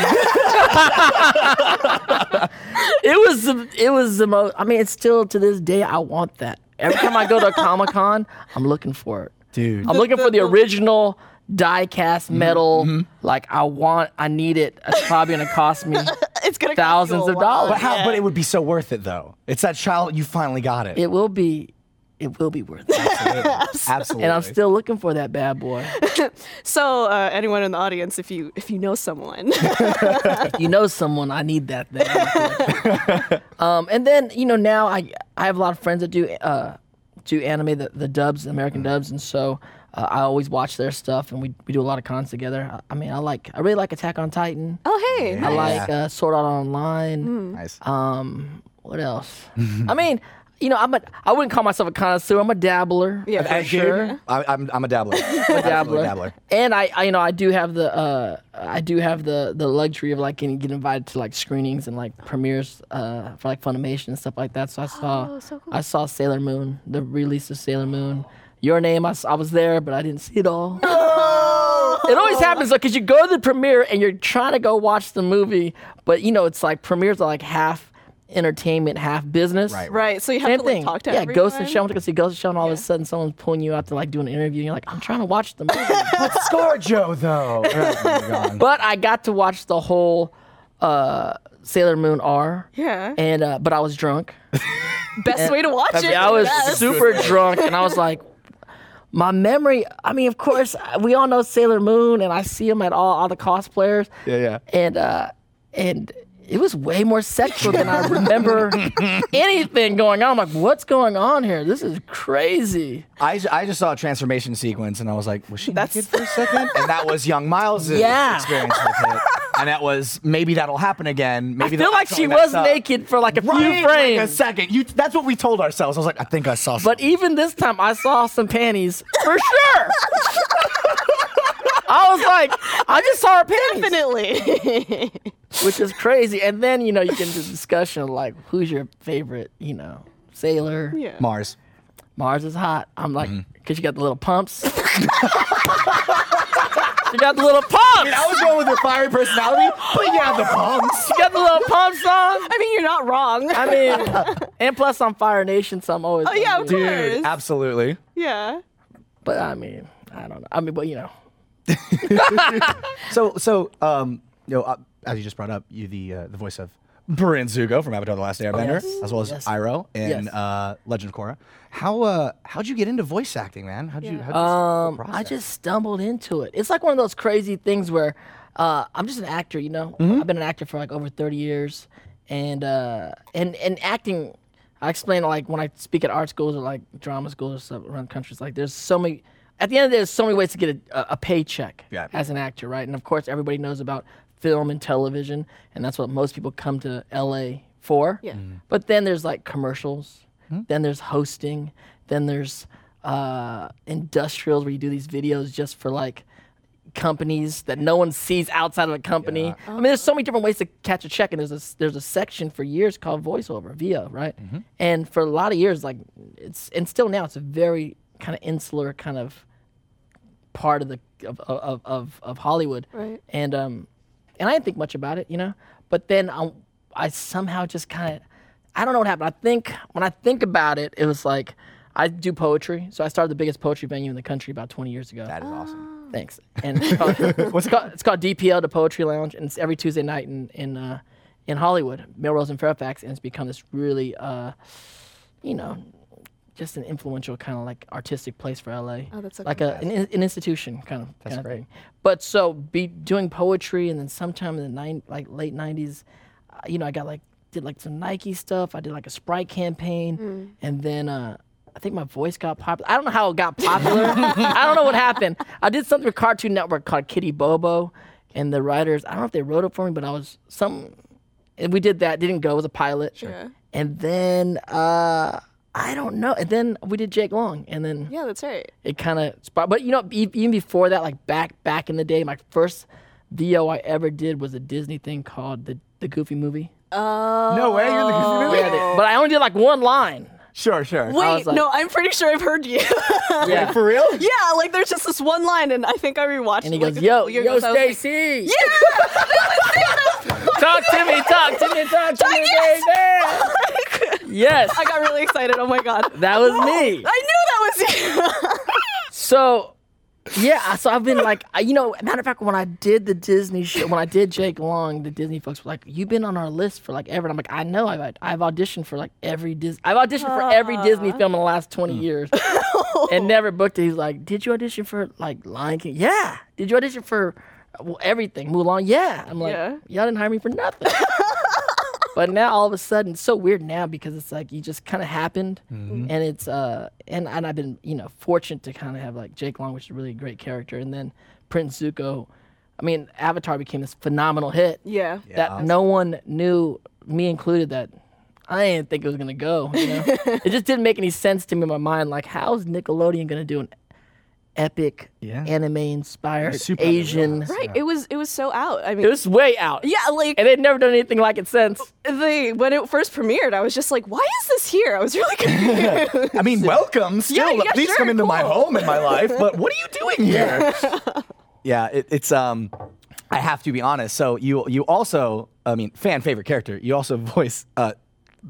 S9: it was the- it was the most. I mean, it's still to this day. I want that. Every time I go to a comic con, I'm looking for it.
S2: Dude.
S9: I'm looking for the original die-cast metal. Like I want, I need it. It's probably gonna cost me
S5: It's gonna cost you
S9: thousands
S5: a
S9: of
S5: lot.
S9: dollars.
S2: But how but it would be so worth it though. It's that child you finally got it.
S9: It will be it will be worth it.
S10: Absolutely.
S9: and I'm still looking for that bad boy.
S5: So, uh, anyone in the audience, if you if you know someone,
S9: you know someone I need that thing. um, and then you know now I I have a lot of friends that do uh, do anime the, the dubs American dubs and so uh, I always watch their stuff and we, we do a lot of cons together. I, I mean I like I really like Attack on Titan.
S5: oh hey,
S9: I
S5: nice.
S9: like uh, Sword Art Online.
S2: Mm.
S10: nice.
S9: Um, what else? I mean. You know, I'm a. I wouldn't call myself a connoisseur. I'm a dabbler.
S5: Yeah.
S9: for
S5: I
S10: Dude,
S9: sure.
S10: I, I'm, I'm a dabbler.
S9: a
S10: Absolutely
S9: dabbler.
S10: a dabbler.
S9: And I, I, you know, I do have the, uh, I do have the the luxury of like getting, getting invited to like screenings and like premieres uh, for like Funimation and stuff like that. So I saw,
S10: Oh,
S9: I saw Sailor Moon, the release of Sailor Moon. Your name, I, s- I was there, but I didn't see it all. It always happens though, because you go to the premiere and you're trying to go watch the movie, but you know it's like premieres are like half entertainment, half business.
S10: Right,
S5: right? So you have
S9: Same
S5: to like,
S9: thing.
S5: talk to
S9: yeah,
S5: everyone.
S9: Ghost and Shell. I went to go see Ghost and Shell, and all of a sudden someone's pulling you out to like do an interview, and you're like, I'm trying to watch the movie.
S10: Let's score Joe though. Oh, my God.
S9: but I got to watch the whole uh, Sailor Moon R.
S5: Yeah.
S9: And uh, but I was drunk.
S5: Best way to watch it.
S9: I was
S5: yes.
S9: super drunk, and I was like, my memory. I mean, of course, we all know Sailor Moon, and I see them at all all the cosplayers.
S10: Yeah, yeah.
S9: And uh, and it was way more sexual than I remember anything going on. I'm like, what's going on here? This is crazy.
S10: I, ju- I just saw a transformation sequence and I was like, was she
S5: That's-
S10: naked for a second? And that was young Miles'
S9: Yeah.
S10: experience with it. And that was maybe that'll happen again. Maybe
S9: I feel
S10: they'll
S9: like she
S10: actually
S9: was
S10: mess up.
S9: naked for like a
S10: Right, like
S9: few
S10: a
S9: frames.
S10: second. You, that's what we told ourselves. I was like, I think I saw.
S9: But
S10: something.
S9: even this time, I saw some panties for sure. I was like, I just saw her panties,
S5: Definitely.
S9: which is crazy. And then you know you get into discussion of like, who's your favorite? You know, sailor.
S5: yeah.
S10: Mars.
S9: Mars is hot. I'm like, cause you got the little pumps. you got the little
S10: I
S9: pumps.
S10: mean, I was going with her fiery personality, but yeah, the pumps.
S9: You got the little pumps on.
S5: I mean, you're not wrong.
S9: I mean, and plus I'm Fire Nation, so I'm always.
S5: oh yeah, of course.
S10: Dude, absolutely.
S5: yeah.
S9: But I mean, I don't know. I mean, but you know,
S10: So, so, um, you know, uh, as you just brought up, you the uh, the voice of Barin Zuko from Avatar: The Last Airbender,
S9: Oh, Yes.
S10: as well as Iroh in
S9: Yes.
S10: uh, Legend of Korra. How uh, how'd you get into voice acting, man? How'd you? How'd you
S9: Um, I just stumbled into it. It's like one of those crazy things where uh, I'm just an actor, you know. I've been an actor for like over 30 years, and uh, and and acting. I explain like when I speak at art schools or like drama schools or stuff around countries. Like there's so many. At the end of the day, there's so many ways to get a, a- a paycheck
S10: Yeah.
S9: as an actor, right? And of course, everybody knows about film and television, and that's what most people come to LA for.
S5: Yeah. Mm.
S9: But then there's like commercials, then there's hosting, then there's uh, industrials where you do these videos just for like companies that no one sees outside of a company. I mean, there's so many different ways to catch a check, and there's a there's a section for years called voiceover VO, right? And for a lot of years, like it's and still now, it's a very kind of insular kind of part of the of of of, of Hollywood.
S5: Right.
S9: And um, and I didn't think much about it, you know. But then I, I somehow just kind of, I don't know what happened. I think when I think about it, it was like I do poetry, so I started the biggest poetry venue in the country about 20 years ago.
S10: that is awesome.
S9: Thanks. And it's called, what's it called? It's called DPL, the Poetry Lounge, and it's every Tuesday night in in uh, in Hollywood, Melrose and Fairfax, and it's become this really, uh, you know, just an influential kind of like artistic place for LA.
S5: Oh, that's so
S9: like a, an, in- an institution kind of. That's great. But so be doing poetry, and then sometime in the nine, like late '90s, uh, you know, I got like did like some Nike stuff. I did like a Sprite campaign,
S5: Mm.
S9: and then. Uh, I think my voice got popular. I don't know how it got popular. I don't know what happened. I did something with Cartoon Network called Kitty Bobo, and the writers. I don't know if they wrote it for me, but I was some. And we did that. Didn't go. It was a pilot. Sure.
S5: Yeah.
S9: And then uh, I don't know. And then we did Jake Long, and then
S5: Yeah, that's right.
S9: it kind of sparked. But you know, e- even before that, like back back in the day, my first VO I ever did was a Disney thing called the the Goofy Movie.
S10: No way, you're the
S9: Oh.
S10: goofy movie.
S9: But I only did like one line.
S10: Sure, sure.
S9: was
S5: Wait,
S9: like-
S5: no, I'm pretty sure I've heard you.
S9: Yeah.
S10: For real?
S5: yeah, like there's just this one line, and I think I rewatched.
S9: And he
S5: it, like,
S9: goes,
S5: a
S9: "Yo,
S5: couple years
S9: yo,
S5: ago, so I was like,
S9: Stacy." talk to me, talk to me, talk to me, baby. yes,
S5: I got really excited. Oh my god.
S9: that was me.
S5: I knew that was you.
S9: So Yeah, so I've been like, I- you know, matter of fact, when I did the Disney show, when I did Jake Long, the Disney folks were like, "You've been on our list for like ever." And I'm like, "I know, I've I've auditioned for like every Disney, I've auditioned for every Disney film in the last 20 years, and never booked it." He's like, "Did you audition for like Lion King? Yeah. Did you audition for uh, well everything? Mulan? Yeah." I'm like,
S5: Yeah.
S9: "Y'all didn't hire me for nothing." but now all of a sudden it's so weird now because it's like you just kind of happened and it's uh and, and i've been you know fortunate to kind of have like jake long which is a really great character and then prince zuko i mean avatar became this phenomenal hit
S5: Yeah.
S9: that no one knew me included that i didn't think it was going to go you know it just didn't make any sense to me in my mind like how's nickelodeon going to do an epic
S2: Yeah.
S9: anime inspired
S2: super out of their
S9: asian
S5: Right. It was it was so out. I
S9: it
S5: mean,
S9: was way out
S5: yeah, like
S9: and they've never done anything like it since
S5: they when it first premiered, I was just like, why is this here? I was really confused.
S2: I mean, welcome. Still,
S5: yeah,
S2: please come
S5: sure,
S2: into my
S5: cool.
S2: home and my life. But what are you doing here? yeah, it, it's um, I have to be honest. So you you also, I mean, fan favorite character. You also voice uh,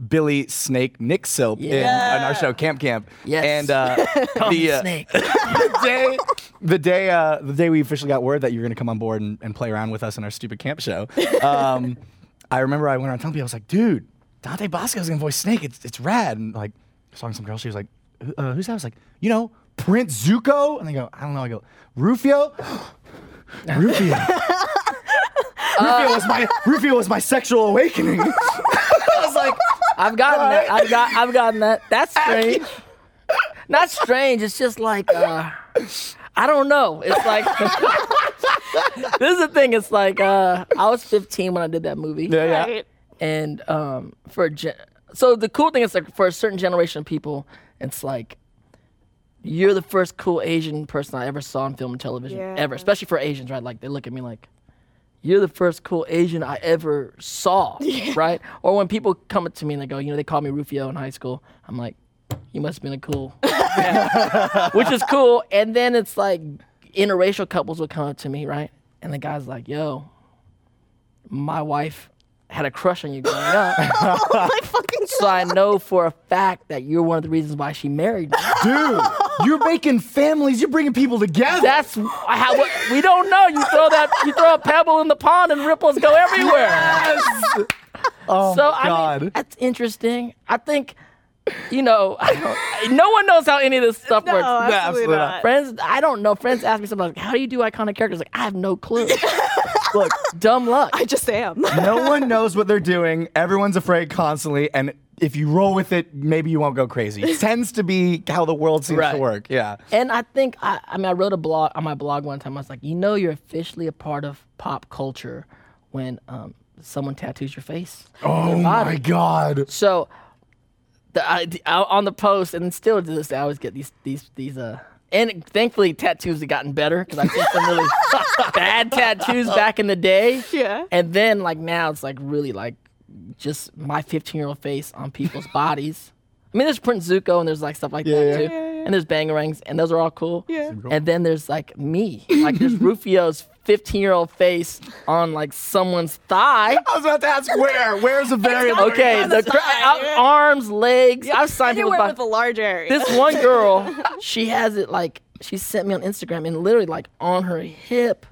S2: Billy Snake Nick Soap in, in our show Camp Camp.
S9: Yes.
S2: and uh, the uh,
S9: snake
S2: the day the day uh, the day we officially got word that you were gonna come on board and, and play around with us in our stupid camp show. Um, I remember I went around telling people I was like, dude, Dante Bosco's gonna voice Snake. It's it's rad. And like, I was talking to some girl, she was like, "Who- uh, who's that? I was like, you know, Prince Zuko. And they go, I don't know. I go, Rufio. Rufio. Rufio was my Rufio was my sexual awakening. I was like,
S9: I've gotten that. I've got. I've gotten that. That's strange. Not strange. It's just like uh, I don't know. It's like this is the thing. It's like uh, I was 15 when I did that movie,
S5: Right.
S9: and um, for a gen- so the cool thing is like for a certain generation of people, it's like you're the first cool Asian person I ever saw in film and television ever,
S5: Yeah.
S9: especially for Asians, right? Like they look at me like you're the first cool Asian I ever saw, right? Or when people come up to me and they go, you know, they called me Rufio in high school. I'm like, you must have been a cool, man," which is cool. And then it's like interracial couples would come up to me, right? And the guy's like, yo, my wife had a crush on you growing up.
S5: Oh my fucking
S9: so I know for a fact that you're one of the reasons why she married me.
S2: dude, you're making families. You're bringing people together.
S9: That's how we don't know. You throw that, you throw a pebble in the pond, and ripples go everywhere.
S2: oh
S9: so
S2: my
S9: I mean,
S2: god.
S9: that's interesting. I think, you know, I don't, no one knows how any of this stuff
S5: No,
S9: works.
S5: Oh, absolutely,
S2: absolutely
S5: not.
S9: Friends, I don't know. Friends ask me something like, "How do you do iconic characters?" Like, I have no clue.
S2: Look,
S9: Dumb luck.
S5: I just am.
S2: no one knows what they're doing. Everyone's afraid constantly, and if you roll with it, maybe you won't go crazy. tends to be how the world seems to
S9: Right.
S2: work. Yeah.
S9: And I think I, I mean I wrote a blog on my blog one time. I was like, you know, you're officially a part of pop culture when um, someone tattoos your face.
S2: Oh my god.
S9: So, the, I, the- I- on the post, and still to this day, I always get these these these uh. And thankfully, tattoos have gotten better because I've seen some really bad tattoos back in the day.
S5: Yeah.
S9: And then like now, it's like really like just my 15 year old face on people's bodies. I mean, there's Prince Zuko and there's like stuff like that too, and there's bangarangs, and those are all cool.
S5: Yeah.
S9: And then there's like me, like there's Rufio's 15 year old face on like someone's thigh.
S2: I was about to ask where. Where's the variable?
S9: Okay, the cr- out- arms, legs. I've signed people
S5: Anywhere
S9: by
S5: with a large area.
S9: this one girl. She has it like she sent me on Instagram and literally like on her hip,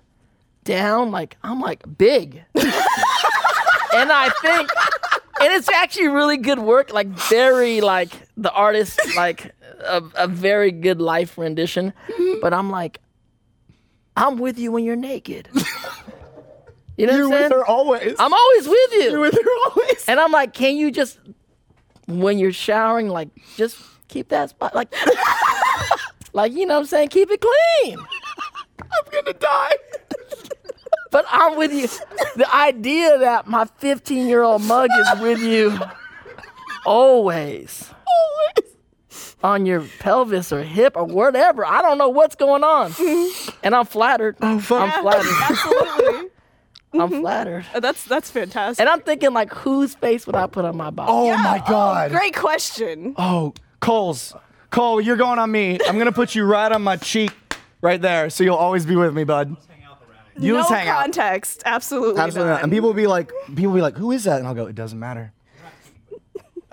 S9: down. Like I'm like big, and I think, and it's actually really good work. Like very like the artist like a, a very good life rendition. But I'm like, I'm with you when you're naked. You know
S2: You're
S9: what I'm
S2: with
S9: saying?
S2: her always.
S9: I'm always with you.
S2: You're with her always.
S9: And I'm like, can you just, when you're showering, like, just keep that spot, like, like you know what I'm saying? Keep it clean.
S2: I'm gonna die.
S9: But I'm with you. The idea that my 15 year old mug is with you always, on your pelvis or hip or whatever. I don't know what's going on.
S2: Mm-hmm.
S9: And I'm flattered. Oh, fuck. I'm flattered.
S5: Absolutely.
S2: Mm-hmm.
S9: I'm flattered.
S5: Oh, That's that's fantastic.
S9: And I'm thinking, like, whose face would I put on my body?
S2: Oh my god.
S5: Great question.
S2: Oh, Cole's. Cole, you're going on me. I'm gonna put you right on my cheek, right there, so you'll always be with me, bud. You
S5: no
S2: just hang out.
S5: context. Absolutely.
S2: Absolutely not.
S5: not.
S2: And people will be like, people will be like, who is that? And I'll go, it doesn't matter.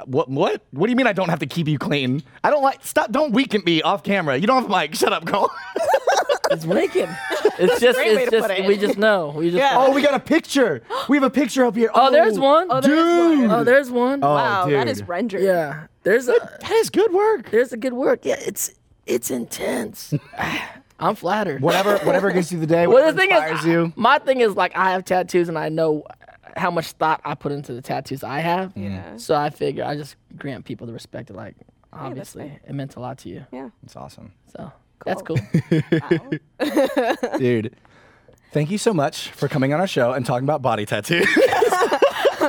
S2: What? What? What do you mean? I don't have to keep you clean? I don't like. Stop! Don't weaken me off camera. You don't have a mic. Shut up, Cole.
S9: It's wicked. It's just,
S5: great way
S9: it's
S5: to put
S9: just,
S5: it.
S9: we just know. We just.
S5: Yeah.
S9: know.
S2: Oh, we got a picture. We have a picture up here.
S9: Oh, there's one. Oh,
S2: dude.
S9: Oh, there's one.
S2: Oh,
S5: Wow, that is
S2: dude.
S5: rendered.
S9: Yeah. There's a
S2: That is good work.
S9: there's a good work. Yeah, it's it's intense. I'm flattered.
S2: Whatever, whatever gets you the day.
S9: Well,
S2: Whatever
S9: the thing
S2: inspires
S9: is,
S2: you.
S9: my thing is like I have tattoos and I know how much thought I put into the tattoos I have.
S2: Mm.
S5: Yeah.
S9: So I figure I just grant people the respect. That, like, obviously, it meant a lot to you.
S5: Yeah.
S2: It's awesome,
S9: So that's
S5: Cool.
S9: cool.
S2: dude. Thank you so much for coming on our show and talking about body tattoos.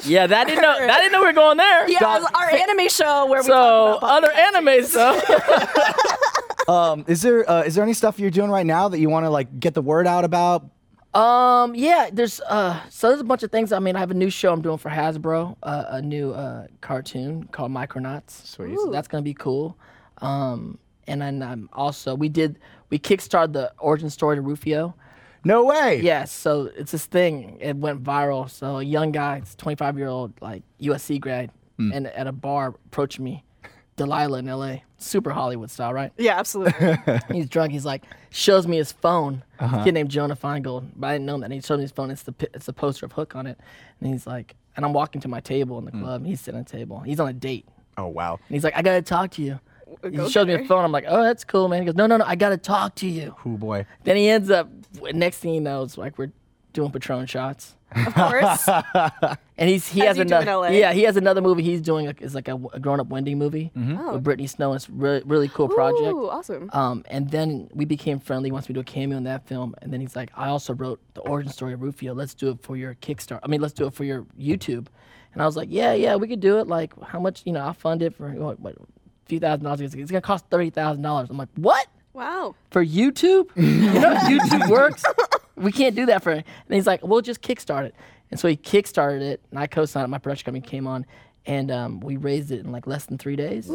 S9: yeah, that didn't know. That didn't know we were going there.
S5: Yeah, our anime show where we
S9: So
S5: talk about
S9: other animes, so
S2: um, is there uh, is there any stuff you're doing right now that you want to like get the word out about?
S9: Um, yeah, there's uh, so there's a bunch of things. I mean, I have a new show I'm doing for Hasbro, uh, a new uh, cartoon called Micronauts. Sweet. So that's gonna be cool. Um, and then I'm also we did we kickstarted the origin story to Rufio.
S2: No way.
S9: Yes, so it's this thing. It went viral. So a young guy, it's 25 year old, like USC grad, and at a bar approached me, Delilah in LA, super Hollywood style, right?
S5: Yeah, absolutely.
S9: He's drunk. He's like, shows me his phone. This kid named Jonah Feingold, but I didn't know him that. And he showed me his phone. It's the pi- it's the poster of Hook on it. And he's like, and I'm walking to my table in the club. And he's sitting at a table. He's on a date.
S2: Oh wow.
S9: And he's like, I gotta talk to you. He showed me a phone. I'm like, oh, that's cool, man. He goes, no, no, no, I gotta talk to you.
S2: Oh boy.
S9: Then he ends up. Next thing he knows, like we're doing Patron shots.
S5: of course.
S9: And he's he
S5: As
S9: has
S5: you do in
S9: another
S5: LA.
S9: yeah he has another movie he's doing like, is like a, grown up Wendy movie with Brittany Snow. It's really really cool project.
S5: Oh. Ooh, awesome.
S9: Um, and then we became friendly once we do a cameo in that film. And then he's like, I also wrote the origin story of Rufio. Let's do it for your Kickstarter. I mean, let's do it for your YouTube. And I was like, Yeah, yeah, we could do it. Like, how much? You know, I'll fund it for what, what, a few thousand dollars. He's like, It's gonna cost thirty thousand dollars. I'm like, What?
S5: Wow.
S9: for YouTube? you know how YouTube works? We can't do that for And he's like, we'll just kickstart it. And so he kickstarted it, and I co-signed it. My production company came on, and um, we raised it in like less than three days.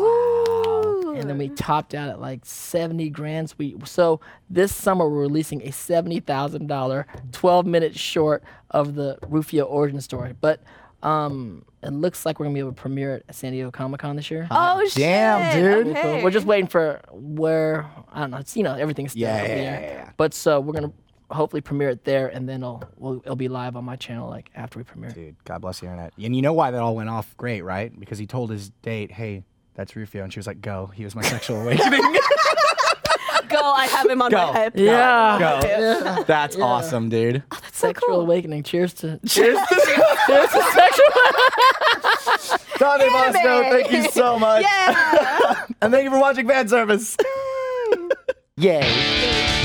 S9: And then we topped out at like 70 grand. We, so this summer, we're releasing a $70,000 12-minute short of the Rufio origin story. But um, it looks like we're going to be able to premiere it at San Diego Comic-Con this year.
S5: Oh shit.
S2: damn, dude.
S9: So
S5: Okay.
S9: we're just waiting for where I don't know. It's, you know, everything's still
S2: Yeah,
S9: up in the
S2: yeah,
S9: air.
S2: yeah, yeah.
S9: But so we're gonna hopefully premiere it there, and then it'll we'll, it'll be live on my channel like after we premiere. it.
S2: Dude, God bless the internet. And you know why that all went off great, right? Because he told his date, "Hey, that's Rufio," and she was like, "Go." He was my sexual awakening.
S5: Go. I have him on
S2: Go.
S5: my hip.
S9: Yeah.
S2: Go. That's awesome, dude.
S9: Sexual awakening. Cheers to cheers to, cheers to sexual.
S2: Tommy Bosco, thank you so much.
S5: Yeah.
S2: And thank you for watching fan service. Yay.